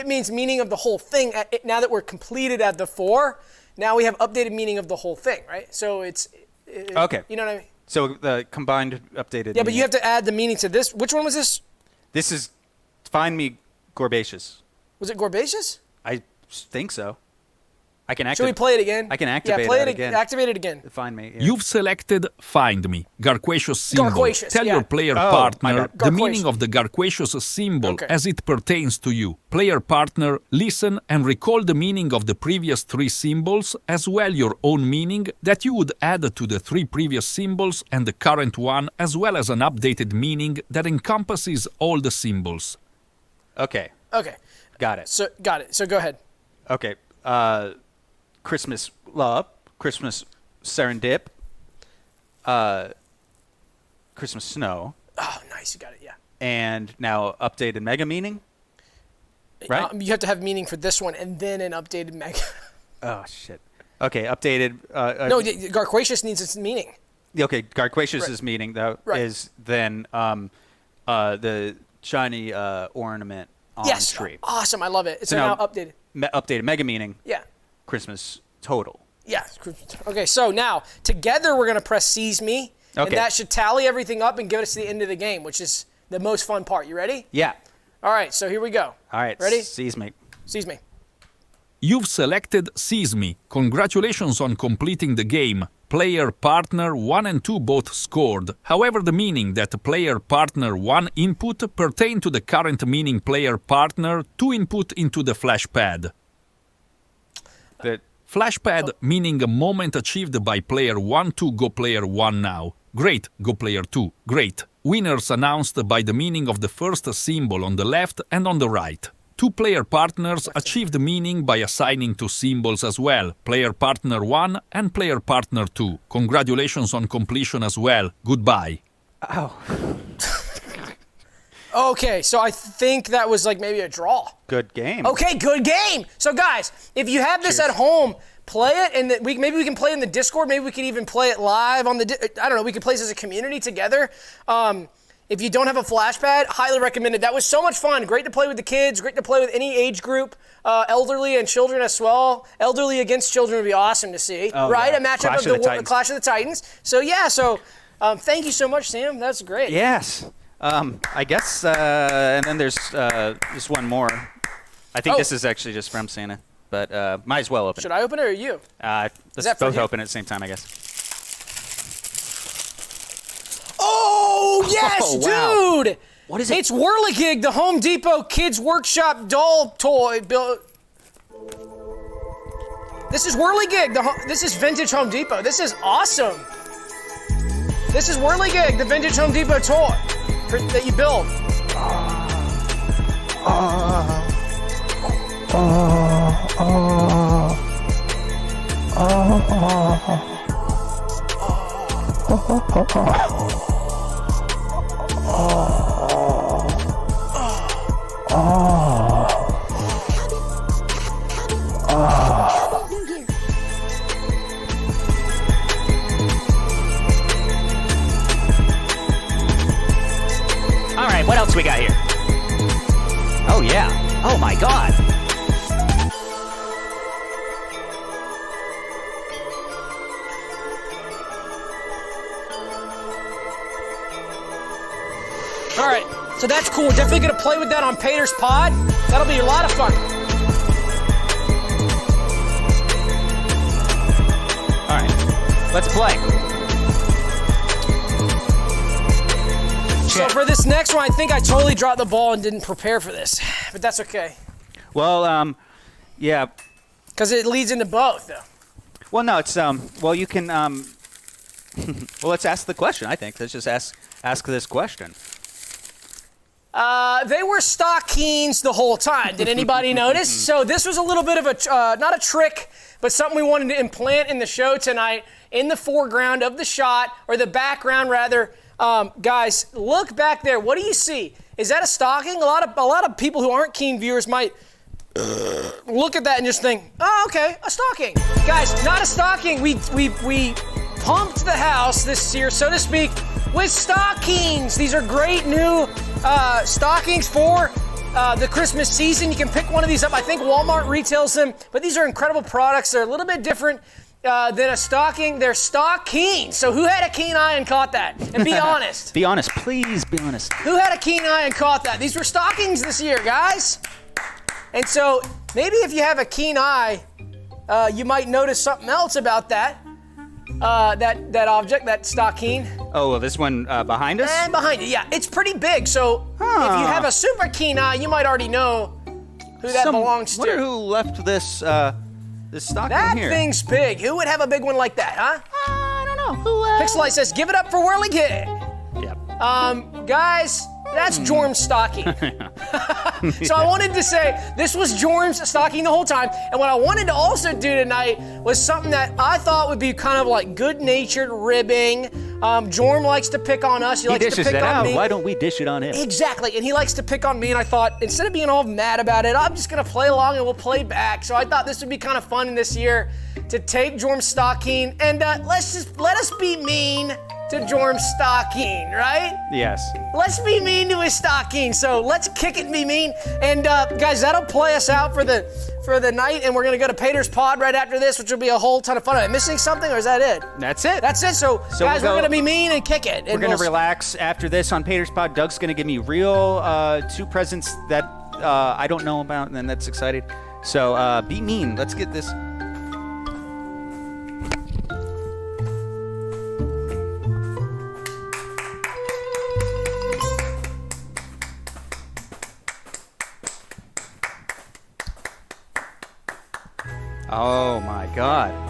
[SPEAKER 1] it means meaning of the whole thing. At, it, now that we're completed at the four, now we have updated meaning of the whole thing, right? So it's it,
[SPEAKER 2] Okay.
[SPEAKER 1] You know what I mean?
[SPEAKER 2] So the combined updated.
[SPEAKER 1] Yeah, but you have to add the meaning to this. Which one was this?
[SPEAKER 2] This is find me gorbaceous.
[SPEAKER 1] Was it Gorbaceous?
[SPEAKER 2] I s- think so. I can
[SPEAKER 1] Should
[SPEAKER 2] activate.
[SPEAKER 1] we play it again?
[SPEAKER 2] I can
[SPEAKER 1] yeah,
[SPEAKER 2] activate
[SPEAKER 1] play
[SPEAKER 2] that
[SPEAKER 1] it ag-
[SPEAKER 2] again.
[SPEAKER 1] Activate it again.
[SPEAKER 2] Find me. yeah.
[SPEAKER 11] You've selected Find Me, Garquacious symbol.
[SPEAKER 1] Garquacious,
[SPEAKER 11] Tell your
[SPEAKER 1] yeah.
[SPEAKER 11] player
[SPEAKER 2] Oh, my
[SPEAKER 11] partner
[SPEAKER 2] bad.
[SPEAKER 11] the
[SPEAKER 1] Garquacious.
[SPEAKER 11] meaning of the Garquacious symbol
[SPEAKER 1] Okay.
[SPEAKER 11] as it pertains to you. Player partner, listen and recall the meaning of the previous three symbols as well your own meaning that you would add to the three previous symbols and the current one as well as an updated meaning that encompasses all the symbols.
[SPEAKER 2] Okay,
[SPEAKER 1] Okay.
[SPEAKER 2] got it.
[SPEAKER 1] So got it. So go ahead.
[SPEAKER 2] Okay, uh, Christmas love, Christmas serendip, uh, Christmas snow,
[SPEAKER 1] Oh, nice. You got it. Yeah.
[SPEAKER 2] and now updated mega meaning. Right.
[SPEAKER 1] Um, you have to have meaning for this one, and then an updated mega.
[SPEAKER 2] oh shit. Okay, updated. Uh, uh,
[SPEAKER 1] no, y- Garquacious needs its meaning.
[SPEAKER 2] Okay, Garquacious's meaning though
[SPEAKER 1] Right.
[SPEAKER 2] is then um, uh, the shiny uh, ornament on
[SPEAKER 1] yes.
[SPEAKER 2] tree.
[SPEAKER 1] Awesome. I love it. It's now, updated.
[SPEAKER 2] Me- updated mega meaning.
[SPEAKER 1] Yeah.
[SPEAKER 2] Christmas total.
[SPEAKER 1] Yeah. Okay. So now together we're gonna press seize me, and
[SPEAKER 2] Okay.
[SPEAKER 1] that should tally everything up and get us to the end of the game, which is the most fun part. You ready?
[SPEAKER 2] Yeah.
[SPEAKER 1] All right. So here we go.
[SPEAKER 2] All right.
[SPEAKER 1] Ready?
[SPEAKER 2] Seize me.
[SPEAKER 1] Seize me.
[SPEAKER 11] You've selected Seize Me. Congratulations on completing the game. player partner 1 and 2 both scored. However, the meaning that player partner 1 input pertain to the current meaning player partner 2 input into the flashpad.
[SPEAKER 2] That
[SPEAKER 11] flashpad meaning a moment achieved by player 1 to go player 1 now. Great, go player 2. Great. Winners announced by the meaning of the first symbol on the left and on the right. Two player partners achieved meaning by assigning two symbols as well, player partner 1 and player partner 2. Congratulations on completion as well. Goodbye.
[SPEAKER 1] Okay, so I think that was like maybe a draw.
[SPEAKER 2] Good game.
[SPEAKER 1] Okay, good game. So guys, if you have this at home, play it, and the, we, maybe we can play in the Discord. Maybe we can even play it live on the. di- I don't know. We can play this as a community together. Um, if you don't have a flashpad, highly recommended. That was so much fun. Great to play with the kids. Great to play with any age group, uh, elderly and children as well. Elderly against children would be awesome to see, right?
[SPEAKER 2] Oh, yeah.
[SPEAKER 1] A matchup
[SPEAKER 2] Clash
[SPEAKER 1] of
[SPEAKER 2] of
[SPEAKER 1] the,
[SPEAKER 2] the
[SPEAKER 1] wo-
[SPEAKER 2] Titans.
[SPEAKER 1] Clash of the Titans. So yeah, so um, thank you so much, Sam. That's great.
[SPEAKER 2] Yes. Um, I guess, uh, and then there's uh, just one more. I think
[SPEAKER 1] Oh.
[SPEAKER 2] this is actually just from Santa, but uh, might as well open
[SPEAKER 1] Should I open it or you?
[SPEAKER 2] it. Uh,
[SPEAKER 1] that
[SPEAKER 2] let's
[SPEAKER 1] for
[SPEAKER 2] both
[SPEAKER 1] you?
[SPEAKER 2] open at the same time, I guess.
[SPEAKER 1] Oh yes,
[SPEAKER 2] Oh, wow.
[SPEAKER 1] dude! What is it? It's Whirligig, the Home Depot Kids Workshop doll toy. Bill. This is Whirligig. The ho- this is vintage Home Depot. This is awesome. This is Whirligig, the vintage Home Depot toy for- that you build.
[SPEAKER 9] All right, what else we got here? Oh yeah. Oh my God.
[SPEAKER 1] All right, so that's cool. We're definitely gonna play with that on Pater's Pod. That'll be a lot of fun.
[SPEAKER 2] All right. Let's play.
[SPEAKER 1] So for this next one, I think I totally dropped the ball and didn't prepare for this, but that's okay
[SPEAKER 2] Well, um, yeah.
[SPEAKER 1] because it leads into both though.
[SPEAKER 2] Well, no, it's um. Well, you can um. well, let's ask the question. I think let's just ask ask this question.
[SPEAKER 1] Uh, they were stockings the whole time. Did anybody notice? So this was a little bit of a uh, not a trick, but something we wanted to implant in the show tonight, in the foreground of the shot or the background rather. Um, guys, look back there. What do you see? Is that a stocking? A lot of a lot of people who aren't keen viewers might look at that and just think, oh, okay, a stocking. Guys, not a stocking. We we we pumped the house this year, so to speak, with stockings. These are great new uh, stockings for. Uh, the Christmas season, you can pick one of these up. I think Walmart retails them, but these are incredible products. They're a little bit different uh, than a stocking. They're stockings. So who had a keen eye and caught that? And be honest,
[SPEAKER 2] Be honest, please. Be honest.
[SPEAKER 1] who had a keen eye and caught that? These were stockings this year, guys. And so maybe if you have a keen eye, uh, you might notice something else about that. Uh, that that object, that stocking,
[SPEAKER 2] Oh, well, this one uh, behind us.
[SPEAKER 1] and behind you, yeah, it's pretty big. So if you have a super keen eye, you might already know who that
[SPEAKER 2] Some-
[SPEAKER 1] belongs to.
[SPEAKER 2] wonder who left this uh, this stocking
[SPEAKER 1] that
[SPEAKER 2] here.
[SPEAKER 1] thing's big. Who would have a big one like that, huh? I don't know. Who? Uh... Pixelite says, "Give it up for Whirly Kid."
[SPEAKER 2] Yep.
[SPEAKER 1] Um, guys, that's Jorm's stocking. so I wanted to say this was Jorm's stocking the whole time. And what I wanted to also do tonight was something that I thought would be kind of like good natured ribbing. Um, Jorm likes to pick on us. He, likes to pick on me.
[SPEAKER 2] don't we dish it on him?
[SPEAKER 1] Exactly, and he likes to pick on me, and I thought instead of being all mad about it, I'm just gonna play along and we'll play back. So I thought this would be kind of fun this year to take Jorm Stocking and uh, let's just let us be mean to Jorm Stocking, right?
[SPEAKER 2] Yes.
[SPEAKER 1] Let's be mean to his stocking. So let's kick it and be mean. And uh, guys, that'll play us out for the for the night. And we're gonna go to Pater's Pod right after this, which will be a whole ton of fun. Am I missing something, or is that it?
[SPEAKER 2] That's it.
[SPEAKER 1] That's it. So,
[SPEAKER 2] So
[SPEAKER 1] guys,
[SPEAKER 2] we'll
[SPEAKER 1] we're
[SPEAKER 2] go-
[SPEAKER 1] gonna be mean and kick it.
[SPEAKER 2] We're gonna relax after this on Pater's Pod. Doug's gonna give me real uh, two presents that uh, I don't know about, and then that's excited. So uh, be mean. Let's get this. Oh my god.